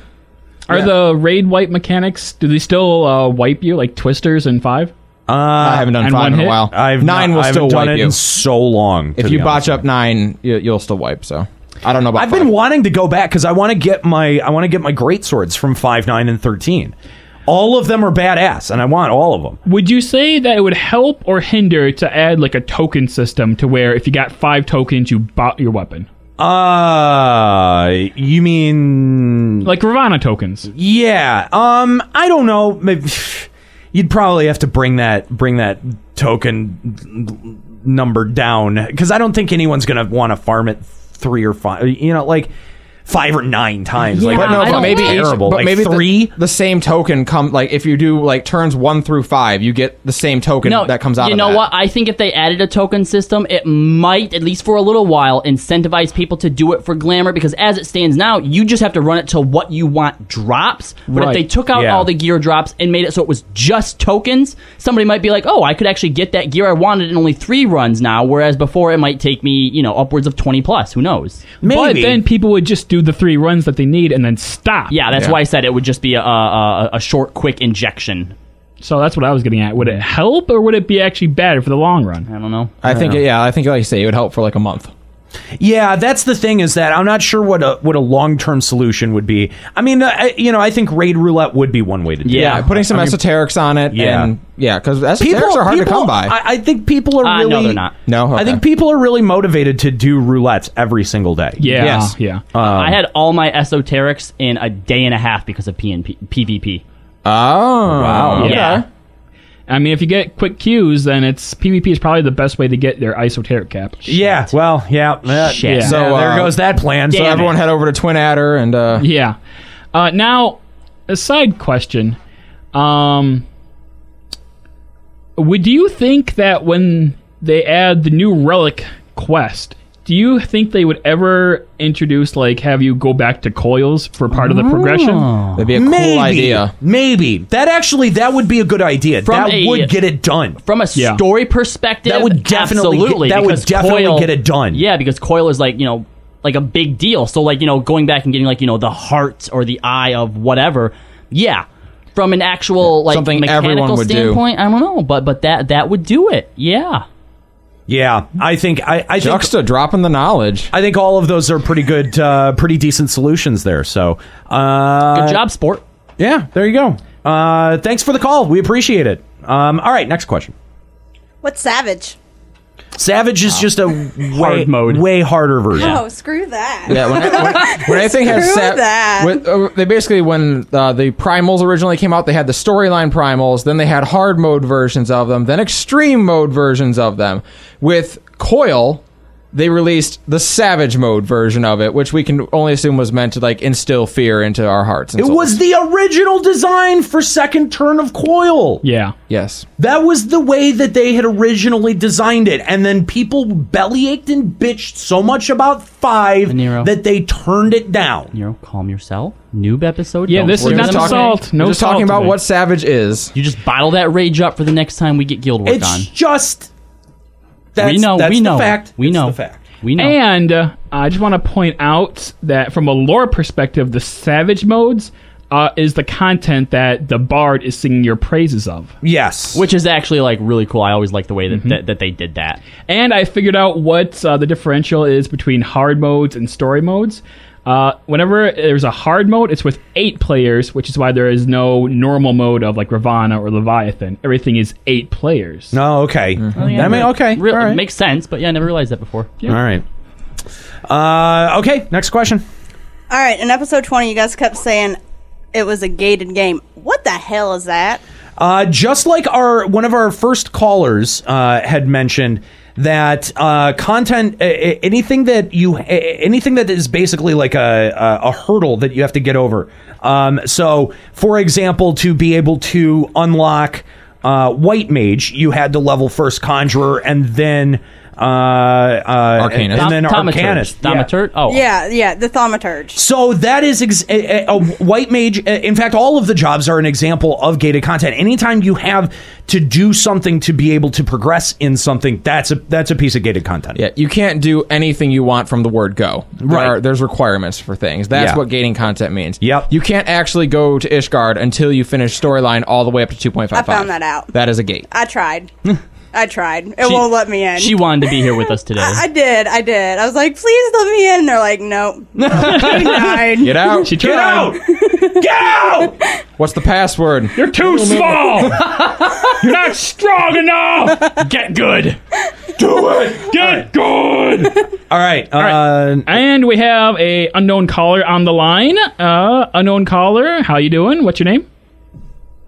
Speaker 9: Are the raid wipe mechanics? Do they still uh, wipe you like twisters and five?
Speaker 7: Uh, I
Speaker 8: haven't done
Speaker 9: and one
Speaker 8: five in a
Speaker 9: hit?
Speaker 8: while.
Speaker 7: I've
Speaker 8: Nine
Speaker 7: not-
Speaker 8: will
Speaker 7: I
Speaker 8: still
Speaker 7: haven't done
Speaker 8: wipe
Speaker 7: it
Speaker 8: you.
Speaker 7: in so long.
Speaker 8: If
Speaker 7: to
Speaker 8: you
Speaker 7: be
Speaker 8: botch up 9, you, you'll still wipe, so. I don't know about
Speaker 7: I've been wanting to go back because I want to get my I want to get my great swords from five, nine, and thirteen. All of them are badass, and I want all of them.
Speaker 9: Would you say that it would help or hinder to add like a token system to where if you got five tokens, you bought your weapon?
Speaker 7: Uh, you mean
Speaker 9: like Ravana tokens?
Speaker 7: Yeah. Um, I don't know. Maybe [SIGHS] you'd probably have to bring that bring that token number down because I don't think anyone's gonna want to farm it three or five. You know, like five or nine times. like
Speaker 8: but no, but maybe each-
Speaker 7: terrible.
Speaker 8: But
Speaker 7: like
Speaker 8: maybe
Speaker 7: three.
Speaker 8: the, the same token come like if you do like turns one through five, you get the same token that comes out.
Speaker 1: You
Speaker 8: of
Speaker 1: know
Speaker 8: that.
Speaker 1: what? I think if they added a token system, it might, at least for a little while, incentivize people to do it for glamour because as it stands now, you just have to run it till what you want drops. But if
Speaker 9: Right.
Speaker 1: they took out
Speaker 9: Yeah.
Speaker 1: all the gear drops and made it so it was just tokens, somebody might be like, oh, I could actually get that gear I wanted in only three runs now, whereas before it might take me, you know, upwards of 20 plus. Who knows?
Speaker 9: But then people would just do the three runs that they need and then stop.
Speaker 1: Yeah, that's why I said it would just be a, a, a- a short, quick injection.
Speaker 9: So that's what I was getting at. Would it help or would it be actually bad for the long run?
Speaker 1: I don't know.
Speaker 8: I think yeah, I think like you say, it would help for like a month.
Speaker 7: Yeah, that's the thing is that I'm not sure what a what a long term solution would be. I mean, uh, I, you know, I think raid roulette would be one way to do it.
Speaker 8: putting some
Speaker 7: I mean,
Speaker 8: esoterics on it.
Speaker 7: Yeah.
Speaker 8: and, yeah, because esoterics are hard to
Speaker 7: people-
Speaker 8: come by.
Speaker 7: I, I think people are
Speaker 8: Uh, no,
Speaker 7: really
Speaker 8: they're not. No,
Speaker 7: I
Speaker 8: okay.
Speaker 7: think people are really motivated to do roulettes every single day.
Speaker 9: Yeah, Yes. yeah.
Speaker 7: Um,
Speaker 1: I had all my esoterics in a day and a half because of PNP, PvP.
Speaker 8: Oh,
Speaker 9: wow.
Speaker 1: Yeah.
Speaker 9: I mean, if you get quick cues, then it's PvP is probably the best way to get their esoteric cap.
Speaker 7: Yeah. Well, yeah. that-
Speaker 9: Shit.
Speaker 7: So
Speaker 9: Yeah,
Speaker 7: there
Speaker 9: uh,
Speaker 7: goes that plan.
Speaker 9: Damn
Speaker 7: So
Speaker 9: it.
Speaker 7: everyone
Speaker 8: head over to Twin Adder and uh,
Speaker 9: Yeah. Uh, now, a side question. Um, would you think that when they add the new relic quest, Do you think they would ever introduce like have you go back to coils for part of the progression?
Speaker 7: That'd be a cool Oh. Maybe. idea. Maybe that actually that would be a good idea.
Speaker 1: From
Speaker 7: that
Speaker 1: a-
Speaker 7: would get it done.
Speaker 1: From a story perspective,
Speaker 7: That would definitely get-
Speaker 1: absolutely,
Speaker 7: that would
Speaker 1: because
Speaker 7: definitely
Speaker 1: Coil-
Speaker 7: get it done.
Speaker 1: Yeah, because Coil is like you know like a big deal. So like you know going back and getting like you know the heart or the eye of whatever. Yeah, from an actual like
Speaker 7: Something
Speaker 1: mechanical
Speaker 7: everyone would do.
Speaker 1: standpoint, I don't know, but but that that would do it. Yeah.
Speaker 7: Yeah, I think I, I
Speaker 1: Juxta
Speaker 7: think, dropping the knowledge. I think all of those are pretty good, uh, pretty decent solutions there. So uh,
Speaker 1: Good job, sport.
Speaker 7: Yeah, there you go. Uh, thanks for the call. We appreciate it. Um, all right, next question.
Speaker 10: What's savage?
Speaker 7: Savage is just [LAUGHS] a way, Ah. mode. way harder version.
Speaker 10: Oh, screw that.
Speaker 8: Yeah, when, I-
Speaker 10: [LAUGHS]
Speaker 8: when, when anything has
Speaker 10: Screw
Speaker 8: sap,
Speaker 10: that.
Speaker 8: when- uh, they basically when uh, the primals originally came out, they had the storyline primals, then they had hard mode versions of them, then extreme mode versions of them. With Coil, they released the savage mode version of it, which we can only assume was meant to like instill fear into our hearts. And
Speaker 7: It was the original design for second turn of coil.
Speaker 9: Yeah.
Speaker 8: Yes.
Speaker 7: That was the way that they had originally designed it, and then people bellyached and bitched so much about five that they turned it down.
Speaker 1: Nero, calm yourself. Noob episode.
Speaker 9: Yeah,
Speaker 1: Don't
Speaker 9: this is
Speaker 1: worry
Speaker 9: not
Speaker 1: about it.
Speaker 9: assault. No We're just talking assault about today. what
Speaker 8: Savage is.
Speaker 1: You just bottle that rage up for the next time we get Guild Wars
Speaker 9: It's
Speaker 1: on.
Speaker 7: Just
Speaker 1: we know. we know. We know. We know.
Speaker 9: And uh, I just want to point out that from a lore perspective, the savage modes uh, is the content that the bard is singing your praises of.
Speaker 7: Yes. Mm-hmm.
Speaker 1: Which is actually like really cool. I always like the way that that, that they did that.
Speaker 9: And I figured out what uh, the differential is between hard modes and story modes. Uh, whenever there's a hard mode, it's with eight players, which is why there is no normal mode of like Ravana or Leviathan. Everything is eight players.
Speaker 7: No, okay.
Speaker 1: Mm-hmm.
Speaker 7: I mean, okay.
Speaker 1: Real-
Speaker 7: all
Speaker 1: It
Speaker 7: right.
Speaker 1: makes sense, but yeah, I never realized that before.
Speaker 7: All right. Uh, okay, next question.
Speaker 10: All right, in episode 20, you guys kept saying it was a gated game. What the hell is that?
Speaker 7: Uh, just like our one of our first callers uh, had mentioned that uh, content, a- a- anything that you, a- a- anything that is basically like a a, a hurdle that you have to get over. Um, so, for example, to be able to unlock uh, White Mage, you had to level first Conjurer and then uh, uh, and,
Speaker 1: Thom-
Speaker 7: then
Speaker 1: Thaumaturge.
Speaker 7: Arcanist. Yeah.
Speaker 1: Thaumaturge? Oh,
Speaker 10: Yeah, yeah, the thaumaturge.
Speaker 7: So that is ex- a, a- a white mage. a- In fact, all of the jobs are an example of gated content. Anytime you have to do something to be able to progress in something, that's a that's a piece of gated content.
Speaker 8: Yeah, you can't do anything you want from the word go. There
Speaker 7: Right.
Speaker 8: are- there's requirements for things. That's
Speaker 7: Yeah.
Speaker 8: what gating content means.
Speaker 7: Yep.
Speaker 8: You can't actually go to Ishgard until you finish storyline all the way up to 2.55.
Speaker 10: I found that out.
Speaker 8: That is a gate.
Speaker 10: I tried. I tried. It
Speaker 8: She-
Speaker 10: won't let me in.
Speaker 1: She wanted to be here with us
Speaker 10: [LAUGHS]
Speaker 1: today.
Speaker 10: I did. I did. I was like, please let me in. And they're like, nope.
Speaker 1: [LAUGHS]
Speaker 8: Get out. She
Speaker 7: Get
Speaker 10: [LAUGHS]
Speaker 7: out. Get out.
Speaker 8: What's the password?
Speaker 9: You're too
Speaker 10: [LAUGHS]
Speaker 9: small.
Speaker 7: Oh! [LAUGHS]
Speaker 9: You're not strong enough. Get good.
Speaker 7: Do it.
Speaker 9: Get good.
Speaker 7: All right. uh,
Speaker 9: And we have a unknown caller on the line. Uh, unknown caller, how you doing? What's your name?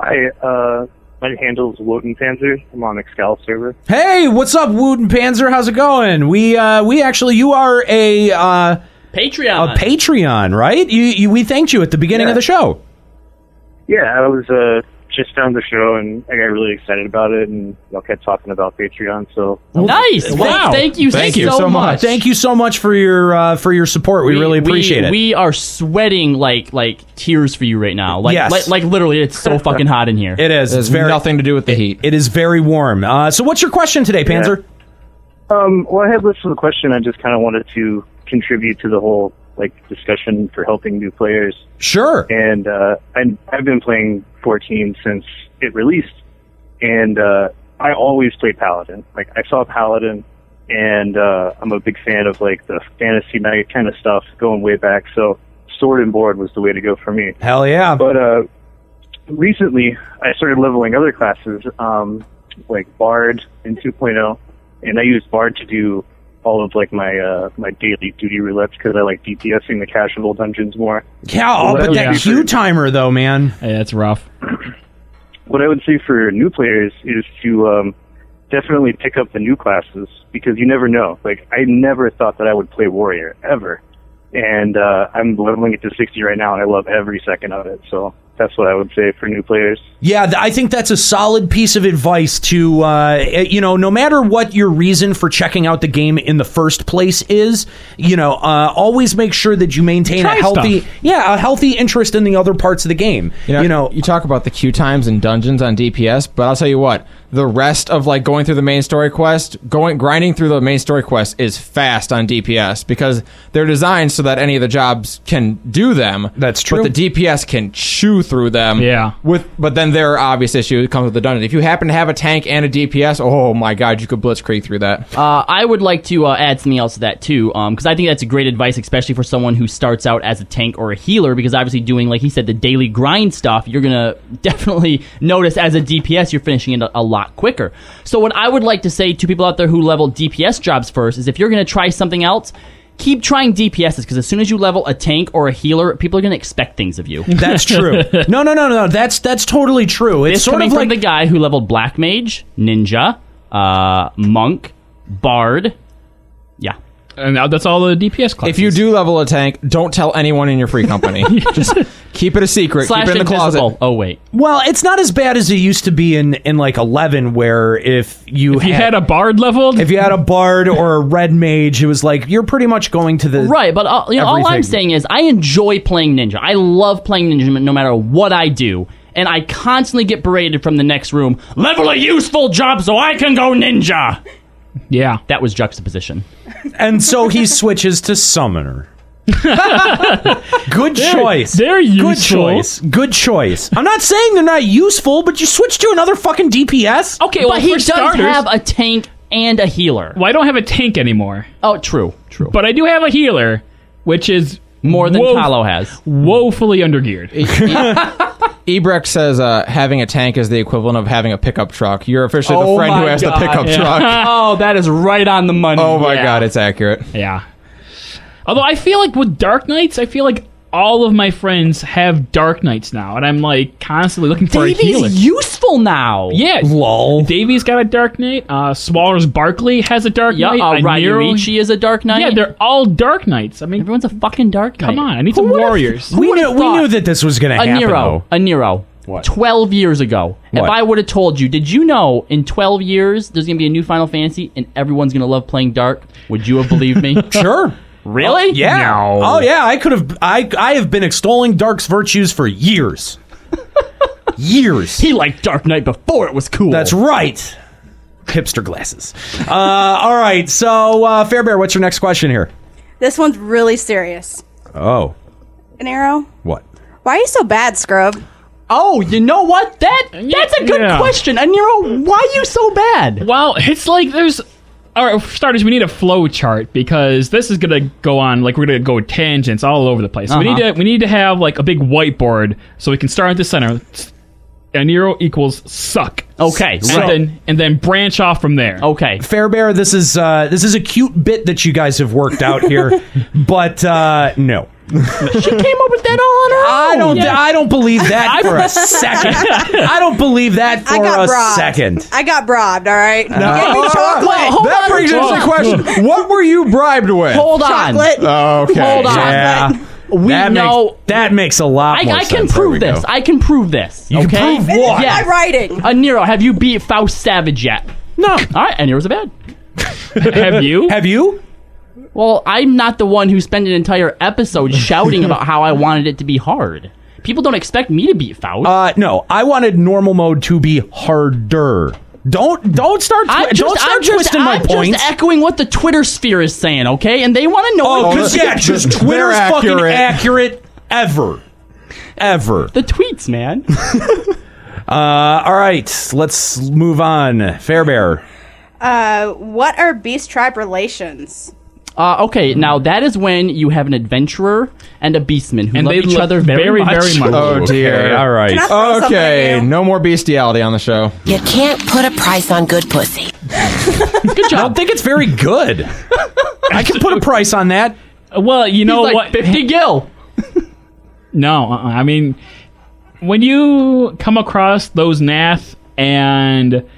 Speaker 13: Hi, uh, my handle is Wotan Panzer. I'm on Excalibur server.
Speaker 7: Hey, what's up, Wooden Panzer? How's it going? We uh, we actually you are a uh,
Speaker 1: Patreon.
Speaker 7: a Patreon, right? You, you we thanked you at the beginning of the show.
Speaker 13: Yeah, I was uh, just found the show and I got really excited about it, and y'all kept talking about Patreon. So
Speaker 1: nice. Wow. Thank you so much.
Speaker 7: Oh, Thank you so much for your uh, for your support. We, really appreciate
Speaker 1: we,
Speaker 7: it.
Speaker 1: We are sweating like like tears for you right now. Like
Speaker 7: Yes.
Speaker 1: like, like literally, it's so
Speaker 7: [LAUGHS]
Speaker 1: fucking hot in here.
Speaker 7: It is. It's very nothing
Speaker 8: to do with the heat.
Speaker 7: It is very warm. Uh, so, what's your question today, Panzer?
Speaker 13: Um, well, I had this little question. I just kind of wanted to contribute to the whole like discussion for helping new players.
Speaker 7: Sure.
Speaker 13: And uh, I, I've been playing 14 since it released, and uh, I always play Paladin. Like I saw Paladin, and uh, I'm a big fan of like the fantasy night kind of stuff going way back. So sword and board was the way to go for me.
Speaker 7: Hell yeah!
Speaker 13: But uh, recently, I started leveling other classes, um, like Bard and 2.0, and I use Bard to do all of like my uh, my daily duty roulettes because I like DPSing the casual dungeons more.
Speaker 7: Yeah, oh,
Speaker 13: What I
Speaker 7: but
Speaker 13: would
Speaker 7: that
Speaker 13: say for-
Speaker 7: queue timer though, man.
Speaker 9: Hey, that's rough.
Speaker 13: what I would say for new players is to um, definitely pick up the new classes because you never know. Like I never thought that I would play warrior ever, and uh, I'm leveling it to 60 right now, and I love every second of it. So that's what I would say for new players.
Speaker 7: Yeah, th- I think that's a solid piece of advice to, uh, eh, you know, no matter what your reason for checking out the game in the first place is, you know, uh, always make sure that you maintain
Speaker 8: Try
Speaker 7: a healthy,
Speaker 8: stuff.
Speaker 7: yeah, a healthy interest in the other parts of the game.
Speaker 8: You know, you talk about the queue times and dungeons on DPS, but I'll tell you what, the rest of like going through the main story quest, going grinding through the main story quest is fast on DPS because they're designed so that any of the jobs can do them. That's
Speaker 7: true.
Speaker 8: But the DPS can chew through them. Yeah. With but then there are obvious issues that comes with the dungeon. If you happen to have a tank and a DPS, oh my god, you could blitzkrieg through that.
Speaker 1: Uh, I would like to uh, add something else to that too, because I think that's a great advice, especially for someone who starts out as a tank or a healer. Because obviously, doing like he said, the daily grind stuff, you're gonna [LAUGHS] definitely notice as a DPS, you're finishing it a, a lot quicker. So, what I would like to say to people out there who level DPS jobs first is, if you're gonna try something else. Keep trying DPSs because as soon as you level a tank or a healer, people are going to expect things of you.
Speaker 7: That's
Speaker 1: [LAUGHS]
Speaker 7: true. no, no, no, no. That's that's totally true. It's
Speaker 1: This
Speaker 7: sort
Speaker 1: coming
Speaker 7: of
Speaker 1: from
Speaker 7: like
Speaker 1: the guy who leveled black mage, ninja, uh, monk, bard. Yeah,
Speaker 9: and now that's all the DPS classes.
Speaker 8: If you do level a tank, don't tell anyone in your
Speaker 1: [LAUGHS]
Speaker 8: free company. Just keep it a secret.
Speaker 7: Slash
Speaker 8: keep it in the
Speaker 7: invisible.
Speaker 8: closet.
Speaker 1: Oh wait.
Speaker 7: Well, it's not as bad as it used to be in, in like eleven, where if you
Speaker 9: you had a bard leveled,
Speaker 7: if you had a bard or a red mage, it was like you're pretty much going to the
Speaker 1: right. But all, you know, all I'm
Speaker 7: everything.
Speaker 1: saying is, I enjoy playing ninja. I love playing ninja, no matter what I do. And I constantly get berated from the next room. Level a useful job so I can go ninja.
Speaker 9: Yeah,
Speaker 1: that was juxtaposition.
Speaker 7: and so
Speaker 1: [LAUGHS]
Speaker 7: he switches to summoner. Good
Speaker 1: They're-
Speaker 7: choice.
Speaker 1: they're
Speaker 7: Good
Speaker 1: useful.
Speaker 7: choice. Good choice. I'm not saying they're not useful, but you switch to another fucking DPS.
Speaker 1: Okay, well, he does have a tank and a healer.
Speaker 9: Well, I don't have a tank anymore.
Speaker 1: Oh, true, true.
Speaker 9: But I do have a healer, which is
Speaker 1: more
Speaker 8: than Kahlo
Speaker 1: has.
Speaker 9: Woefully undergeared.
Speaker 8: Ebrecht says uh, having a tank is the equivalent of having a pickup truck. You're officially
Speaker 1: Oh
Speaker 8: the friend who
Speaker 1: my
Speaker 8: has
Speaker 1: God. [LAUGHS]
Speaker 8: the pickup
Speaker 1: Yeah.
Speaker 8: truck.
Speaker 1: oh, that is right on the money.
Speaker 8: Oh my
Speaker 9: Yeah.
Speaker 8: god, it's accurate.
Speaker 9: Yeah. Although I feel like with Dark Knights, I feel like all of my friends have Dark Knights now, and I'm like constantly looking for a healer.
Speaker 1: Davey's useful now.
Speaker 9: yeah, lol. Davey's got a Dark Knight. Uh, Swallers Barkley has a Dark
Speaker 1: Yeah,
Speaker 9: Knight.
Speaker 1: uh,
Speaker 9: Nero-
Speaker 1: Ryuichi is a Dark Knight.
Speaker 9: Yeah, they're all Dark Knights. I mean,
Speaker 1: everyone's a fucking Dark Knight.
Speaker 9: Come on, I need some warriors.
Speaker 7: We knew, we knew that this was going to
Speaker 1: a
Speaker 7: happen.
Speaker 1: Nero, a Nero. What? Twelve years ago, if
Speaker 7: What?
Speaker 1: I would have told you, did you know in twelve years there's gonna be a new Final Fantasy and everyone's gonna love playing Dark? Would you have believed me?
Speaker 7: [LAUGHS] sure.
Speaker 1: Really?
Speaker 7: Oh, yeah. Oh yeah. I could have. I I have been extolling Dark's virtues
Speaker 1: [LAUGHS]
Speaker 7: for years. years.
Speaker 1: He liked Dark Knight before it was cool.
Speaker 7: That's right. Hipster glasses. Uh, all right. So uh, Fairbear, what's your next question here?
Speaker 10: This one's really serious.
Speaker 7: Oh,
Speaker 10: An arrow.
Speaker 7: what?
Speaker 10: Why are you so bad, Scrub?
Speaker 1: Oh, you know what? That that's a good
Speaker 9: Yeah.
Speaker 1: question. And Nero, why are you so bad?
Speaker 9: Well, it's like there's. All right, for starters, we need a flow chart because this is gonna go on like we're gonna go tangents all over the place. So We need
Speaker 1: Uh-huh.
Speaker 9: to we need to have like a big whiteboard so we can start at the center. And Nero equals suck.
Speaker 1: Okay,
Speaker 9: and
Speaker 7: right.
Speaker 9: then and then branch off from there.
Speaker 1: Okay,
Speaker 7: Fairbear, this is uh, this is a cute bit that you guys have worked out
Speaker 1: [LAUGHS]
Speaker 7: here, but uh, no.
Speaker 1: she came up with that all on her
Speaker 7: I don't. I don't believe
Speaker 1: [LAUGHS]
Speaker 7: that
Speaker 10: I-
Speaker 7: for a second. I don't believe that for
Speaker 10: I got
Speaker 7: a
Speaker 10: bribed.
Speaker 7: second.
Speaker 10: I got bribed. All right. Give me chocolate.
Speaker 1: Well, [LAUGHS] hold
Speaker 8: that
Speaker 1: on.
Speaker 8: brings us to the question: What were you bribed with?
Speaker 1: Hold on.
Speaker 10: Chocolate.
Speaker 8: Oh, okay.
Speaker 1: Hold on.
Speaker 7: Yeah,
Speaker 1: We
Speaker 7: that
Speaker 1: know-
Speaker 7: Makes, that makes a lot.
Speaker 1: I,
Speaker 7: more
Speaker 1: I can
Speaker 7: sense.
Speaker 1: prove this. I can prove this.
Speaker 7: You can
Speaker 1: okay?
Speaker 7: prove Finish what?
Speaker 10: my writing.
Speaker 1: Uh, Nero, have you beat Faust Savage yet?
Speaker 7: No.
Speaker 1: All right, and Nero's a bad.
Speaker 9: have you?
Speaker 7: [LAUGHS] Have you?
Speaker 1: Well, I'm not the one who spent an entire
Speaker 7: [LAUGHS]
Speaker 1: episode shouting about how I wanted it to be hard. People don't expect me to beat Faust.
Speaker 7: Uh, no, I wanted normal mode to be harder. Don't don't start. Twi-
Speaker 1: I'm just,
Speaker 7: don't start
Speaker 1: I'm just,
Speaker 7: twisting my
Speaker 1: I'm
Speaker 7: points.
Speaker 1: just echoing what the Twitter sphere is saying, okay? And they want to know.
Speaker 7: oh,
Speaker 1: what-
Speaker 7: because yeah, just
Speaker 1: They're
Speaker 7: Twitter's fucking
Speaker 1: accurate.
Speaker 7: accurate ever, ever.
Speaker 1: The tweets, man.
Speaker 7: [LAUGHS] Uh, all right, let's move on. Fairbear.
Speaker 10: Uh, what are beast tribe relations?
Speaker 1: Uh, okay, now that is when you have an adventurer and a beastman who
Speaker 9: And
Speaker 1: love
Speaker 9: they
Speaker 1: each
Speaker 9: love
Speaker 1: other very,
Speaker 9: very,
Speaker 1: much.
Speaker 9: very much.
Speaker 8: Oh dear.
Speaker 7: Okay, all right. Can I
Speaker 3: throw something
Speaker 8: Okay.
Speaker 3: at you?
Speaker 8: No more bestiality on the show.
Speaker 3: You can't put a price on good pussy.
Speaker 1: [LAUGHS] Good job.
Speaker 7: I don't think it's very good. I can put a price on that.
Speaker 9: Well, you know
Speaker 1: like
Speaker 9: what?
Speaker 1: 50 gil.
Speaker 9: No, uh-uh. I mean, when you come across those Nath and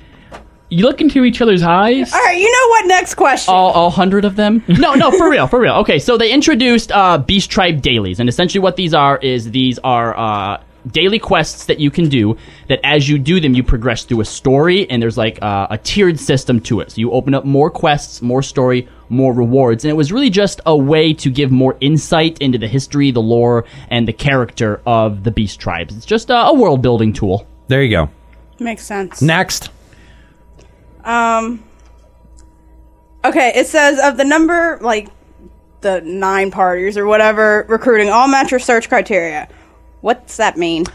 Speaker 9: you look into each other's eyes,
Speaker 10: All right. You know what? Next question.
Speaker 1: All, all hundred of them? [LAUGHS] No, no, for real, for real. Okay, so they introduced uh, Beast Tribe dailies, and essentially what these are is these are uh, daily quests that you can do that as you do them you progress through a story and there's like uh, a tiered system to it so you open up more quests more story more rewards and it was really just a way to give more insight into the history the lore and the character of the beast tribes it's just uh, a world building tool
Speaker 7: there you go
Speaker 10: Makes sense.
Speaker 7: next
Speaker 10: Um. Okay, it says of the number, like the nine parties or whatever, recruiting all match your search criteria. What's that mean?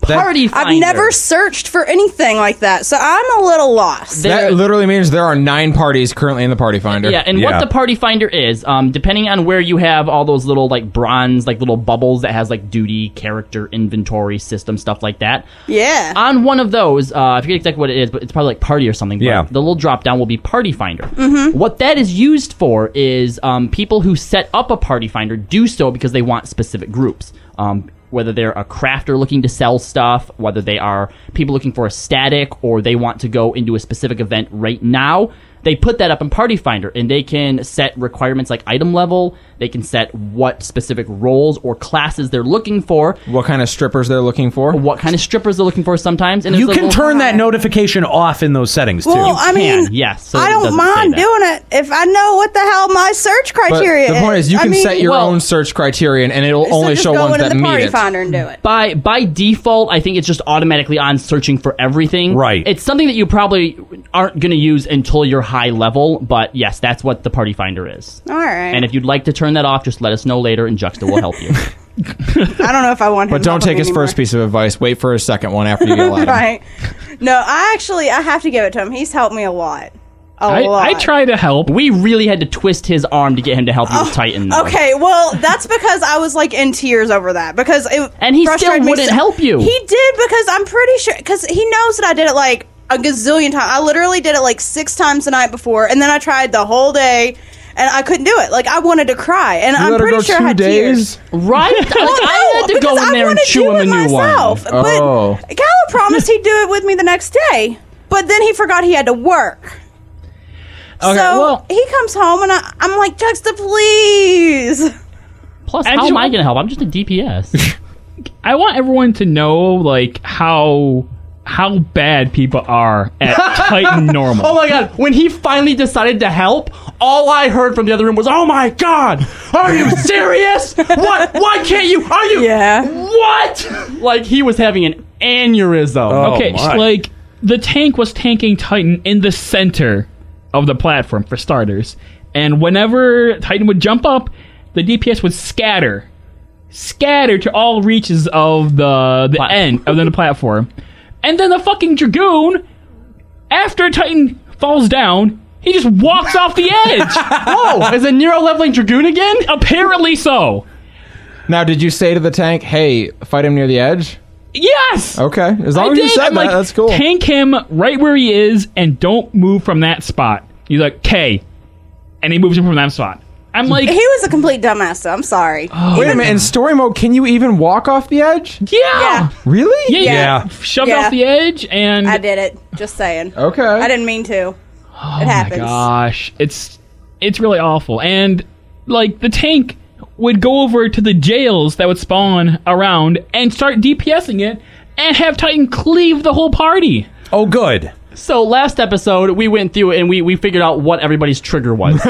Speaker 1: Party
Speaker 10: I've never searched for anything like that, so I'm a little lost.
Speaker 8: that literally means there are nine parties currently in the party finder.
Speaker 1: Yeah, and what the party finder is, um, depending on where you have all those little like bronze, like little bubbles that has like duty, character, inventory, system, stuff like that.
Speaker 10: Yeah.
Speaker 1: On one of those, uh, I forget exactly what it is, but it's probably like party or something. Yeah. The little drop down will be party finder.
Speaker 10: Mhm.
Speaker 1: What that is used for is um, people who set up a party finder do so because they want specific groups. Um, whether they're a crafter looking to sell stuff, whether they are people looking for a static, or they want to go into a specific event right now, they put that up in Party Finder and they can set requirements like item level, they can set what specific roles or classes they're looking for,
Speaker 8: What kind of strippers they're looking for?
Speaker 1: what kind of strippers they're looking for sometimes. And
Speaker 7: you
Speaker 1: there's a
Speaker 7: can
Speaker 1: little-
Speaker 7: turn that notification off in those settings too.
Speaker 10: Well, I mean,
Speaker 1: can, yes. so
Speaker 10: I
Speaker 1: it
Speaker 10: don't
Speaker 1: doesn't say
Speaker 10: mind
Speaker 1: that.
Speaker 10: doing it if I know what the hell my search
Speaker 8: But
Speaker 10: criteria
Speaker 8: the point is, you
Speaker 10: I
Speaker 8: can
Speaker 10: mean-
Speaker 8: set your
Speaker 10: Well,
Speaker 8: own search criterion, and it'll only
Speaker 10: just
Speaker 8: show
Speaker 10: go
Speaker 8: ones that
Speaker 10: into the
Speaker 8: meet
Speaker 10: party
Speaker 8: it.
Speaker 10: finder and do it.
Speaker 1: By by default, I think it's just automatically on searching for everything. Right. It's something that you probably aren't going to use until you're high level, but yes, that's what the party finder is.
Speaker 10: All right.
Speaker 1: And if you'd like to turn that off, just let us know later, and Juxta will help you.
Speaker 10: I don't know if I want.
Speaker 8: But
Speaker 10: him
Speaker 8: don't
Speaker 10: helping
Speaker 8: take his
Speaker 10: anymore.
Speaker 8: first piece of advice. Wait for his second one after you get
Speaker 10: [LAUGHS]
Speaker 8: allowed.
Speaker 10: right. No, I actually I have to give it to him. He's helped me a lot. [LAUGHS] A
Speaker 1: I
Speaker 10: lot.
Speaker 1: try
Speaker 9: to help.
Speaker 1: We really had to twist his arm to get him to help you with Titan. though.
Speaker 10: Oh, Okay, well, that's because I was like in tears over that because it
Speaker 1: And he still
Speaker 10: frustrated me
Speaker 1: wouldn't
Speaker 10: so-
Speaker 1: help you.
Speaker 10: He did because I'm pretty sure because he knows that I did it like a gazillion times. I literally did it like six times the night before, and then I tried the whole day. And I couldn't do it. Like I wanted to cry, and
Speaker 8: You
Speaker 10: I'm
Speaker 8: let her
Speaker 10: pretty
Speaker 8: go
Speaker 10: sure I
Speaker 8: two
Speaker 10: had
Speaker 8: days?
Speaker 10: tears.
Speaker 1: Right? Like,
Speaker 10: [LAUGHS] Well,
Speaker 1: I
Speaker 10: no,
Speaker 1: had to go
Speaker 10: because
Speaker 1: in
Speaker 10: I
Speaker 1: there and
Speaker 10: wanna
Speaker 1: chew
Speaker 10: do
Speaker 1: him
Speaker 10: it
Speaker 1: a new
Speaker 10: myself,
Speaker 1: one.
Speaker 10: But
Speaker 1: Oh.
Speaker 10: Gala promised he'd do it with me the next day, but then he forgot he had to work.
Speaker 9: Okay,
Speaker 10: so
Speaker 9: well-
Speaker 10: he comes home and I, I'm like, Juxta, please.
Speaker 1: Plus, how am I going to help? I'm just a DPS.
Speaker 9: [LAUGHS] I want everyone to know like how how bad people are
Speaker 1: [LAUGHS]
Speaker 9: at Titan normal.
Speaker 1: Oh my god! When he finally decided to help, all I heard from the other room was, "Oh my god! Are you serious? what? Why can't you? Are you?
Speaker 10: Yeah.
Speaker 1: What? Like he was having an aneurysm.
Speaker 9: okay, so, like the tank was tanking Titan in the center of the platform for starters, and whenever Titan would jump up, the DPS would scatter, scatter to all reaches of the the end of the platform, and then the fucking dragoon, after Titan falls down. He just walks off the edge.
Speaker 1: Whoa! Is a Nero leveling dragoon again?
Speaker 9: Apparently so.
Speaker 8: Now, did you say to the tank, "Hey, fight him near the edge"?
Speaker 9: Yes.
Speaker 8: Okay, as long
Speaker 9: I
Speaker 8: as you
Speaker 9: did.
Speaker 8: said
Speaker 9: I'm
Speaker 8: that,
Speaker 9: like,
Speaker 8: that's cool.
Speaker 9: Tank him right where he is and don't move from that spot. He's like, K. And he moves him from that spot. I'm like,
Speaker 10: he was a complete dumbass. So I'm sorry.
Speaker 8: Wait a minute. In story mode, can you even walk off the edge?
Speaker 9: Oh, Yeah.
Speaker 8: Really?
Speaker 9: Yeah, yeah. Shoved
Speaker 10: Yeah.
Speaker 9: off the edge and.
Speaker 10: I did it. Just saying.
Speaker 8: Okay.
Speaker 10: I didn't mean to. it happens.
Speaker 9: Oh my gosh. It's, it's really awful. And, like, the tank would go over to the jails that would spawn around and start DPSing it and have Titan cleave the whole party.
Speaker 7: Oh, good.
Speaker 1: So last episode we went through it and we we figured out what everybody's trigger was.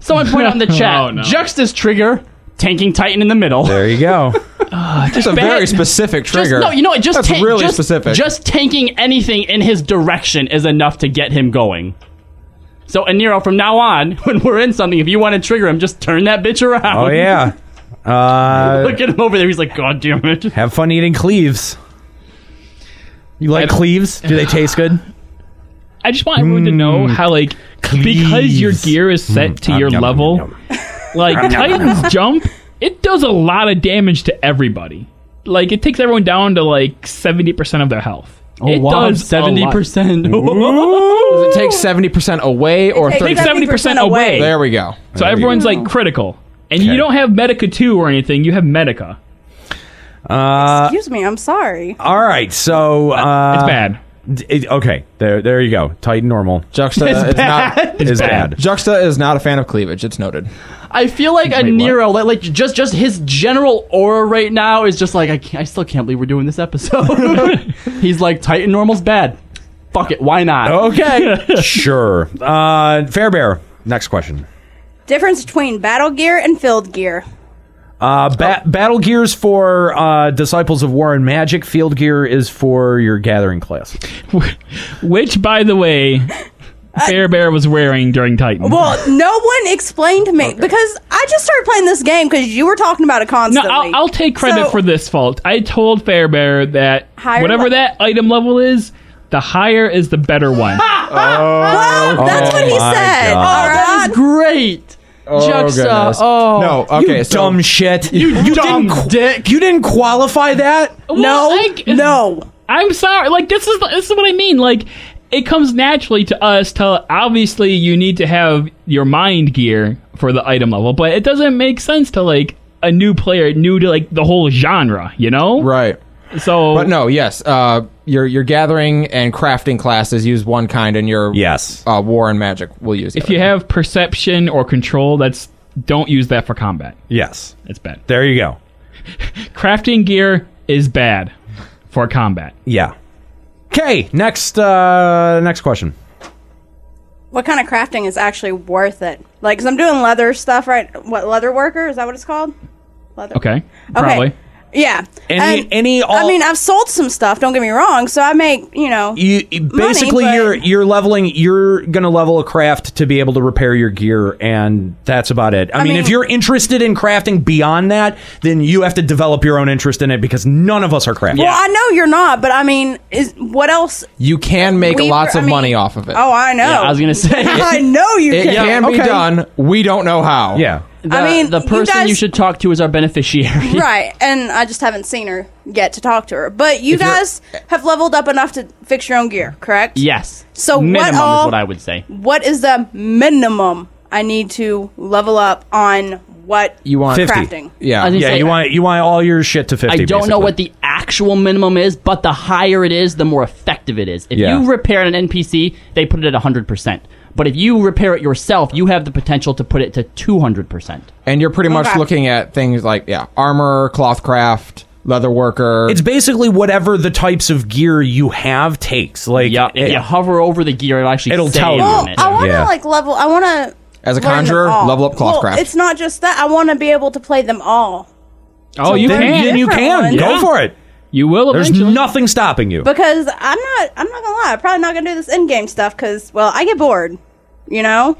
Speaker 1: Someone pointed out in the chat.
Speaker 9: Oh, no.
Speaker 1: Juxta's trigger. Tanking Titan in the middle. There
Speaker 7: you go.
Speaker 8: [LAUGHS] That's a very specific
Speaker 1: Just,
Speaker 8: trigger.
Speaker 1: no, you know what? Just
Speaker 8: that's
Speaker 1: ta-
Speaker 8: really
Speaker 1: just-
Speaker 8: specific.
Speaker 1: Just tanking anything in his direction is enough to get him going. So, Aniro, from now on, [LAUGHS] when we're in something, if you want to trigger him, just turn that bitch around.
Speaker 7: Oh yeah. Uh,
Speaker 1: [LAUGHS] Look at him over there. He's like, God damn it.
Speaker 7: Have fun eating cleaves. You like cleaves? Do they taste
Speaker 1: [LAUGHS]
Speaker 7: good?
Speaker 9: I just want everyone to know
Speaker 1: Mm.
Speaker 9: how like because your gear is set to your level, [LAUGHS] like Titan's jump, it does a lot of damage to everybody. Like it takes everyone down to like seventy percent of their health.
Speaker 1: Oh,
Speaker 9: it
Speaker 1: wow,
Speaker 9: does a lot.
Speaker 8: [LAUGHS]
Speaker 1: 70%.
Speaker 8: Does it take seventy percent away or
Speaker 9: It takes
Speaker 8: 30?
Speaker 9: 70% away.
Speaker 8: There we go.
Speaker 9: So everyone's like critical, and you don't have Medica two or anything. You have Medica.
Speaker 7: Uh,
Speaker 10: Excuse me. I'm sorry.
Speaker 7: all right. So uh,
Speaker 9: It's bad.
Speaker 7: d- it- okay. There, there you go. Titan normal.
Speaker 8: Juxta
Speaker 10: It's is not- bad.
Speaker 7: is bad.
Speaker 8: Juxta is not a fan of cleavage. It's noted.
Speaker 1: I feel like a Nero, like, like just just his general aura right now is just like I, can't, I still can't believe we're doing this
Speaker 8: [LAUGHS]
Speaker 1: episode. [LAUGHS] He's like Titan normal's bad. Fuck it, why not? [LAUGHS]
Speaker 7: Okay, sure. Uh, Fairbear, next question.
Speaker 10: Difference between battle gear and field gear.
Speaker 7: Uh, ba- Battle gears for uh, disciples of war and magic. Field gear is for your gathering class.
Speaker 9: Which, by the [LAUGHS] way, Fair Bear was wearing during Titan.
Speaker 7: [LAUGHS]
Speaker 10: Well, no one explained to me because I just started playing this game because you were talking about it
Speaker 9: no,
Speaker 10: constantly.
Speaker 9: I'll, I'll take credit
Speaker 10: So-
Speaker 9: for this fault. I told Fair Bear that
Speaker 10: Higher
Speaker 9: whatever
Speaker 10: level.
Speaker 9: that item level is, the higher is the better one.
Speaker 10: Well, Oh. that's what he
Speaker 9: my
Speaker 10: said.
Speaker 9: God.
Speaker 10: All right.
Speaker 1: That is great. Juxta. Oh
Speaker 7: no! Okay, you dumb shit. You, you didn't, dick. You didn't qualify that.
Speaker 9: no, no. I'm sorry. Like this is this is what I mean. Like it comes naturally to us. To obviously you need to have your mind gear for the item level, but it doesn't make sense to like a new player, new to like the whole genre. You know?
Speaker 8: Right.
Speaker 9: So,
Speaker 8: but no, yes. Uh, your your gathering and crafting classes use one kind, and your
Speaker 7: yes
Speaker 8: uh, war and magic will use. the
Speaker 9: If you have perception or control, that's don't use that for combat.
Speaker 7: Yes,
Speaker 9: it's bad.
Speaker 7: There you go.
Speaker 9: [LAUGHS] Crafting gear is bad for combat.
Speaker 7: Yeah. Okay. Next. Uh, next question.
Speaker 10: What kind of crafting is actually worth it? Like, because I'm doing leather stuff, right? What leather worker is that? What it's called? Leather.
Speaker 9: Okay. Probably.
Speaker 10: Yeah.
Speaker 7: Any- any all-
Speaker 10: I mean, I've sold some stuff. Don't get me wrong. So I make you know.
Speaker 7: You, you-
Speaker 10: Money,
Speaker 7: basically
Speaker 10: but-
Speaker 7: you're you're leveling. You're gonna level a craft to be able to repair your gear, and that's about it. I, mean, if you're interested in crafting beyond that, then you have to develop your own interest in it because none of us are crafting.
Speaker 10: Well, I know you're not, but I mean, is
Speaker 7: [LAUGHS]
Speaker 10: what else?
Speaker 8: You can make
Speaker 10: We-
Speaker 8: lots
Speaker 10: I
Speaker 8: of
Speaker 10: mean-
Speaker 8: money off of it.
Speaker 10: Oh, I know.
Speaker 8: Yeah, I was gonna say.
Speaker 10: [LAUGHS] I know you
Speaker 8: It
Speaker 10: can.
Speaker 8: can be done. We don't know how.
Speaker 7: Yeah.
Speaker 1: The,
Speaker 10: I mean,
Speaker 1: the
Speaker 10: you
Speaker 1: person you,
Speaker 10: guys-
Speaker 1: should talk to is our beneficiary.
Speaker 10: [LAUGHS] Right, and I just haven't seen her yet to talk to her. But you
Speaker 1: If you're-
Speaker 10: guys have leveled up enough to fix your own gear, correct?
Speaker 1: Yes.
Speaker 10: So
Speaker 1: minimum
Speaker 10: what all,
Speaker 1: is what I would say.
Speaker 10: What is the minimum I need to level up on what crafting?
Speaker 7: Yeah,
Speaker 1: I was gonna
Speaker 7: yeah.
Speaker 1: say-
Speaker 7: you want you want all your shit to fifty.
Speaker 1: I don't know
Speaker 7: basically.
Speaker 1: what the actual minimum is, but the higher it is, the more effective it is. If
Speaker 7: Yeah.
Speaker 1: you repair an NPC, they put it at 100%. But if you repair it yourself, you have the potential to put it to 200%.
Speaker 8: And you're pretty much
Speaker 1: Okay.
Speaker 8: looking at things like yeah, armor, cloth craft, leather worker.
Speaker 7: It's basically whatever the types of gear you have takes. Like
Speaker 1: If you hover over the gear, it'll actually
Speaker 7: it'll
Speaker 1: say
Speaker 7: tell you.
Speaker 10: Well, I want to like level. I want to.
Speaker 7: As a
Speaker 8: conjurer, level up cloth
Speaker 10: well,
Speaker 8: craft.
Speaker 10: It's not just that. I want to be able to play them all
Speaker 9: Oh, you
Speaker 7: then,
Speaker 9: can.
Speaker 7: Then you
Speaker 10: Different
Speaker 7: can
Speaker 10: ones.
Speaker 7: go
Speaker 10: Yeah.
Speaker 7: for it.
Speaker 9: You will.
Speaker 7: There's nothing stopping you.
Speaker 10: because I'm not. I'm not gonna lie. I'm probably not gonna do this in game stuff because well, I get bored. You know.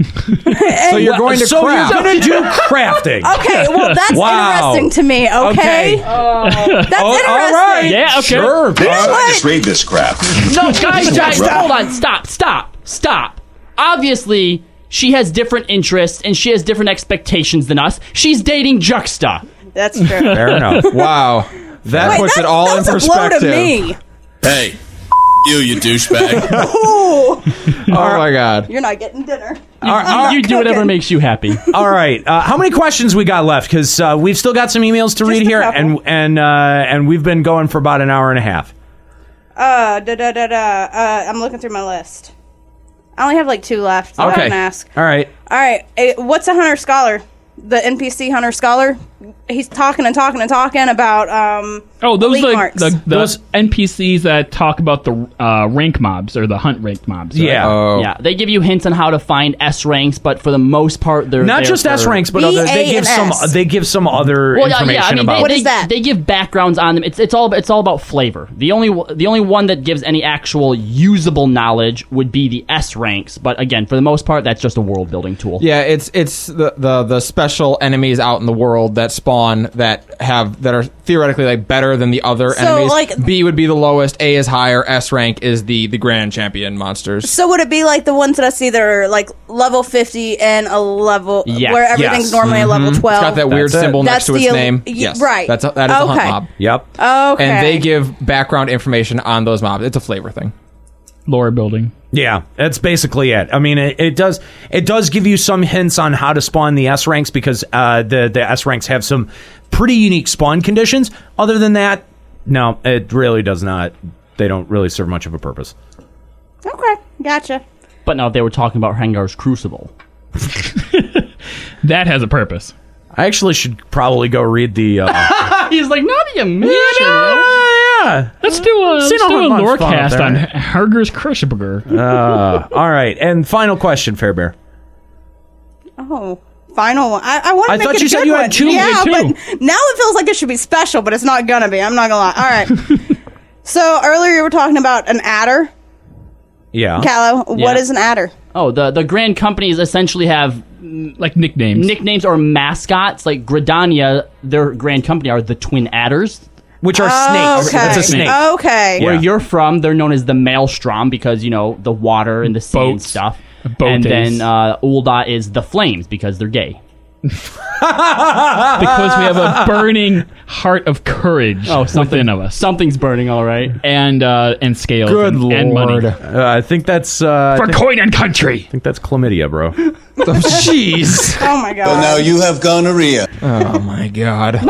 Speaker 7: so
Speaker 10: you're going to
Speaker 7: so
Speaker 10: craft.
Speaker 7: you're going to do crafting.
Speaker 10: Okay, well that's
Speaker 7: Wow.
Speaker 10: interesting to me. Okay,
Speaker 7: Okay.
Speaker 10: that's
Speaker 7: Oh, all
Speaker 10: interesting.
Speaker 7: right. Yeah, okay. Sure.
Speaker 10: You know
Speaker 7: All right.
Speaker 10: what?
Speaker 2: Just read this crap.
Speaker 1: [LAUGHS]
Speaker 2: [LAUGHS]
Speaker 1: No, guys, guys, hold on. Stop, stop, stop. Obviously, she has different interests and she has different expectations than us. She's dating Juxta.
Speaker 10: That's true.
Speaker 8: wow. [LAUGHS] That
Speaker 10: Wait,
Speaker 8: puts
Speaker 10: that-
Speaker 8: it all
Speaker 10: that
Speaker 8: in
Speaker 10: was a blow to
Speaker 8: perspective.
Speaker 10: me.
Speaker 2: Hey, you, you douchebag.
Speaker 7: [LAUGHS]
Speaker 10: Ooh,
Speaker 8: Oh my god.
Speaker 10: you're not getting dinner.
Speaker 1: you do whatever makes you happy.
Speaker 7: [LAUGHS] All right. Uh, how many questions we got left? Because uh, we've still got some emails to read here, and and uh, and we've been going for about an hour and a half.
Speaker 10: Uh, da da da da. Uh, I'm looking through my list. I only have like two left. So I
Speaker 7: okay.
Speaker 10: don't ask.
Speaker 7: All right.
Speaker 10: All right, eh, what's a hunter scholar? The NPC hunter scholar. He's talking and talking and talking about um.
Speaker 9: Oh, those
Speaker 10: elite
Speaker 9: are
Speaker 10: marks.
Speaker 9: the, the, NPCs that talk about the uh, rank mobs or the hunt rank mobs. right?
Speaker 1: Yeah.
Speaker 7: Oh.
Speaker 1: Yeah. They give you hints on how to find S ranks, but for the most part, they're
Speaker 7: Not
Speaker 1: there
Speaker 7: just
Speaker 1: for-
Speaker 7: S ranks, but other, they give some they give some other
Speaker 1: Well, yeah,
Speaker 7: information
Speaker 1: yeah. I mean,
Speaker 7: about
Speaker 1: they, they, They give backgrounds on them. It's it's all it's all about flavor. The only w- the only one that gives any actual usable knowledge would be the S ranks. But again, for the most part, that's just a world building tool.
Speaker 8: Yeah, it's it's the, the the special enemies out in the world that spawn that have that are theoretically like better than the other
Speaker 10: So,
Speaker 8: enemies.
Speaker 10: like-
Speaker 8: B would be the lowest, A is higher, S rank is the the grand champion monsters.
Speaker 10: So would it be like the ones that I see that are like level fifty and a level
Speaker 8: Yes.
Speaker 10: where everything's
Speaker 8: Yes.
Speaker 10: normally a level
Speaker 8: Mhm. It's
Speaker 10: twelve?
Speaker 8: got that weird
Speaker 10: That's
Speaker 8: symbol next
Speaker 10: the
Speaker 8: to its
Speaker 10: el-
Speaker 8: name.
Speaker 10: y-
Speaker 8: Yes,
Speaker 10: right.
Speaker 8: That's a, that is the
Speaker 10: okay.
Speaker 8: hunt mob.
Speaker 7: Yep.
Speaker 10: Okay.
Speaker 8: And they give background information on those mobs. It's a flavor thing.
Speaker 9: Lore building.
Speaker 7: Yeah, that's basically it. I mean, it, it does it does give you some hints on how to spawn the S ranks because uh, the the S ranks have some pretty unique spawn conditions. Other than that, no, it really does not. They don't really serve much of a purpose.
Speaker 10: Okay, gotcha.
Speaker 1: But now they were talking about Hengar's
Speaker 7: [LAUGHS]
Speaker 1: Crucible.
Speaker 9: that has a purpose.
Speaker 7: I actually should probably go read the. Uh,
Speaker 1: [LAUGHS] He's like, not even mention
Speaker 9: [LAUGHS]
Speaker 7: yeah.
Speaker 9: Let's do a, let's
Speaker 1: Seen
Speaker 9: do
Speaker 1: all
Speaker 9: a
Speaker 1: that much
Speaker 9: lore
Speaker 7: fun up
Speaker 9: cast
Speaker 7: there.
Speaker 9: on Herger's Crucible.
Speaker 7: uh, all right, and final question, Fairbear.
Speaker 10: Oh, final one. I, I want
Speaker 7: I
Speaker 10: to make
Speaker 7: thought
Speaker 10: it a
Speaker 7: you said
Speaker 10: good
Speaker 7: you had
Speaker 10: one.
Speaker 7: two. Me
Speaker 10: Yeah,
Speaker 7: too.
Speaker 10: but now it feels like it should be special, but it's not gonna be. I'm not gonna lie. All right.
Speaker 7: [LAUGHS]
Speaker 10: so earlier you were talking about an adder,
Speaker 7: Yeah.
Speaker 10: Callow. What
Speaker 1: Yeah.
Speaker 10: is an adder?
Speaker 1: Oh, the the grand companies essentially have mm,
Speaker 9: like nicknames,
Speaker 1: nicknames or mascots. Like Gridania, their grand company are the Twin Adders,
Speaker 7: which
Speaker 10: Oh, Okay. Okay.
Speaker 1: Where you're from, they're known as the Maelstrom because you know the water and the sea and stuff. And
Speaker 9: Botes.
Speaker 1: then uh, Ulda is the Flames because they're gay.
Speaker 7: Ah.
Speaker 9: because we have
Speaker 7: [LAUGHS]
Speaker 9: a burning heart of courage
Speaker 1: Oh, something-
Speaker 9: within of us.
Speaker 1: Something's burning, all right.
Speaker 9: And uh, and scales.
Speaker 7: Good
Speaker 9: and,
Speaker 7: lord.
Speaker 9: and money.
Speaker 7: Uh, I think that's uh, I
Speaker 9: For
Speaker 7: think-
Speaker 9: coin and country.
Speaker 7: I think that's chlamydia, bro.
Speaker 9: Oh,
Speaker 1: [LAUGHS] Jeez.
Speaker 10: oh my god.
Speaker 7: you have gonorrhea.
Speaker 8: Oh my
Speaker 7: Ah.
Speaker 8: god.
Speaker 1: Nice.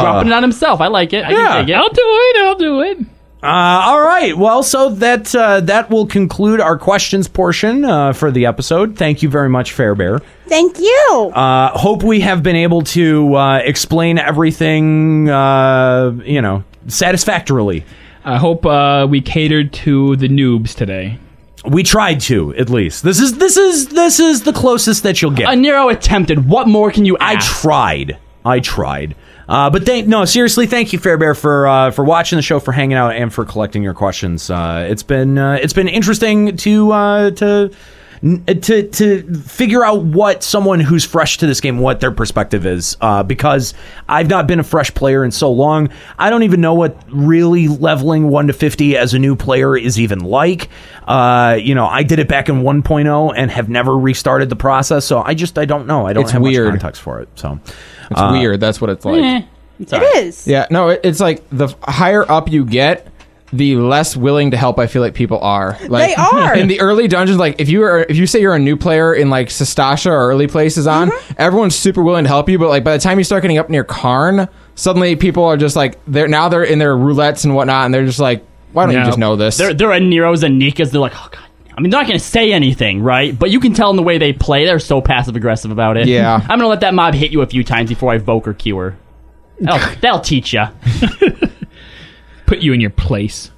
Speaker 1: Dropping it on himself. I like it. I
Speaker 7: Yeah.
Speaker 1: can take it.
Speaker 9: Oh. I'll do it. I'll do it.
Speaker 7: Uh, all right. Well, so that uh, that will conclude our questions portion uh, for the episode. Thank you very much, Fairbear.
Speaker 10: Thank you.
Speaker 7: Uh, hope we have been able to uh, explain everything, uh, you know, satisfactorily.
Speaker 9: I hope uh, we catered to the noobs today.
Speaker 7: We tried to, at least. This is this is this is the closest that you'll get.
Speaker 1: A Nero attempted. What more can you?
Speaker 7: I tried. I tried. Uh, but thank no, seriously, thank you, Fairbear, for uh, for watching the show, for hanging out, and for collecting your questions. Uh, it's been uh, it's been interesting to uh, to n- uh, to to figure out what someone who's fresh to this game, what their perspective is, uh, because I've not been a fresh player in so long. I don't even know what really leveling one to fifty as a new player is even like. Uh, you know, I did it back in 1.0 and have never restarted the process, so I just I don't know. I don't
Speaker 8: It's
Speaker 7: have
Speaker 8: weird.
Speaker 7: much context for it. So
Speaker 8: It's weird. That's what it's like.
Speaker 1: Eh, it's all
Speaker 10: It
Speaker 1: right.
Speaker 10: is.
Speaker 8: Yeah, no, it, it's like the f- higher up you get, the less willing to help I feel like people are. Like
Speaker 10: They are.
Speaker 8: in the early dungeons. Like if you are, if you say you're a new player in like Sestasha or early places on,
Speaker 10: Mm-hmm.
Speaker 8: everyone's super willing to help you. But like by the time you start getting up near Karn, suddenly people are just like they're now they're in their roulettes and whatnot, and they're just like, why don't you just know this?
Speaker 1: They're they're a Nero's and Nika's. They're like, oh god. I mean, they're not going to say anything, right? But you can tell in the way they play. They're so passive aggressive about it.
Speaker 8: Yeah.
Speaker 1: I'm going to let that mob hit you a few times before I voke or cue her. That'll, that'll teach you.
Speaker 9: Put you in your place.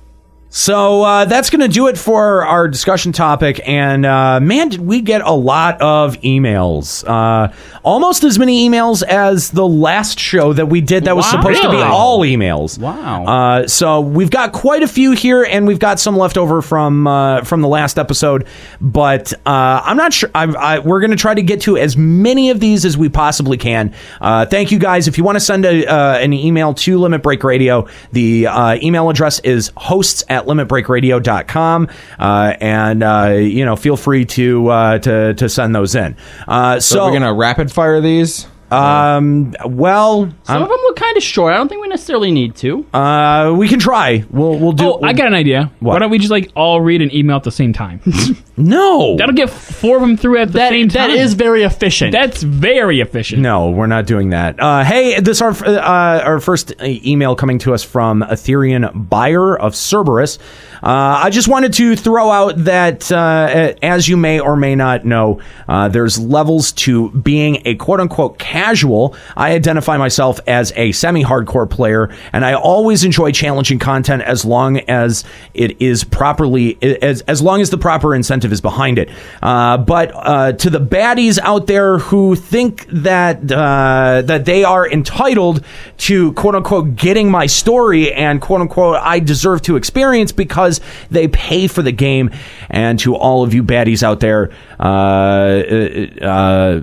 Speaker 7: So uh, that's going to do it for our discussion topic. And uh, man, did we get a lot of emails. Uh, almost as many emails as the last show that we did that was
Speaker 1: Wow.
Speaker 7: supposed to be
Speaker 1: Really?
Speaker 7: all emails.
Speaker 1: Wow.
Speaker 7: Uh, so we've got quite a few here, and we've got some left over from uh, from the last episode. But uh, I'm not sure. I've, I, we're going to try to get to as many of these as we possibly can. Uh, thank you guys. If you want to send a, uh, an email to Limit Break Radio, the uh, email address is hosts at limitbreakradio.com, uh, and uh, you know feel free to uh, to to send those in. Uh, so,
Speaker 8: so we're gonna rapid fire these.
Speaker 7: Um. Well,
Speaker 1: Some
Speaker 7: I'm-
Speaker 1: of them look kind of short. I don't think we necessarily need to.
Speaker 7: uh, we can try. We'll we'll do.
Speaker 9: Oh, I got an idea. Why don't we just like all read an email at the same time?
Speaker 7: [LAUGHS] no.
Speaker 9: That'll get four of them through at the same time.
Speaker 1: That is very efficient.
Speaker 9: That's very efficient.
Speaker 7: No, we're not doing that. Uh, hey, this our uh, our first uh, email coming to us from Ethereum Buyer of Cerberus. Uh, I just wanted to throw out that uh, as you may or may not know, uh, there's levels to being a quote unquote casual. I identify myself as a semi-hardcore player, and I always enjoy challenging content as long as it is properly as as long as the proper incentive is behind it. Uh, but uh, to the baddies out there who think that uh, that they are entitled to quote unquote getting my story and quote unquote I deserve to experience because they pay for the game, and to all of you baddies out there. Uh, uh,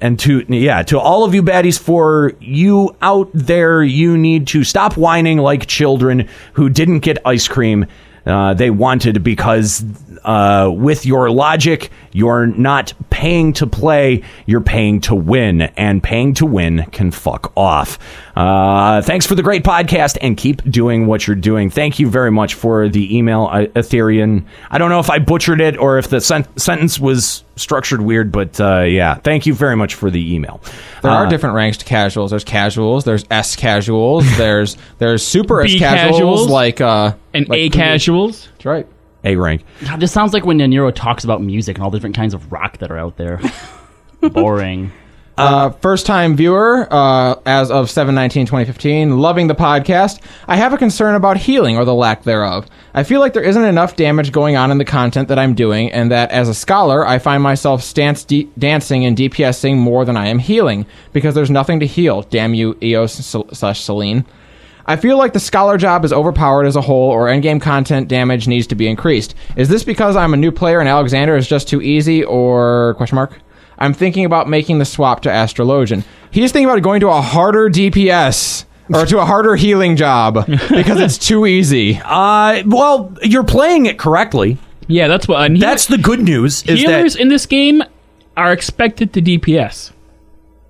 Speaker 7: and to yeah to all of you baddies for you out there you need to stop whining like children who didn't get ice cream uh, they wanted because uh, with your logic you're not paying to play you're paying to win and paying to win can fuck off uh, thanks for the great podcast and keep doing what you're doing thank you very much for the email uh, ethereum i don't know if i butchered it or if the sen- sentence was structured weird, but uh, yeah, thank you very much for the email.
Speaker 8: There
Speaker 7: Uh,
Speaker 8: are different ranks to casuals. There's casuals. There's S casuals. There's there's super S
Speaker 9: B
Speaker 8: casuals,
Speaker 9: casuals.
Speaker 8: like uh
Speaker 9: And
Speaker 8: like
Speaker 9: A casuals.
Speaker 8: That's right.
Speaker 7: A rank.
Speaker 1: God, this sounds like when Naniro talks about music and all the different kinds of rock that are out there. [LAUGHS] Boring.
Speaker 8: Uh, first time viewer uh, as of 7 19 2015, loving the podcast. I have a concern about healing or the lack thereof. I feel like there isn't enough damage going on in the content that I'm doing, and that as a scholar, I find myself stance de- dancing and DPSing more than I am healing because there's nothing to heal. Damn you, Eos sl- slash Celine. I feel like the scholar job is overpowered as a whole, or endgame content damage needs to be increased. Is this because I'm a new player and Alexander is just too easy, or question mark? I'm thinking about making the swap to Astrologian. He's thinking about going to a harder DPS or to a harder healing
Speaker 7: [LAUGHS]
Speaker 8: job because it's too easy.
Speaker 7: Uh, well, you're playing it correctly.
Speaker 9: Yeah, that's what. And
Speaker 7: that's the good news. Is
Speaker 9: Healers
Speaker 7: that
Speaker 9: in this game are expected to DPS.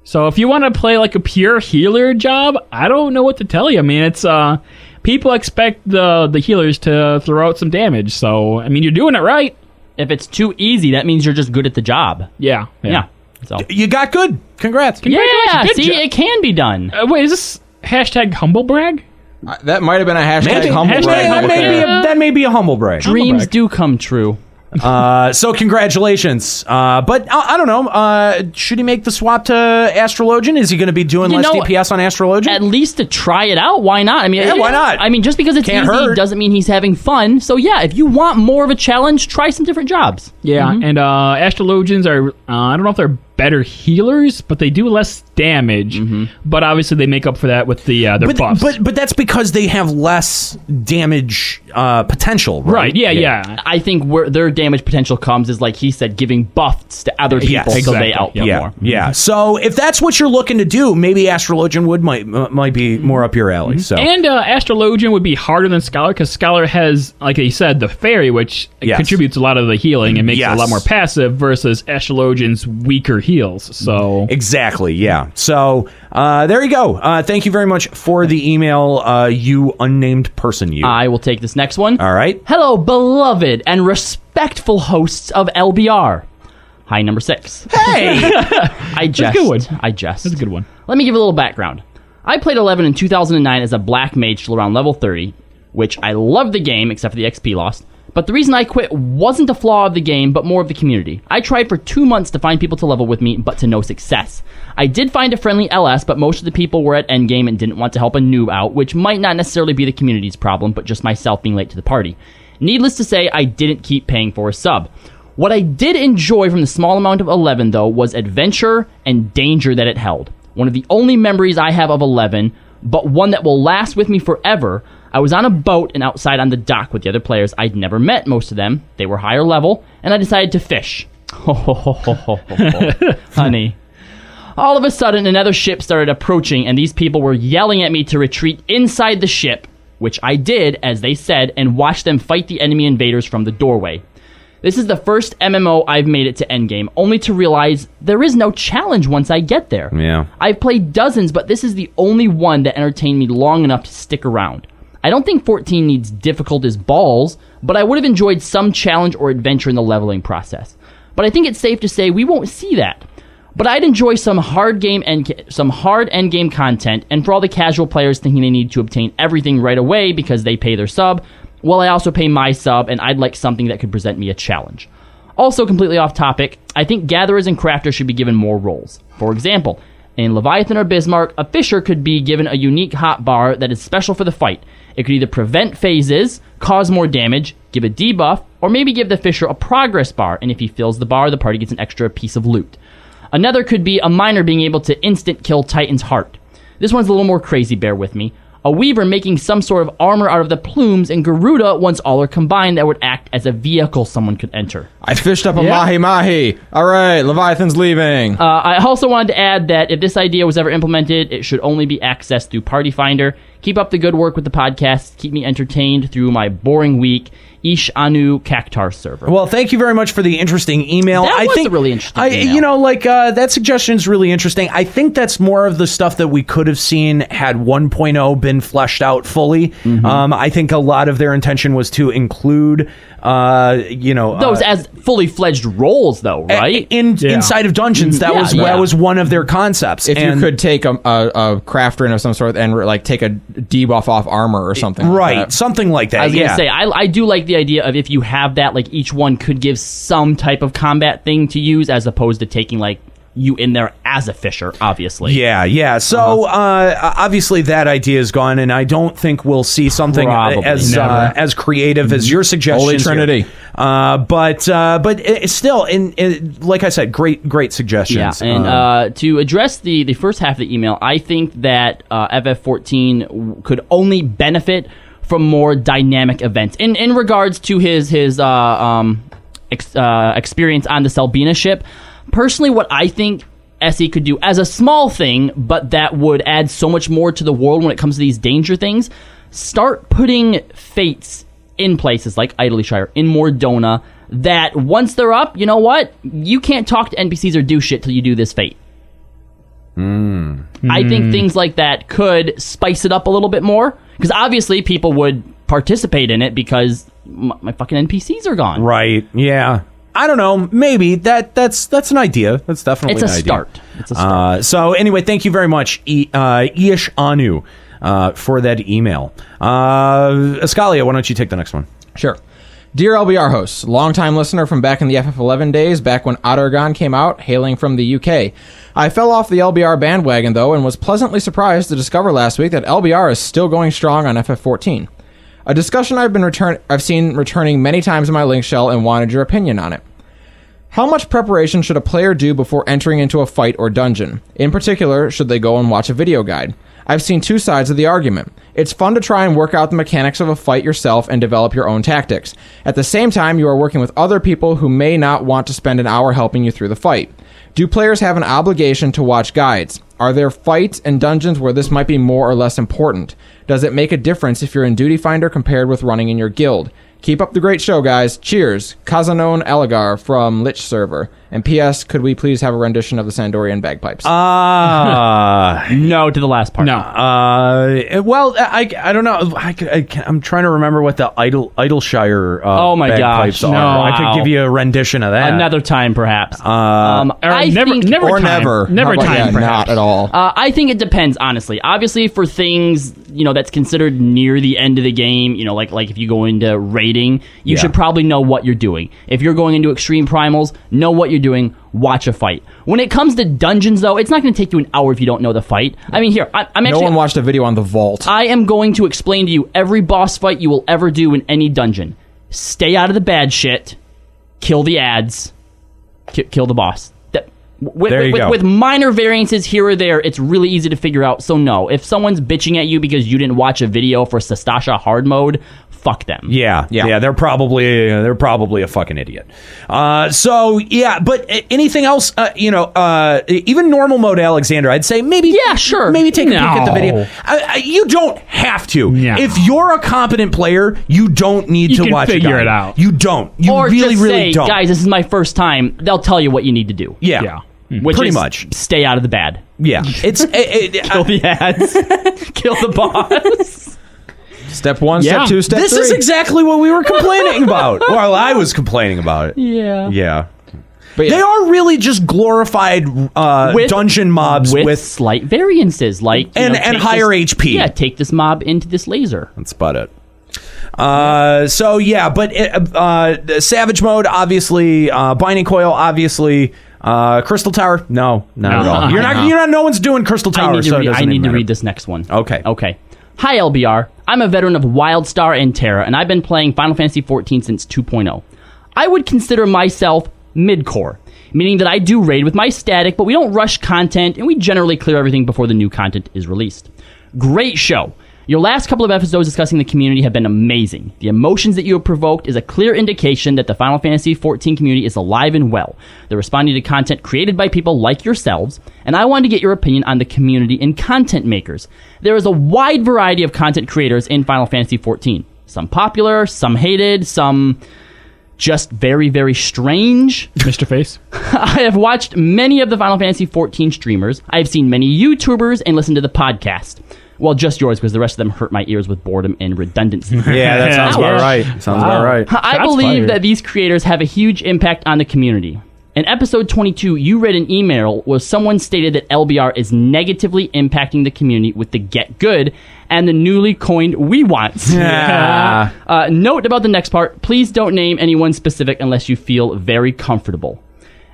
Speaker 9: So if you want to play like a pure healer job, I don't know what to tell you. I mean, it's uh, people expect the the healers to throw out some damage. So I mean, you're doing it right.
Speaker 1: If it's too easy, that means you're just good at the job.
Speaker 9: Yeah.
Speaker 1: Yeah. So
Speaker 7: you got good. Congrats.
Speaker 1: Yeah.
Speaker 9: Good
Speaker 1: See,
Speaker 9: job.
Speaker 1: it can be done.
Speaker 9: Uh, wait, is this hashtag humblebrag?
Speaker 8: Uh, That might have been a hashtag
Speaker 7: Maybe.
Speaker 8: humble
Speaker 7: Hashtag
Speaker 8: brag.
Speaker 7: humble That may be a- brag. that may be a humble brag.
Speaker 1: Dreams do come true.
Speaker 7: uh, so congratulations. Uh, but I, I don't know. Uh, should he make the swap to Astrologian? Is he going to be doing
Speaker 1: You
Speaker 7: less
Speaker 1: know,
Speaker 7: DPS on Astrologian?
Speaker 1: At least to try it out. Why not? I mean,
Speaker 7: Yeah, why not?
Speaker 1: I mean, just because it's
Speaker 7: Can't
Speaker 1: easy
Speaker 7: hurt.
Speaker 1: doesn't mean he's having fun. So yeah, if you want more of a challenge, try some different jobs.
Speaker 9: Yeah,
Speaker 7: Mm-hmm.
Speaker 1: Mhm.
Speaker 9: and uh, astrologians are, uh, I don't know if they're better healers, but they do less damage. But obviously, they make up for that with the uh, their
Speaker 7: Mm-hmm. but,
Speaker 9: buffs.
Speaker 7: but but that's because they have less damage uh, potential, right?
Speaker 1: I think where their damage potential comes is like he said, giving buffs to other people
Speaker 7: Yes.
Speaker 1: so they output
Speaker 7: yeah,
Speaker 1: more.
Speaker 7: Yeah. So if that's what you're looking to do, maybe Astrologian would might might be more up your
Speaker 1: Mm-hmm.
Speaker 7: alley. So
Speaker 9: And uh, astrologian would be harder than scholar because scholar has, like you said, the fairy, which
Speaker 7: Yes.
Speaker 9: contributes a lot of the healing and makes it
Speaker 7: Yes.
Speaker 9: a lot more passive versus astrologian's weaker heals. So
Speaker 7: Exactly. Yeah. So uh, there you go. Uh, thank you very much for the email, uh, you unnamed person. You.
Speaker 1: I will take this next one.
Speaker 7: All right.
Speaker 1: Hello, beloved and respectful hosts of LBR. Hi, number six. [LAUGHS]
Speaker 7: Hey!
Speaker 1: I
Speaker 9: That's a
Speaker 1: jest.
Speaker 9: good
Speaker 1: I jest. That's
Speaker 9: a good one.
Speaker 1: Let me give a little background. I played 11 in 2009 as a black mage till around level 30, which I loved the game except for the XP loss. But the reason I quit wasn't a flaw of the game, but more of the community. I tried for two months to find people to level with me, but to no success. I did find a friendly LS, but most of the people were at endgame and didn't want to help a noob out, which might not necessarily be the community's problem, but just myself being late to the party. Needless to say, I didn't keep paying for a sub. What I did enjoy from the small amount of 11, though, was adventure and danger that it held. One of the only memories I have of 11, but one that will last with me forever. I was on a boat and outside on the dock with the other players. I'd never met most of them, they were higher level, and I decided to fish. Ho ho ho ho ho ho. ho. [LAUGHS] Honey. All of a sudden, another ship started approaching, and these people were yelling at me to retreat inside the ship, which I did, as they said, and watched them fight the enemy invaders from the doorway. This is the first MMO I've made it to endgame, only to realize there is no challenge once I get there.
Speaker 7: Yeah.
Speaker 1: I've played dozens, but this is the only one that entertained me long enough to stick around. I don't think 14 needs difficult as balls, but I would have enjoyed some challenge or adventure in the leveling process. But I think it's safe to say we won't see that. But I'd enjoy some hard game and some hard end game content, and for all the casual players thinking they need to obtain everything right away because they pay their sub, well, I also pay my sub, and I'd like something that could present me a challenge. Also, completely off topic, I think gatherers and crafters should be given more roles. For example, in Leviathan or Bismarck, a fisher could be given a unique hot bar that is special for the fight. It could either prevent phases, cause more damage, give a debuff, or maybe give the fisher a progress bar, and if he fills the bar, the party gets an extra piece of loot. Another could be a miner being able to instant kill Titan's heart. This one's a little more crazy, bear with me. A weaver making some sort of armor out of the plumes and Garuda once all are combined that would act as a vehicle someone could enter.
Speaker 8: I fished up a
Speaker 1: Yeah.
Speaker 8: mahi mahi. All right, Leviathan's leaving.
Speaker 1: Uh, I also wanted to add that if this idea was ever implemented, it should only be accessed through Party Finder. Keep up the good work with the podcast. Keep me entertained through my boring week. Ish Anu Cactar server.
Speaker 7: Well, thank you very much for the interesting email.
Speaker 1: That
Speaker 7: I
Speaker 1: was
Speaker 7: think
Speaker 1: a really interesting
Speaker 7: I,
Speaker 1: email.
Speaker 7: You know, like uh, that suggestion is really interesting. I think that's more of the stuff that we could have seen had 1.0 been fleshed out fully.
Speaker 1: Mm-hmm.
Speaker 7: Um, I think a lot of their intention was to include, uh, you know,
Speaker 1: Those
Speaker 7: uh,
Speaker 1: as fully fledged roles, though, right?
Speaker 7: in inside of dungeons. That
Speaker 1: Yeah,
Speaker 7: was
Speaker 1: yeah.
Speaker 7: that was one of their concepts.
Speaker 8: if you
Speaker 7: and-
Speaker 8: could take a, a, a crafter in of some sort and like take a debuff off armor or something.
Speaker 7: Right, something like that.
Speaker 1: I was
Speaker 7: yeah.
Speaker 1: gonna say I, I do like the idea of if you have that, like each one could give some type of combat thing to use, as opposed to taking like you in there as a fisher, obviously.
Speaker 7: Yeah, yeah. So uh
Speaker 1: Uh-huh.
Speaker 7: obviously that idea is gone, and I don't think we'll see something
Speaker 1: Probably.
Speaker 7: as uh,
Speaker 1: Never.
Speaker 7: as creative as your suggestions.
Speaker 8: Holy
Speaker 7: here.
Speaker 8: Trinity.
Speaker 7: Uh, but uh, but it, it's still, in, in like I said, great great suggestions.
Speaker 1: Yeah, and uh, to address the the first half of the email, I think that uh, FF14 w- could only benefit from more dynamic events in in regards to his his uh, um, ex, uh, experience on the Selbina ship. Personally, what I think SE could do as a small thing, but that would add so much more to the world when it comes to these danger things. Start putting fates in places like Idleshire, in Mordona, that once they're up, you know what? You can't talk to NPCs or do shit till you do this fate.
Speaker 7: Hmm.
Speaker 1: I think things like that could spice it up a little bit more because obviously people would participate in it because m- my fucking NPCs are gone.
Speaker 7: Right. Yeah. I don't know. Maybe that that's that's an idea. That's definitely
Speaker 1: It's a
Speaker 7: an idea.
Speaker 1: start. It's a
Speaker 7: start. Uh, so anyway, thank you very much, I, uh, Ish Anu, uh, for that email. Uh, Escalia, why don't you take the next one?
Speaker 8: Sure. Dear LBR hosts, longtime listener from back in the FF11 days, back when Ottergon came out, hailing from the UK. I fell off the LBR bandwagon, though, and was pleasantly surprised to discover last week that LBR is still going strong on FF14. A discussion I've been return- I've seen returning many times in my link shell and wanted your opinion on it. How much preparation should a player do before entering into a fight or dungeon? In particular, should they go and watch a video guide? I've seen two sides of the argument. It's fun to try and work out the mechanics of a fight yourself and develop your own tactics. At the same time, you are working with other people who may not want to spend an hour helping you through the fight. Do players have an obligation to watch guides? Are there fights and dungeons where this might be more or less important? Does it make a difference if you're in Duty Finder compared with running in your guild? Keep up the great show, guys. Cheers. Kazanone Alagar from Lich Server. And P.S. Could we please have a rendition of the Sandorian bagpipes?
Speaker 7: Ah,
Speaker 1: no to the last part.
Speaker 7: [LAUGHS] No. Uh, well, I, I don't know. I, am trying to remember what the Idle Idleshire. Uh,
Speaker 1: Oh my
Speaker 7: bagpipes
Speaker 1: gosh,
Speaker 7: are.
Speaker 1: no.
Speaker 7: I could give you a rendition of that
Speaker 1: Another time, perhaps.
Speaker 7: Uh, um,
Speaker 1: or I never- think- never
Speaker 7: or
Speaker 1: time.
Speaker 7: never,
Speaker 1: Never
Speaker 7: How about
Speaker 1: time,
Speaker 7: that?
Speaker 1: perhaps.
Speaker 8: Not at all.
Speaker 1: Uh, I think it depends, honestly. Obviously, for things you know that's considered near the end of the game, you know, like like if you go into raiding, you
Speaker 7: Yeah.
Speaker 1: should probably know what you're doing. If you're going into extreme primals, know what you're doing. Watch a fight. When it comes to dungeons, though, it's not going to take you an hour if you don't know the fight. I mean, here I, I'm
Speaker 8: no
Speaker 1: actually
Speaker 8: one watched a video on the vault.
Speaker 1: I am going to explain to you every boss fight you will ever do in any dungeon. Stay out of the bad shit. Kill the ads. Ki- kill the boss. That, with,
Speaker 7: There you
Speaker 1: with,
Speaker 7: go.
Speaker 1: with minor variances here or there, it's really easy to figure out. So no, if someone's bitching at you because you didn't watch a video for Sestasha hard mode, fuck them.
Speaker 7: Yeah, yeah, They're probably they're probably a fucking idiot. Uh, so yeah, but a- anything else? Uh, you know, uh, even normal mode Alexander, I'd say maybe. Yeah, sure. Maybe take a peek at the
Speaker 2: No.
Speaker 7: video. I, I, you don't have to. If you're a competent player, you don't need
Speaker 1: You
Speaker 7: to
Speaker 1: can
Speaker 7: watch. a
Speaker 1: figure
Speaker 7: guide.
Speaker 1: it out.
Speaker 7: You don't. You
Speaker 1: or
Speaker 7: really,
Speaker 1: just
Speaker 7: really
Speaker 1: say,
Speaker 7: don't.
Speaker 1: guys, this is my first time. They'll tell you what you need to do.
Speaker 7: Yeah. Yeah.
Speaker 1: Which
Speaker 7: Pretty
Speaker 1: is
Speaker 7: much.
Speaker 1: Stay out of the bad.
Speaker 7: Yeah.
Speaker 1: [LAUGHS]
Speaker 7: It's it, kill
Speaker 1: the
Speaker 7: [LAUGHS]
Speaker 1: ads, kill the boss.
Speaker 8: Step one,
Speaker 1: Yeah.
Speaker 8: step two, step
Speaker 7: this
Speaker 8: three.
Speaker 7: is exactly what we were
Speaker 1: [LAUGHS]
Speaker 7: complaining about. Well, I was complaining about it.
Speaker 1: Yeah.
Speaker 7: Yeah. But They are really just glorified uh, dungeon mobs
Speaker 1: with,
Speaker 7: with,
Speaker 1: slight variances, like you
Speaker 7: And-
Speaker 1: know,
Speaker 7: and
Speaker 1: take
Speaker 7: higher
Speaker 1: this-
Speaker 7: HP.
Speaker 1: Yeah, take this mob into this laser.
Speaker 7: That's about it. Uh, so yeah, but it, uh, the Savage Mode, obviously, uh, Binding Coil, obviously, uh, Crystal Tower. No, not at all. You're not. You're not. No one's doing Crystal Tower.
Speaker 1: I need to,
Speaker 7: so it
Speaker 1: read,
Speaker 7: doesn't
Speaker 1: I need
Speaker 7: even
Speaker 1: to
Speaker 7: matter.
Speaker 1: read this next one.
Speaker 7: Okay.
Speaker 1: Okay. Hi LBR. I'm a veteran of WildStar and Terra, and I've been playing Final Fantasy XIV since 2.0. I would consider myself mid-core, meaning that I do raid with my static, but we don't rush content, and we generally clear everything before the new content is released. Great show. Your last couple of episodes discussing the community have been amazing. The emotions that you have provoked is a clear indication that the Final Fantasy XIV community is alive and well. They're responding to content created by people like yourselves, and I wanted to get your opinion on the community and content makers. There is a wide variety of content creators in Final Fantasy XIV. Some popular, some hated, some just very, very
Speaker 7: [LAUGHS]
Speaker 1: strange.
Speaker 9: Mr. Face?
Speaker 1: I have watched many of the Final Fantasy XIV streamers. I have seen many YouTubers and listened to the podcast. Well, just yours, because the rest of them hurt my ears with boredom and redundancy.
Speaker 7: [LAUGHS] Yeah, that sounds about
Speaker 1: Ouch.
Speaker 7: right. Sounds about Wow. right.
Speaker 1: I
Speaker 7: Shots
Speaker 1: believe
Speaker 7: fired.
Speaker 1: that these creators have a huge impact on the community. In episode 22, you read an email where someone stated that LBR is negatively impacting the community with the Get Good and the newly coined we wants. [LAUGHS]
Speaker 7: Yeah. [LAUGHS]
Speaker 1: Uh, note about the next part please don't name anyone specific unless you feel very comfortable.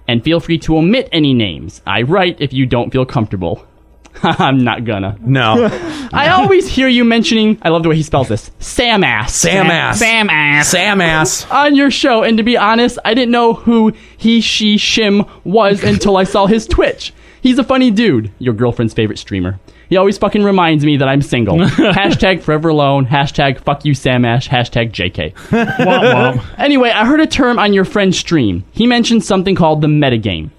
Speaker 1: And feel free to omit any names. I write if you don't feel comfortable. [LAUGHS] I'm not gonna.
Speaker 7: No.
Speaker 1: [LAUGHS] I always hear you mentioning, I love the way he spells this, Sam ass.
Speaker 7: Sam ass.
Speaker 1: Sam ass.
Speaker 7: Sam ass.
Speaker 1: On your show, and to be honest, I didn't know who he, she, shim was until I saw his Twitch. He's a funny dude, your girlfriend's favorite streamer. He always fucking reminds me that I'm single.
Speaker 7: [LAUGHS]
Speaker 1: hashtag forever alone. Hashtag fuck you, Sam Ash. Hashtag JK. [LAUGHS] Anyway, I heard a term on your friend's stream. He mentioned something called the metagame.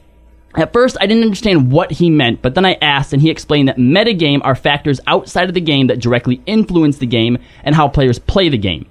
Speaker 1: At first, I didn't understand what he meant, but then I asked, and he explained that metagame are factors outside of the game that directly influence the game and how players play the game.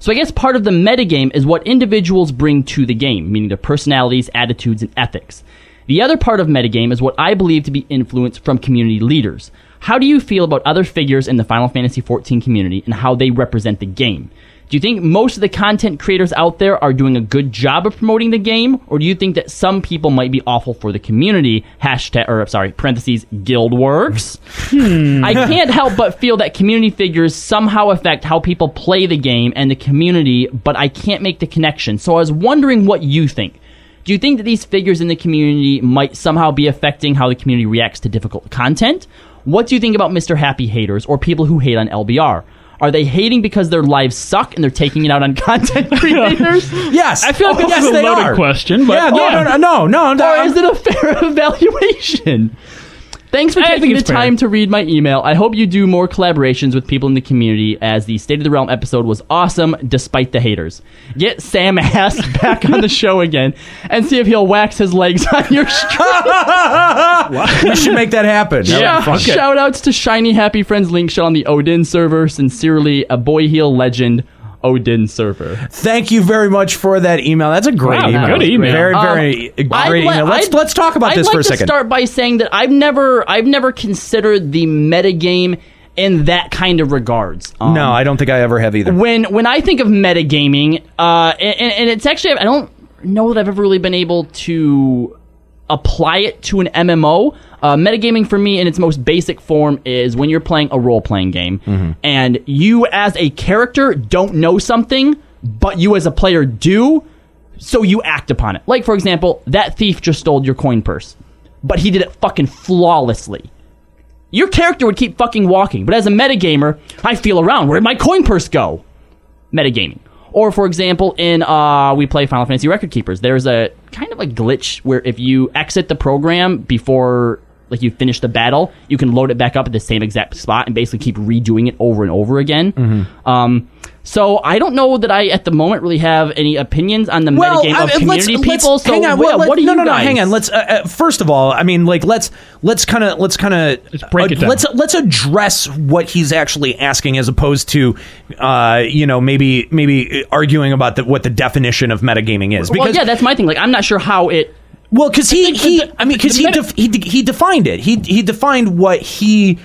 Speaker 1: So I guess part of the metagame is what individuals bring to the game, meaning their personalities, attitudes, and ethics. The other part of metagame is what I believe to be influence from community leaders. How do you feel about other figures in the Final Fantasy XIV community and how they represent the game? Do you think most of the content creators out there are doing a good job of promoting the game, or do you think that some people might be awful for the community? Hashtag or sorry, parentheses guild works.
Speaker 7: Mm.
Speaker 9: Hmm.
Speaker 7: [LAUGHS]
Speaker 1: I can't help but feel that community figures somehow affect how people play the game and the community, but I can't make the connection. So I was wondering what you think. Do you think that these figures in the community might somehow be affecting how the community reacts to difficult content? What do you think about Mr. Happy haters or people who hate on LBR? Are they hating because their lives suck and they're taking it out on [LAUGHS] content creators?
Speaker 7: [LAUGHS] yes. Oh,
Speaker 1: I feel like
Speaker 7: Yes,
Speaker 1: this is
Speaker 7: they
Speaker 1: a loaded
Speaker 7: are.
Speaker 1: question, but
Speaker 7: yeah, no,
Speaker 1: yeah.
Speaker 7: no, no, no, no.
Speaker 1: Or is it a fair [LAUGHS] evaluation? Thanks for
Speaker 7: I
Speaker 1: taking
Speaker 7: think
Speaker 1: the
Speaker 7: it's fair.
Speaker 1: time to read my email. I hope you do more collaborations with people in the community as the State of the Realm episode was awesome despite the haters. Get [LAUGHS] Sam Ass back on the show again and see if he'll wax his legs on your
Speaker 7: we should make that
Speaker 1: [LAUGHS]
Speaker 7: happen.
Speaker 1: yeah,
Speaker 7: Fuck it.
Speaker 1: shout outs to Shiny Happy Friends Link Shell on the Odin server. Sincerely, a boy heel legend, Odin server.
Speaker 7: Thank you very much for that email. That's a great
Speaker 1: Wow,
Speaker 7: email.
Speaker 1: good email.
Speaker 7: Very, very
Speaker 1: Um, I'd
Speaker 7: great
Speaker 1: li-
Speaker 7: email. Let's
Speaker 1: I'd-
Speaker 7: let's talk about
Speaker 1: I'd
Speaker 7: this
Speaker 1: like
Speaker 7: for a
Speaker 1: to
Speaker 7: second.
Speaker 1: Start by saying that I've never I've never considered the metagame in that kind of regards. Um,
Speaker 7: no, I don't think I ever have either.
Speaker 1: When when I think of metagaming, uh, and, and it's actually I don't know that I've ever really been able to apply it to an MMO. Uh, metagaming for me in its most basic form is when you're playing a role playing game
Speaker 7: Mm-hmm.
Speaker 1: and you as a character don't know something, but you as a player do, so you act upon it. Like, for example, that thief just stole your coin purse, but he did it fucking flawlessly. Your character would keep fucking walking, but as a metagamer, I feel around. Where'd my coin purse go? Metagaming. Or, for example, in uh, we play Final Fantasy Record Keepers, there's a kind of a glitch where if you exit the program before like you finish the battle, you can load it back up at the same exact spot and basically keep redoing it over and over again.
Speaker 7: Mm-hmm.
Speaker 1: Um, so I don't know that I at the moment really have any opinions on the metagame
Speaker 7: I
Speaker 1: of
Speaker 7: mean, let's-
Speaker 1: community
Speaker 7: let's-
Speaker 1: people. so
Speaker 7: hang on,
Speaker 1: yeah,
Speaker 7: well, let-
Speaker 1: what do
Speaker 7: no,
Speaker 1: you
Speaker 7: no, no,
Speaker 1: guys-
Speaker 7: hang on. Let's uh, uh, first of all, I mean, like let's let's kind of let's kind of let's
Speaker 9: break it down.
Speaker 7: Let's let's address what he's actually asking, as opposed to, uh, you know, maybe maybe arguing about the, what the definition of metagaming is.
Speaker 1: well,
Speaker 7: Because
Speaker 1: yeah, that's my thing. Like I'm not sure how it.
Speaker 7: Well, because he, he I mean, because he, def- he de- he defined it. He he defined what he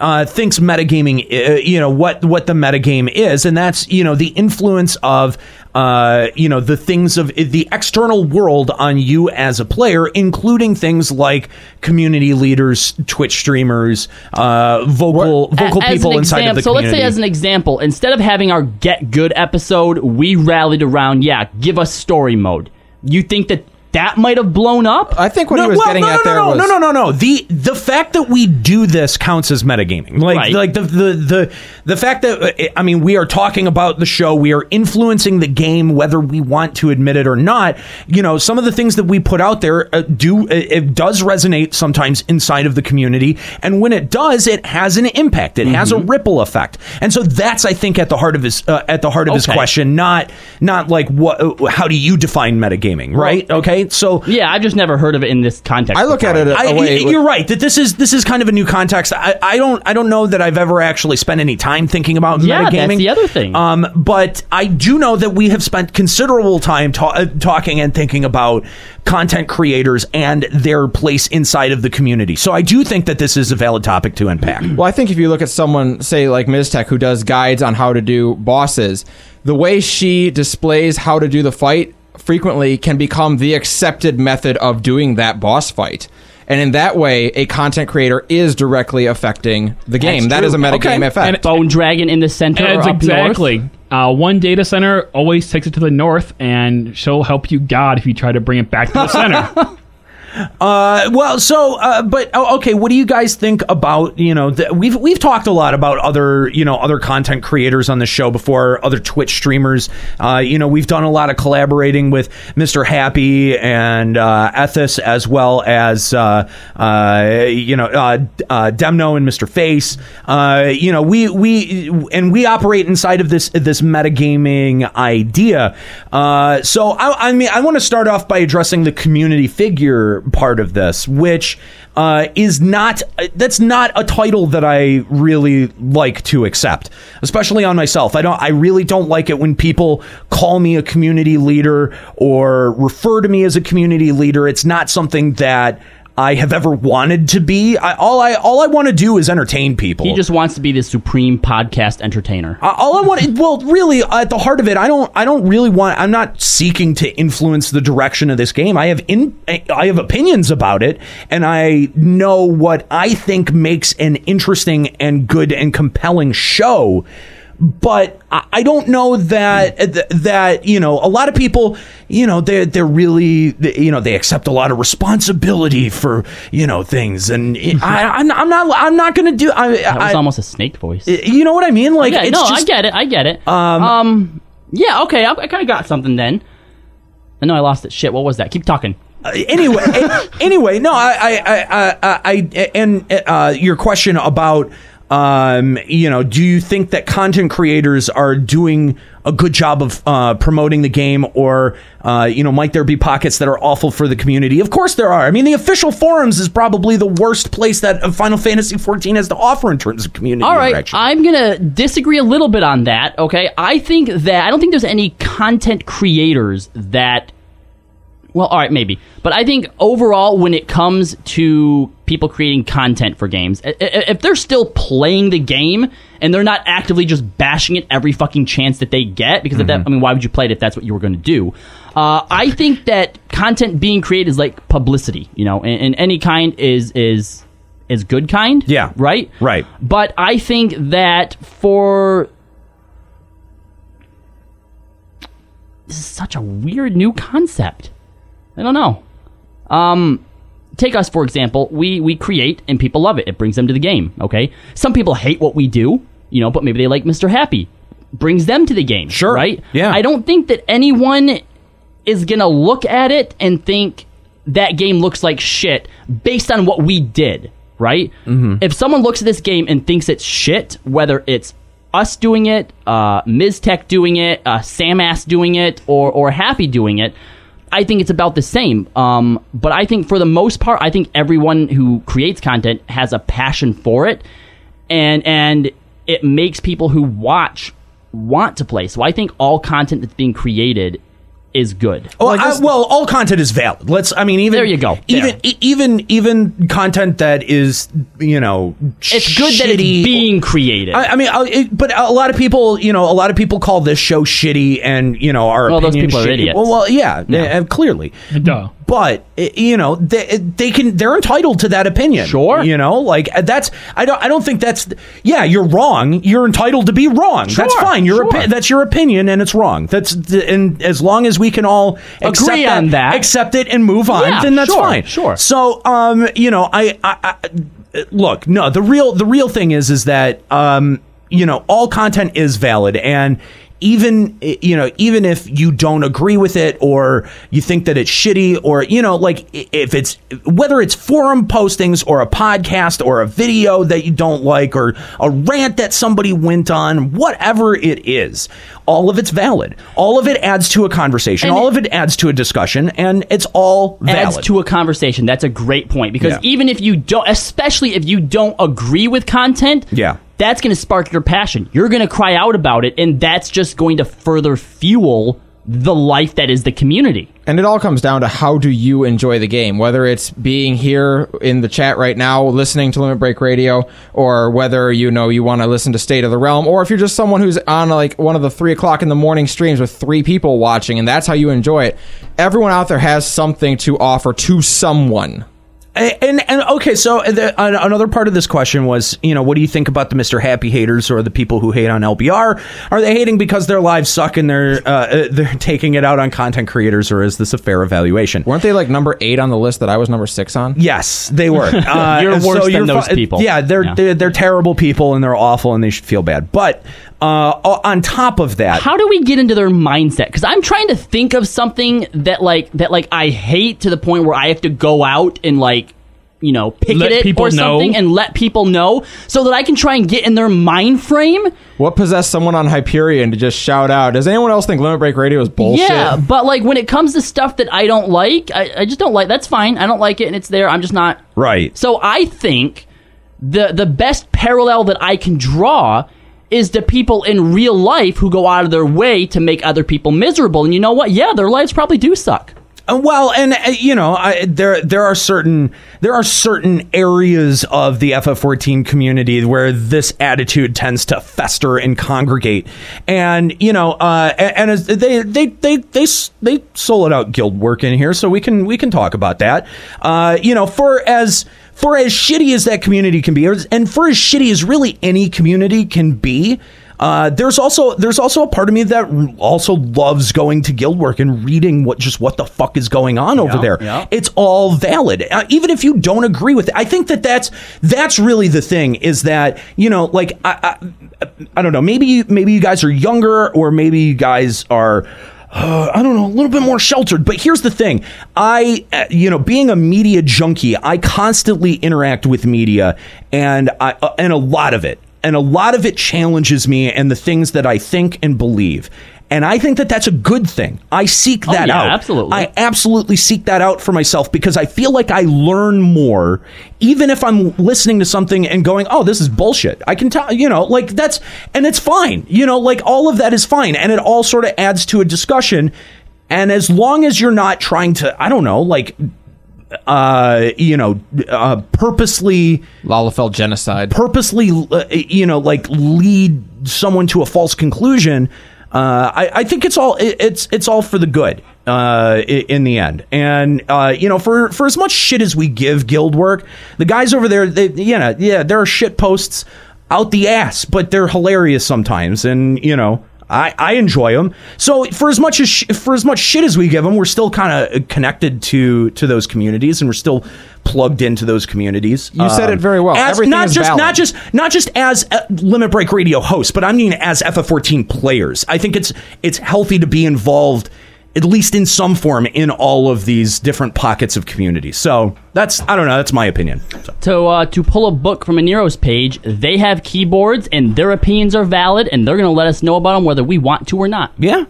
Speaker 7: uh, thinks metagaming. i- Uh, you know what what the metagame is, and that's you know the influence of uh, you know the things of the external world on you as a player, including things like community leaders, Twitch streamers, uh, vocal vocal
Speaker 1: as an
Speaker 7: people inside
Speaker 1: example-
Speaker 7: of the
Speaker 1: so
Speaker 7: community.
Speaker 1: let's say as an example, instead of having our get good episode, we rallied around, yeah, give us story mode. You think that that might have blown up? I
Speaker 8: think
Speaker 7: what he was getting at there was- no, no, no. The the fact that we do this counts as metagaming. Like
Speaker 1: Right.
Speaker 7: like the the the the fact that uh, I mean we are talking about the show, we are influencing the game whether we want to admit it or not. You know, some of the things that we put out there uh, do it, it does resonate sometimes inside of the community, and when it does, it has an impact. It has a ripple effect, and so that's I think at the heart of his uh, at the heart of his
Speaker 1: Okay.
Speaker 7: question. Not not like what uh, how do you define metagaming, right? okay, so
Speaker 1: yeah, I've just never heard of it in this context.
Speaker 8: I look at it uh, oh, a,
Speaker 7: I-
Speaker 8: a
Speaker 7: y-
Speaker 8: way.
Speaker 7: you're right that this is this is kind of a new context. I, I don't I don't know that I've ever actually spent any time thinking about
Speaker 1: Yeah,
Speaker 7: metagaming.
Speaker 1: that's the other thing.
Speaker 7: Um, but I do know that we have spent considerable time ta- uh, talking and thinking about content creators and their place inside of the community. So I do think that this is a valid topic to unpack.
Speaker 8: [CLEARS THROAT] Well, I think if you look at someone, say like Miztech, who does guides on how to do bosses, the way she displays how to do the fight frequently can become the accepted method of doing that boss fight. and in that way, a content creator is directly affecting the game. That is a metagame effect.
Speaker 1: Bone Dragon in the center.
Speaker 9: That's
Speaker 1: or up
Speaker 9: exactly.
Speaker 1: North.
Speaker 9: Uh, one data center always takes it to the north, and she'll help you God if you try to bring it back to
Speaker 1: [LAUGHS]
Speaker 9: the center.
Speaker 7: Uh, well, so, uh, but oh, okay. What do you guys think about you know? The, we've we've talked a lot about other you know other content creators on the show before, other Twitch streamers. Uh, you know, we've done a lot of collaborating with Mr. Happy and uh, Ethis, as well as uh, uh, you know uh, D- uh, Demno and Mr. Face. Uh, you know, we we and we operate inside of this this metagaming idea. Uh, so I, I mean, I want to start off by addressing the community figure part of this, which uh, is not that's not a title that I really like to accept, especially on myself. I don't. I really don't like it when people call me a community leader or refer to me as a community leader. It's not something that. I have ever wanted to be. I, all I all I want to do is entertain people.
Speaker 1: He just wants to be the supreme podcast entertainer.
Speaker 7: Uh, all I want, well, really, at the heart of it, I don't, I don't really want. I'm not seeking to influence the direction of this game. I have in, I have opinions about it, and I know what I think makes an interesting and good and compelling show. But I I don't know that that you know a lot of people you know they they're really they- you know they accept a lot of responsibility for you know things and it- I, I'm, I'm not I'm not gonna do I,
Speaker 1: That was
Speaker 7: I-
Speaker 1: almost a snake voice.
Speaker 7: you know what I mean? Like,
Speaker 1: yeah,
Speaker 7: it's
Speaker 1: no, I
Speaker 7: just-
Speaker 1: get it. I get it. Um, yeah, okay, I, I kind of got something then. I know I lost it. Shit, what was that? Keep talking.
Speaker 7: Uh,
Speaker 1: [LAUGHS]
Speaker 7: anyway, a- anyway, no, I, I, I, I, I and uh, your question about, um, you know, do you think that content creators are doing a good job of uh, promoting the game, or uh, you know, might there be pockets that are awful for the community? Of course, there are. I mean, the official forums is probably the worst place that uh, Final Fantasy XIV has to offer in terms of community.
Speaker 1: All right,
Speaker 7: interaction.
Speaker 1: I'm gonna disagree a little bit on that. Okay, I think that I don't think there's any content creators that. Well, all right, maybe, but I think overall, when it comes to people creating content for games, i- i- if they're still playing the game and they're not actively just bashing it every fucking chance that they get, because if that, I mean, why would you play it if that's what you were going to do? Uh, I think that content being created is like publicity, you know, and, and any kind is is is good kind. Yeah. Right?
Speaker 7: Right.
Speaker 1: But I think that for this is such a weird new concept. I don't know. Um take us for example, we we create and people love it. It brings them to the game, okay? Some people hate what we do, you know, but maybe they like Mr. Happy. Brings them to the game. Sure. Right? Yeah. I don't think that anyone is gonna look at it and think that game looks like shit based on what we did, right?
Speaker 7: Mm-hmm.
Speaker 1: If someone looks at this game and thinks it's shit, whether it's us doing it, uh, Ms. Tech doing it, uh, Sam Ass doing it, or or Happy doing it, I think it's about the same. Um, but I think for the most part, I think everyone who creates content has a passion for it, and and it makes people who watch want to play. So I think all content that's being created is good.
Speaker 7: Well, I- well, all content is valid. Let's. I mean, even there you go. Even e- even even content that is you know
Speaker 1: It's good that it's
Speaker 7: shitty-
Speaker 1: being created.
Speaker 7: I, I mean, I, it, but a lot of people, you know, a lot of people call this show shitty, and you know, our
Speaker 1: Well, those
Speaker 7: opinion
Speaker 1: people are
Speaker 7: shitty.
Speaker 1: idiots.
Speaker 7: Well, well, yeah,
Speaker 1: No.
Speaker 7: eh, eh, clearly, But eh, you know, they, they can they're entitled to that opinion. Sure, you know, like eh, that's I don't I don't think that's yeah you're wrong. You're entitled to be wrong. that's
Speaker 1: Sure,
Speaker 7: fine. Your
Speaker 1: sure.
Speaker 7: opi- that's your opinion, and it's wrong. That's th- and as long as we can all accept
Speaker 1: Agree on that.
Speaker 7: accept it, and move on,
Speaker 1: Yeah,
Speaker 7: then that's
Speaker 1: sure,
Speaker 7: fine. Sure. So, um, you know, I, I, I look. No, the real the real thing is is that um, you know, all content is valid and. Even eh, you know, even if you don't agree with it, or you think that it's shitty, or you know, like i- if it's whether it's forum postings or a podcast or a video that you don't like or a rant that somebody went on, whatever it is, all of it's valid. All of it adds to a conversation. all of it adds to a discussion, and it's all valid.
Speaker 1: adds to a conversation. That's a great point because even if you don't, especially if you don't agree with content,
Speaker 7: Yeah.
Speaker 1: that's going to spark your passion. You're going to cry out about it, and that's just going to further fuel the life that is the community.
Speaker 8: And it all comes down to how do you enjoy the game, whether it's being here in the chat right now, listening to Limit Break Radio, or whether you know you want to listen to State of the Realm, or if you're just someone who's on like one of the three o'clock in the morning streams with three people watching, and that's how you enjoy it. Everyone out there has something to offer to someone.
Speaker 7: A- And, and okay, so uh, the, an- another part of this question was, you know, what do you think about the Mr. Happy haters or the people who hate on LBR? Are they hating because their lives suck and they're uh, uh, they're [LAUGHS] taking it out on content creators, or is this a fair evaluation?
Speaker 8: Weren't they like number eight on the list that I was number six on?
Speaker 7: Yes,
Speaker 8: [LAUGHS]
Speaker 7: they were. [LAUGHS] Uh,
Speaker 8: You're
Speaker 7: so
Speaker 8: worse than
Speaker 7: fi-
Speaker 8: those people.
Speaker 7: Yeah, they're,
Speaker 8: Yeah.
Speaker 7: they're they're terrible people and they're awful and they should feel bad. But uh, o- on top of that,
Speaker 1: How do we get into their mindset? Because I'm trying to think of something that like that like I hate to the point where I have to go out and like you know picket
Speaker 9: Let
Speaker 1: it
Speaker 9: people
Speaker 1: or something
Speaker 9: know.
Speaker 1: and let people know so that I can try and get in their mind frame.
Speaker 8: What possessed someone on Hyperion to just shout out? Does anyone else think Limit Break Radio is bullshit?
Speaker 1: Yeah, but like when it comes to stuff that I don't like, I, I just don't like. That's fine. I don't like it, and it's there. I'm just not
Speaker 7: right.
Speaker 1: So I think the the best parallel that I can draw is to people in real life who go out of their way to make other people miserable. And you know what? Yeah, their lives probably do suck.
Speaker 7: Uh, Well, and uh, you know, I, there there are certain there are certain areas of the FF14 community where this attitude tends to fester and congregate, and you know, uh, a- and, as they they they they s- they sold out guild work in here, so we can we can talk about that. Uh, you know, for as for as shitty as that community can be, or as- and for as shitty as really any community can be, uh, there's also there's also a part of me that r- also loves going to guild work and reading what just what the fuck is going on over there.
Speaker 2: yeah.
Speaker 7: It's all valid, uh, even if you don't agree with it. I think that that's that's really the thing is that you know like I I, I don't know maybe you, maybe you guys are younger or maybe you guys are. uh, I don't know, a little bit more sheltered, but here's the thing. I, uh, you know, being a media junkie, I constantly interact with media and I, uh, and a lot of it and a lot of it challenges me and the things that I think and believe. And I think that that's a good thing. I seek that
Speaker 1: Oh, yeah,
Speaker 7: out.
Speaker 1: absolutely.
Speaker 7: I absolutely seek that out for myself because I feel like I learn more, even if I'm listening to something and going, "Oh, this is bullshit." I can tell, you know, like that's and it's fine. You know, like all of that is fine, and it all sort of adds to a discussion. And as long as you're not trying to, I don't know, like uh, you know, uh, purposely
Speaker 8: Lalafell genocide,
Speaker 7: purposely, uh, you know, like lead someone to a false conclusion. Uh, I, I think it's all it, it's it's all for the good uh, i- in the end, and uh, you know, for for as much shit as we give guild work, the guys over there, they, you know, yeah, there are shit posts out the ass, but they're hilarious sometimes, and you know. I, I enjoy them. So for as much as sh- for as much shit as we give them, we're still kind of connected to to those communities, and we're still plugged into those communities. Um,
Speaker 8: You said it very well.
Speaker 7: As,
Speaker 8: Everything
Speaker 7: not
Speaker 8: is
Speaker 7: just
Speaker 8: valid.
Speaker 7: not just not just as uh, Limit Break Radio hosts, but I mean as FF14 players. I think it's it's healthy to be involved at least in some form in all of these different pockets of community. So that's I don't know. That's my opinion.
Speaker 1: To uh, to pull a book from a Nero's page, they have keyboards and their opinions are valid, and they're going to let us know about them whether we want to or not.
Speaker 7: Yeah,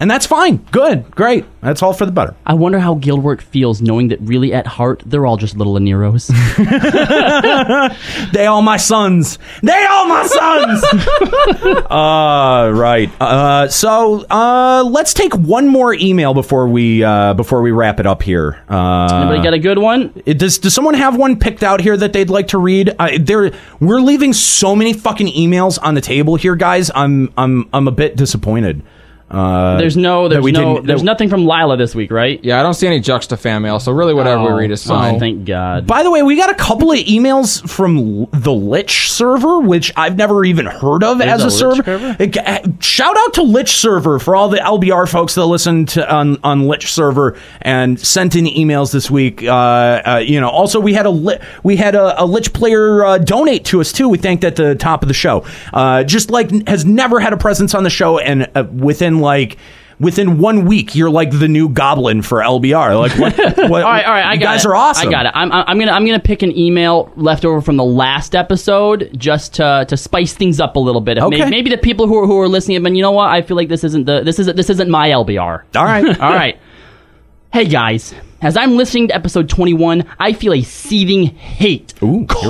Speaker 7: and that's fine. Good, great. That's all for the better.
Speaker 1: I wonder how Guildwork feels knowing that really at heart they're all just little Neros.
Speaker 7: [LAUGHS] they all my sons. They all my sons.
Speaker 1: [LAUGHS]
Speaker 7: uh, right. Uh, so uh, let's take one more email before we uh, before we wrap it up here. Uh,
Speaker 1: Anybody got a good one?
Speaker 7: It- does does someone have one picked out here that they'd like to read? I, there, we're leaving so many fucking emails on the table here, guys. I'm I'm I'm a bit disappointed. Uh,
Speaker 1: there's no,
Speaker 7: that
Speaker 1: there's
Speaker 7: we
Speaker 1: no,
Speaker 7: didn't- that
Speaker 1: there's
Speaker 7: we-
Speaker 1: nothing from Lila this week, right?
Speaker 8: Yeah, I don't see any Juxta fan mail, so really whatever we read is fine.
Speaker 1: Oh, thank God.
Speaker 7: By the way, we got a couple of emails from L- the Lich server, which I've never even heard of
Speaker 1: There's
Speaker 7: as a,
Speaker 1: a Lich
Speaker 7: server. It- uh, Shout out to Lich server for all the LBR folks that listen to on, on Lich server and sent in emails this week. Uh, uh, you know, also we had a Li- we had a, a Lich player uh, donate to us too. We thanked at the top of the show. Uh, just like n- has never had a presence on the show, and uh, within like. Within one week, you're like the new goblin for LBR. Like, what? [LAUGHS] what
Speaker 1: all right, all right. I
Speaker 7: you
Speaker 1: got
Speaker 7: guys
Speaker 1: it.
Speaker 7: are awesome.
Speaker 1: I got it. I'm, I'm I'm gonna I'm gonna pick an email left over from the last episode just to to spice things up a little bit. If may-
Speaker 9: Okay.
Speaker 1: Maybe, the people who are, who are listening have been. You know what? I feel like this isn't the this isn't this isn't my LBR.
Speaker 7: All right.
Speaker 1: [LAUGHS] all right. Hey guys, as I'm listening to episode 21, I feel a seething hate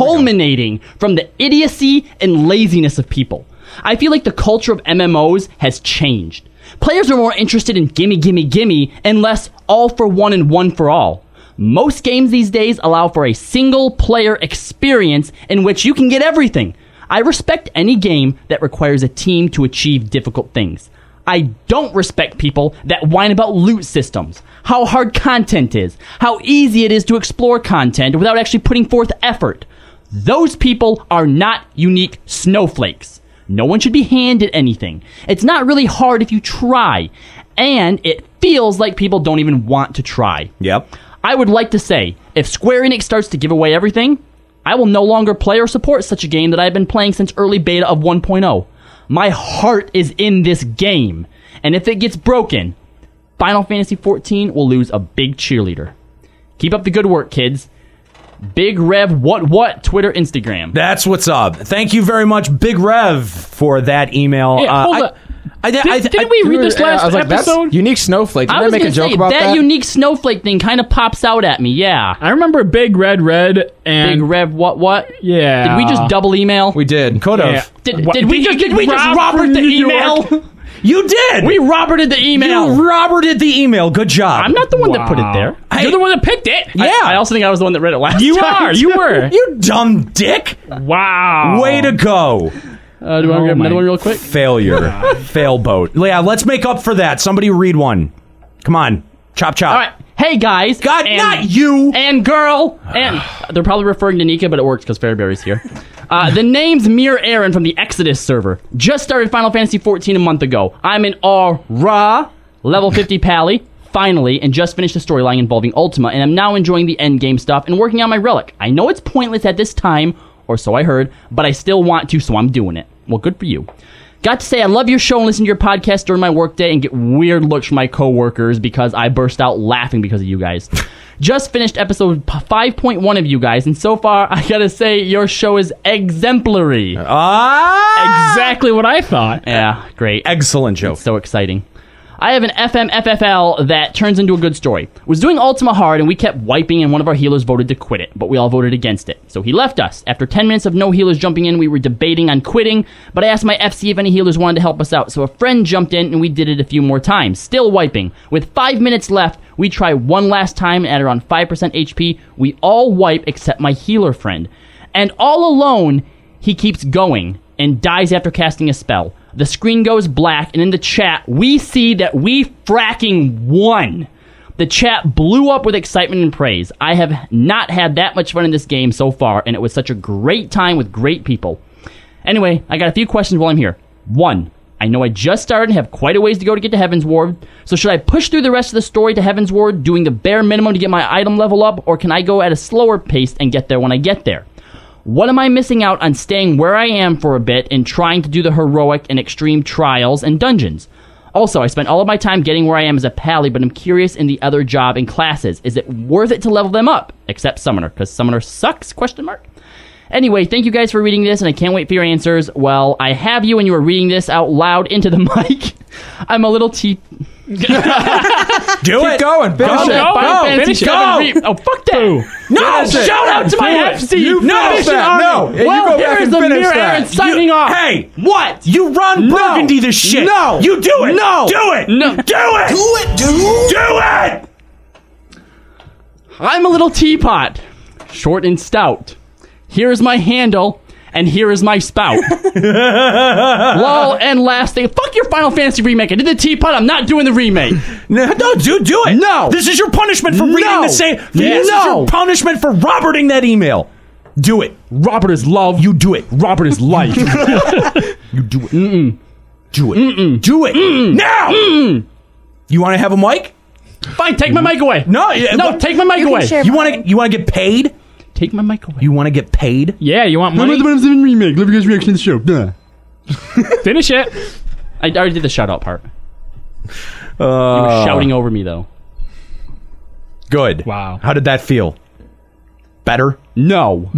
Speaker 1: culminating from the idiocy and laziness of people. I feel like the culture of MMOs has changed. Players are more interested in gimme, gimme, gimme, and less all for one and one for all. Most games these days allow for a single player experience in which you can get everything. I respect any game that requires a team to achieve difficult things. I don't respect people that whine about loot systems, how hard content is, how easy it is to explore content without actually putting forth effort. Those people are not unique snowflakes. No one should be handed anything. It's not really hard if you try, and it feels like people don't even want to try.
Speaker 7: Yep.
Speaker 1: I would like to say if Square Enix starts to give away everything, I will no longer play or support such a game that I've been playing since early beta of oh. 1.0. My heart is in this game, and if it gets broken, Final Fantasy XIV will lose a big cheerleader. Keep up the good work, kids. Big Rev What What Twitter, Instagram.
Speaker 7: That's what's up. Thank you very much, Big Rev, for that email. Uh,
Speaker 1: Hey, hold
Speaker 7: I-
Speaker 1: up.
Speaker 7: I, uh,
Speaker 1: Did- didn't we read this last episode?
Speaker 8: Unique Snowflake. Didn't I,
Speaker 1: was
Speaker 8: make a
Speaker 1: gonna
Speaker 8: joke
Speaker 1: say,
Speaker 8: about that?
Speaker 1: unique snowflake thing kind of pops out at me. Yeah,
Speaker 9: I remember Big Red Red and
Speaker 1: Big Rev. What? What?
Speaker 9: Yeah.
Speaker 1: Did we just double email? We
Speaker 7: did. Could
Speaker 9: Yeah.
Speaker 1: Did,
Speaker 9: What-
Speaker 1: did we
Speaker 9: did
Speaker 1: just
Speaker 9: you
Speaker 1: did we just
Speaker 9: rob
Speaker 1: Robert
Speaker 9: from
Speaker 1: the
Speaker 9: New
Speaker 1: email?
Speaker 9: York?
Speaker 7: You did.
Speaker 1: We Roberted the email.
Speaker 7: You Roberted the email. Good job. I'm
Speaker 1: not the one that put it there. You're the one that picked it. Yeah. I, I also think I was the one that read it last.
Speaker 7: [LAUGHS] You
Speaker 1: time,
Speaker 7: are.
Speaker 1: too.
Speaker 7: You
Speaker 1: [LAUGHS]
Speaker 7: were. You dumb dick.
Speaker 9: Wow.
Speaker 7: Way to go. Oh
Speaker 1: Uh, do you want to grab another one real quick?
Speaker 7: Failure. Fail boat. Yeah, let's make up for that. Somebody read one. Come on. Chop chop. All right.
Speaker 1: Hey guys.
Speaker 7: God, not you.
Speaker 1: And girl.
Speaker 7: [SIGHS]
Speaker 1: And they're probably referring to Nika, but it works because Fairberry's here. Uh, the name's Mere Aaron from the Exodus server. Just started Final Fantasy 14 a month ago. I'm in awe. Raw. Level
Speaker 7: [LAUGHS]
Speaker 1: 50 Pally. Finally, and just finished the storyline involving Ultima, and I'm now enjoying the endgame stuff and working on my relic. I know it's pointless at this time, or so I heard, but I still want to, so I'm doing it. Well, good for you. Got to say, I love your show and listen to your podcast during my workday and get weird looks from my coworkers because I burst out laughing because of you guys. [LAUGHS] Just finished episode p- 5.1 of you guys, and so far, [LAUGHS] I gotta say, your show is exemplary.
Speaker 7: Ah!
Speaker 1: Exactly what I thought. Yeah, great.
Speaker 7: Excellent joke.
Speaker 1: so exciting. I have an FM FFL that turns into a good story. Was doing Ultima hard and we kept wiping and one of our healers voted to quit it, but we all voted against it. So he left us. After 10 minutes of no healers jumping in, we were debating on quitting, but I asked my FC if any healers wanted to help us out. So a friend jumped in and we did it a few more times, still wiping. With 5 minutes left, we try one last time and at around 5% HP, we all wipe except my healer friend. And all alone, he keeps going and dies after casting a spell. The screen goes black, and in the chat, we see that we fracking won. The chat blew up with excitement and praise. I have not had that much fun in this game so far, and it was such a great time with great people. Anyway, I got a few questions while I'm here. One, I know I just started and have quite a ways to go to get to Heaven's Ward, so should I push through the rest of the story to Heaven's Ward, doing the bare minimum to get my item level up, or can I go at a slower pace and get there when I get there? What am I missing out on staying where I am for a bit and trying to do the heroic and extreme trials and dungeons? Also, I spent all of my time getting where I am as a pally, but I'm curious in the other job and classes. Is it worth it to level them up? Except summoner, because summoner sucks? Question mark. Anyway, thank you guys for reading this, and I can't wait for your answers. Well, I have you, and you are reading this out loud into the [LAUGHS] mic. I'm a little te-
Speaker 7: [LAUGHS] Do
Speaker 8: Keep going. Finish
Speaker 1: Go,
Speaker 8: it.
Speaker 1: go, Final
Speaker 8: Go.
Speaker 1: Fantasy
Speaker 8: Go.
Speaker 1: VII re- oh fuck that!
Speaker 7: No,
Speaker 1: Finish it.
Speaker 7: shout out to my
Speaker 1: Do it.
Speaker 7: FC.
Speaker 1: You
Speaker 7: no,
Speaker 1: finish it,
Speaker 7: no.
Speaker 1: Arnie. Well,
Speaker 7: you go
Speaker 1: here
Speaker 7: back
Speaker 1: is
Speaker 7: and
Speaker 1: the
Speaker 7: finish
Speaker 1: Mirror
Speaker 7: that.
Speaker 1: Aaron signing
Speaker 7: You-
Speaker 1: off.
Speaker 7: Hey,
Speaker 1: what?
Speaker 7: You run
Speaker 1: No.
Speaker 7: Burgundy this shit.
Speaker 1: No.
Speaker 7: you do it.
Speaker 1: No.
Speaker 7: do it.
Speaker 1: No.
Speaker 7: do it.
Speaker 1: Do
Speaker 7: it, dude. Do it.
Speaker 1: I'm a little teapot, short and stout. Here is my handle, and here is my
Speaker 7: [LAUGHS]
Speaker 1: spout. Lol and last thing. Fuck your Final Fantasy remake. I did the teapot. I'm not doing the remake.
Speaker 7: No, no, dude, do it.
Speaker 1: No.
Speaker 7: This is your punishment for reading
Speaker 1: No.
Speaker 7: the same.
Speaker 1: Yeah.
Speaker 7: This is
Speaker 1: No.
Speaker 7: your punishment for Roberting that email. Do it.
Speaker 1: Robert is love.
Speaker 7: You do it. Robert is [LAUGHS] life. you do it. Do it. Do it now. You want to have a mic?
Speaker 1: Fine, take my mic away.
Speaker 7: No, yeah,
Speaker 1: No,
Speaker 7: but-
Speaker 1: take my mic You can away. share
Speaker 7: You want to? You want to get paid?
Speaker 1: Take my mic away.
Speaker 7: You want to get paid?
Speaker 9: Yeah, you want money?
Speaker 1: remake. Let me guys' reaction to the show. Finish it. I already did the shout out part.
Speaker 7: Uh,
Speaker 1: you were shouting over me though.
Speaker 7: Good. Wow. How did that feel? Better? [LAUGHS]
Speaker 1: No.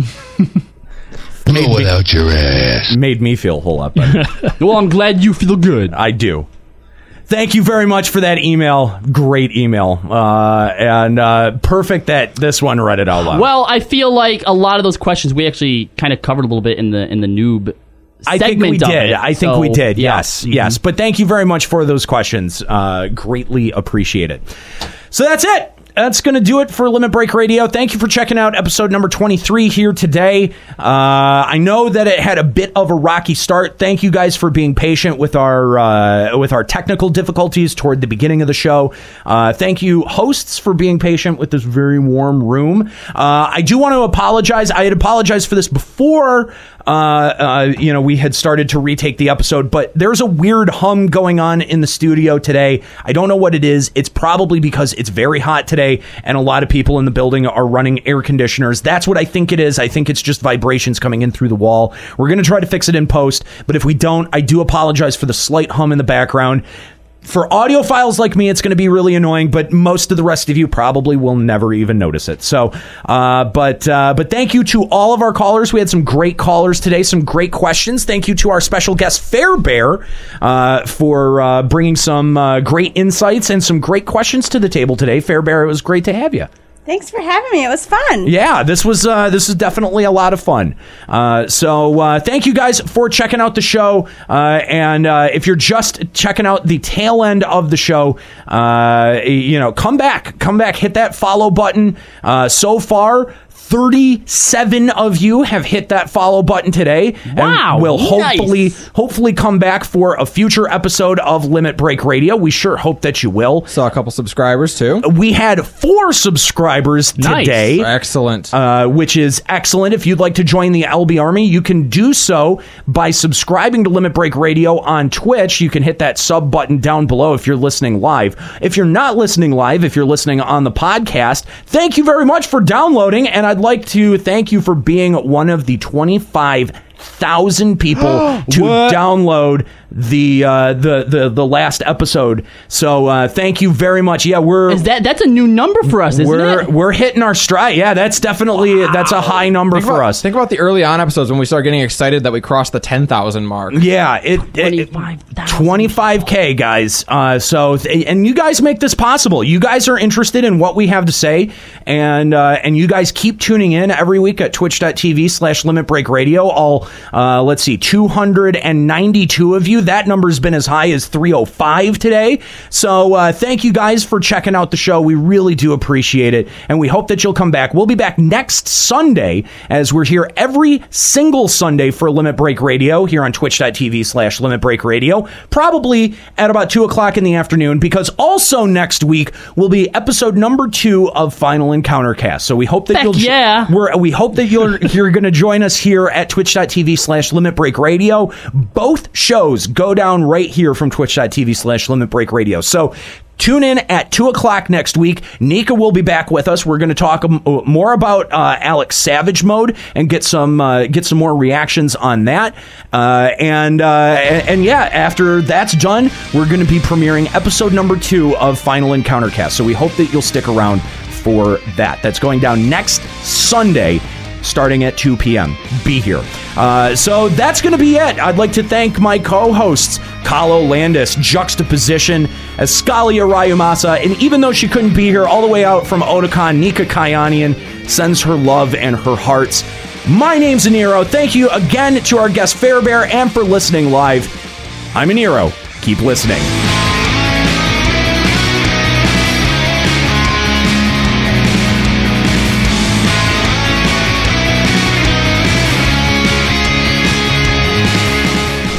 Speaker 7: Blow it out your ass. Made me feel a whole lot better.
Speaker 1: [LAUGHS] well, I'm glad you feel good.
Speaker 7: I do. Thank you very much for that email. Great email. Uh, and uh, perfect that this one read it out loud.
Speaker 1: Well, I feel like a lot of those questions we actually kind of covered a little bit in the in the noob.
Speaker 7: I think we
Speaker 1: segment of
Speaker 7: did.
Speaker 1: it,
Speaker 7: I think
Speaker 1: so,
Speaker 7: we did.
Speaker 1: yeah. mm-hmm.
Speaker 7: Yes. Yes. But thank you very much for those questions. Uh, greatly appreciate it. So that's it. that's going to do it for Limit Break Radio. Thank you for checking out episode number 23 here today. Uh, I know that it had a bit of a rocky start. Thank you guys for being patient with our uh, with our technical difficulties toward the beginning of the show. Uh, thank you, hosts, for being patient with this very warm room. Uh, I do want to apologize. I had apologized for this before uh, uh, you know, we had started to retake the episode, but there's a weird hum going on in the studio today. I don't know what it is. It's probably because it's very hot today and a lot of people in the building are running air conditioners. That's what I think it is. I think it's just vibrations coming in through the wall. We're going to try to fix it in post, but if we don't, I do apologize for the slight hum in the background. For audiophiles like me, it's going to be really annoying, but most of the rest of you probably will never even notice it. So, uh, but uh, but thank you to all of our callers. We had some great callers today, some great questions. Thank you to our special guest Fairbear uh, for uh, bringing some uh, great insights and some great questions to the table today. Fairbear, it was great to have you.
Speaker 10: Thanks for having me. It was fun.
Speaker 7: Yeah, this was uh, this is definitely a lot of fun. Uh, so uh, thank you guys for checking out the show. Uh, and uh, if you're just checking out the tail end of the show, uh, you know, come back, come back, hit that follow button. Uh, so far. 37 of you have hit that follow button today
Speaker 1: Wow,
Speaker 7: and will
Speaker 1: nice.
Speaker 7: hopefully hopefully come back for a future episode of Limit Break Radio. We sure hope that you will.
Speaker 8: Saw a couple subscribers too.
Speaker 7: We had four subscribers
Speaker 8: Nice.
Speaker 7: today. Excellent. Uh, which is excellent. If you'd like to join the LB Army, you can do so by subscribing to Limit Break Radio on Twitch. You can hit that sub button down below if you're listening live. If you're not listening live, if you're listening on the podcast, thank you very much for downloading. And I'd like to thank you for being one of the 25 thousand people to download the uh the the the last episode so uh thank you very much yeah we're is
Speaker 1: that that's a new number for us isn't
Speaker 7: we're
Speaker 1: it?
Speaker 7: we're hitting our stride yeah that's definitely that's a high number for us
Speaker 8: Think about the early on episodes when we started getting excited that we crossed the 10,000 mark.
Speaker 7: Yeah, it, it- 25k guys. Uh, so th- and you guys make this possible. You guys are interested in what we have to say, and uh, and you guys keep tuning in every week at Twitch.tv/slash Limit Break Radio. All uh, let's see, 292 of you. That number's been as high as 305 today. So uh, thank you guys for checking out the show. We really do appreciate it, and we hope that you'll come back. We'll be back next Sunday as we're here every single Sunday for Limit Break Radio here on twitch.tv slash Limit Break Radio, probably at about 2 o'clock in the afternoon, because also next week will be episode number two of Final Encounter Cast. So we hope that
Speaker 1: Heck
Speaker 7: you'll
Speaker 1: yeah.
Speaker 7: we're, we hope that you're [LAUGHS] you're going to join us here at twitch.tv slash limit break radio. Both shows go down right here from twitch.tv slash limit break radio. So tune in at 2 o'clock next week. Nika will be back with us. We're going to talk um, uh, more about uh, Alex Savage mode and get some uh, get some more reactions on that. Uh, and, uh, and, and yeah, after that's done, we're going to be premiering episode number two of Final Encounter Cast. So we hope that you'll stick around for that. That's going down next Sunday, starting at 2 p.m. Be here. Uh, so that's going to be it. I'd like to thank my co hosts, Kalo Landis, Juxtaposition, Escalia Rayumasa, and even though she couldn't be here, all the way out from Otakon, Nika Kayanian sends her love and her hearts. My name's Aniro. Thank you again to our guest Fairbear and for listening live. I'm Aniro. Keep listening.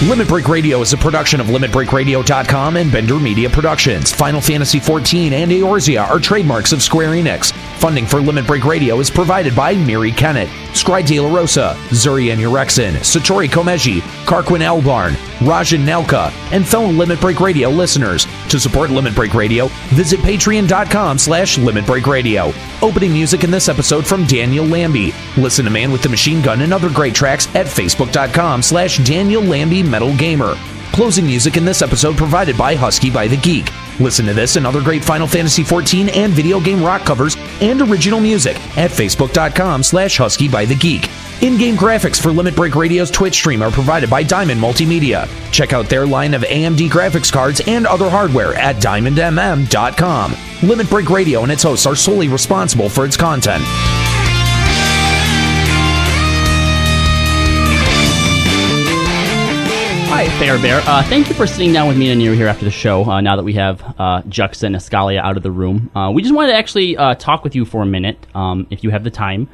Speaker 7: Limit Break Radio is a production of LimitBreakRadio.com and Bender Media Productions. Final Fantasy XIV and Eorzea are trademarks of Square Enix. Funding for Limit Break Radio is provided by Miri Kennett, Scry De La Rosa, Zurian Urexin, Satori Komeji, Karquin Elbarn, Rajan Nelka, and fellow Limit Break Radio listeners. To support Limit Break Radio, visit patreon.com slash Limit Break Radio. Opening music in this episode from Daniel Lambie. Listen to Man with the Machine Gun and other great tracks at facebook.com slash Daniel Lambie Metal Gamer. Closing music in this episode provided by Husky by the Geek. Listen to this and other great Final Fantasy XIV and video game rock covers and original music at facebook.com slash Husky by the Geek. In-game graphics for Limit Break Radio's Twitch stream are provided by Diamond Multimedia. Check out their line of AMD graphics cards and other hardware at diamondmm.com. Limit Break Radio and its hosts are solely responsible for its content. Hi,
Speaker 1: right, Fair Bear. Uh, thank you for sitting down with me and Anir here after the show. Uh, now that we have uh, Juxa and Escalia out of the room, uh, we just wanted to actually uh, talk with you for a minute, um, if you have the time.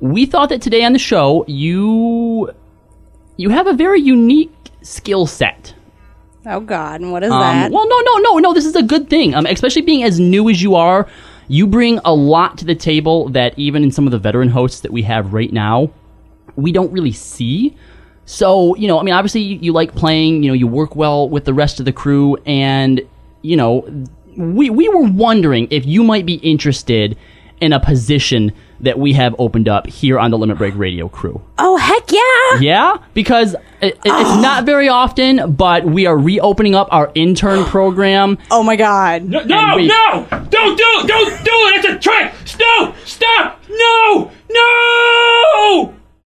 Speaker 1: We thought that today on the show, you you have a very unique skill set.
Speaker 10: Oh God, and what is
Speaker 1: Um,
Speaker 10: that?
Speaker 1: Well, no, no, no, no. This is a good thing, um, especially being as new as you are. You bring a lot to the table that even in some of the veteran hosts that we have right now, we don't really see. So you know, I mean, obviously you, you like playing. You know, you work well with the rest of the crew, and you know, we we were wondering if you might be interested in a position that we have opened up here on the Limit Break Radio crew.
Speaker 10: oh heck yeah!
Speaker 1: Yeah, because it, it- it's
Speaker 10: [SIGHS]
Speaker 1: not very often, but we are reopening up our intern program.
Speaker 10: Oh my god!
Speaker 1: No,
Speaker 6: No, no! Don't do it! Don't do it! It's a trick! No! Stop! No! No!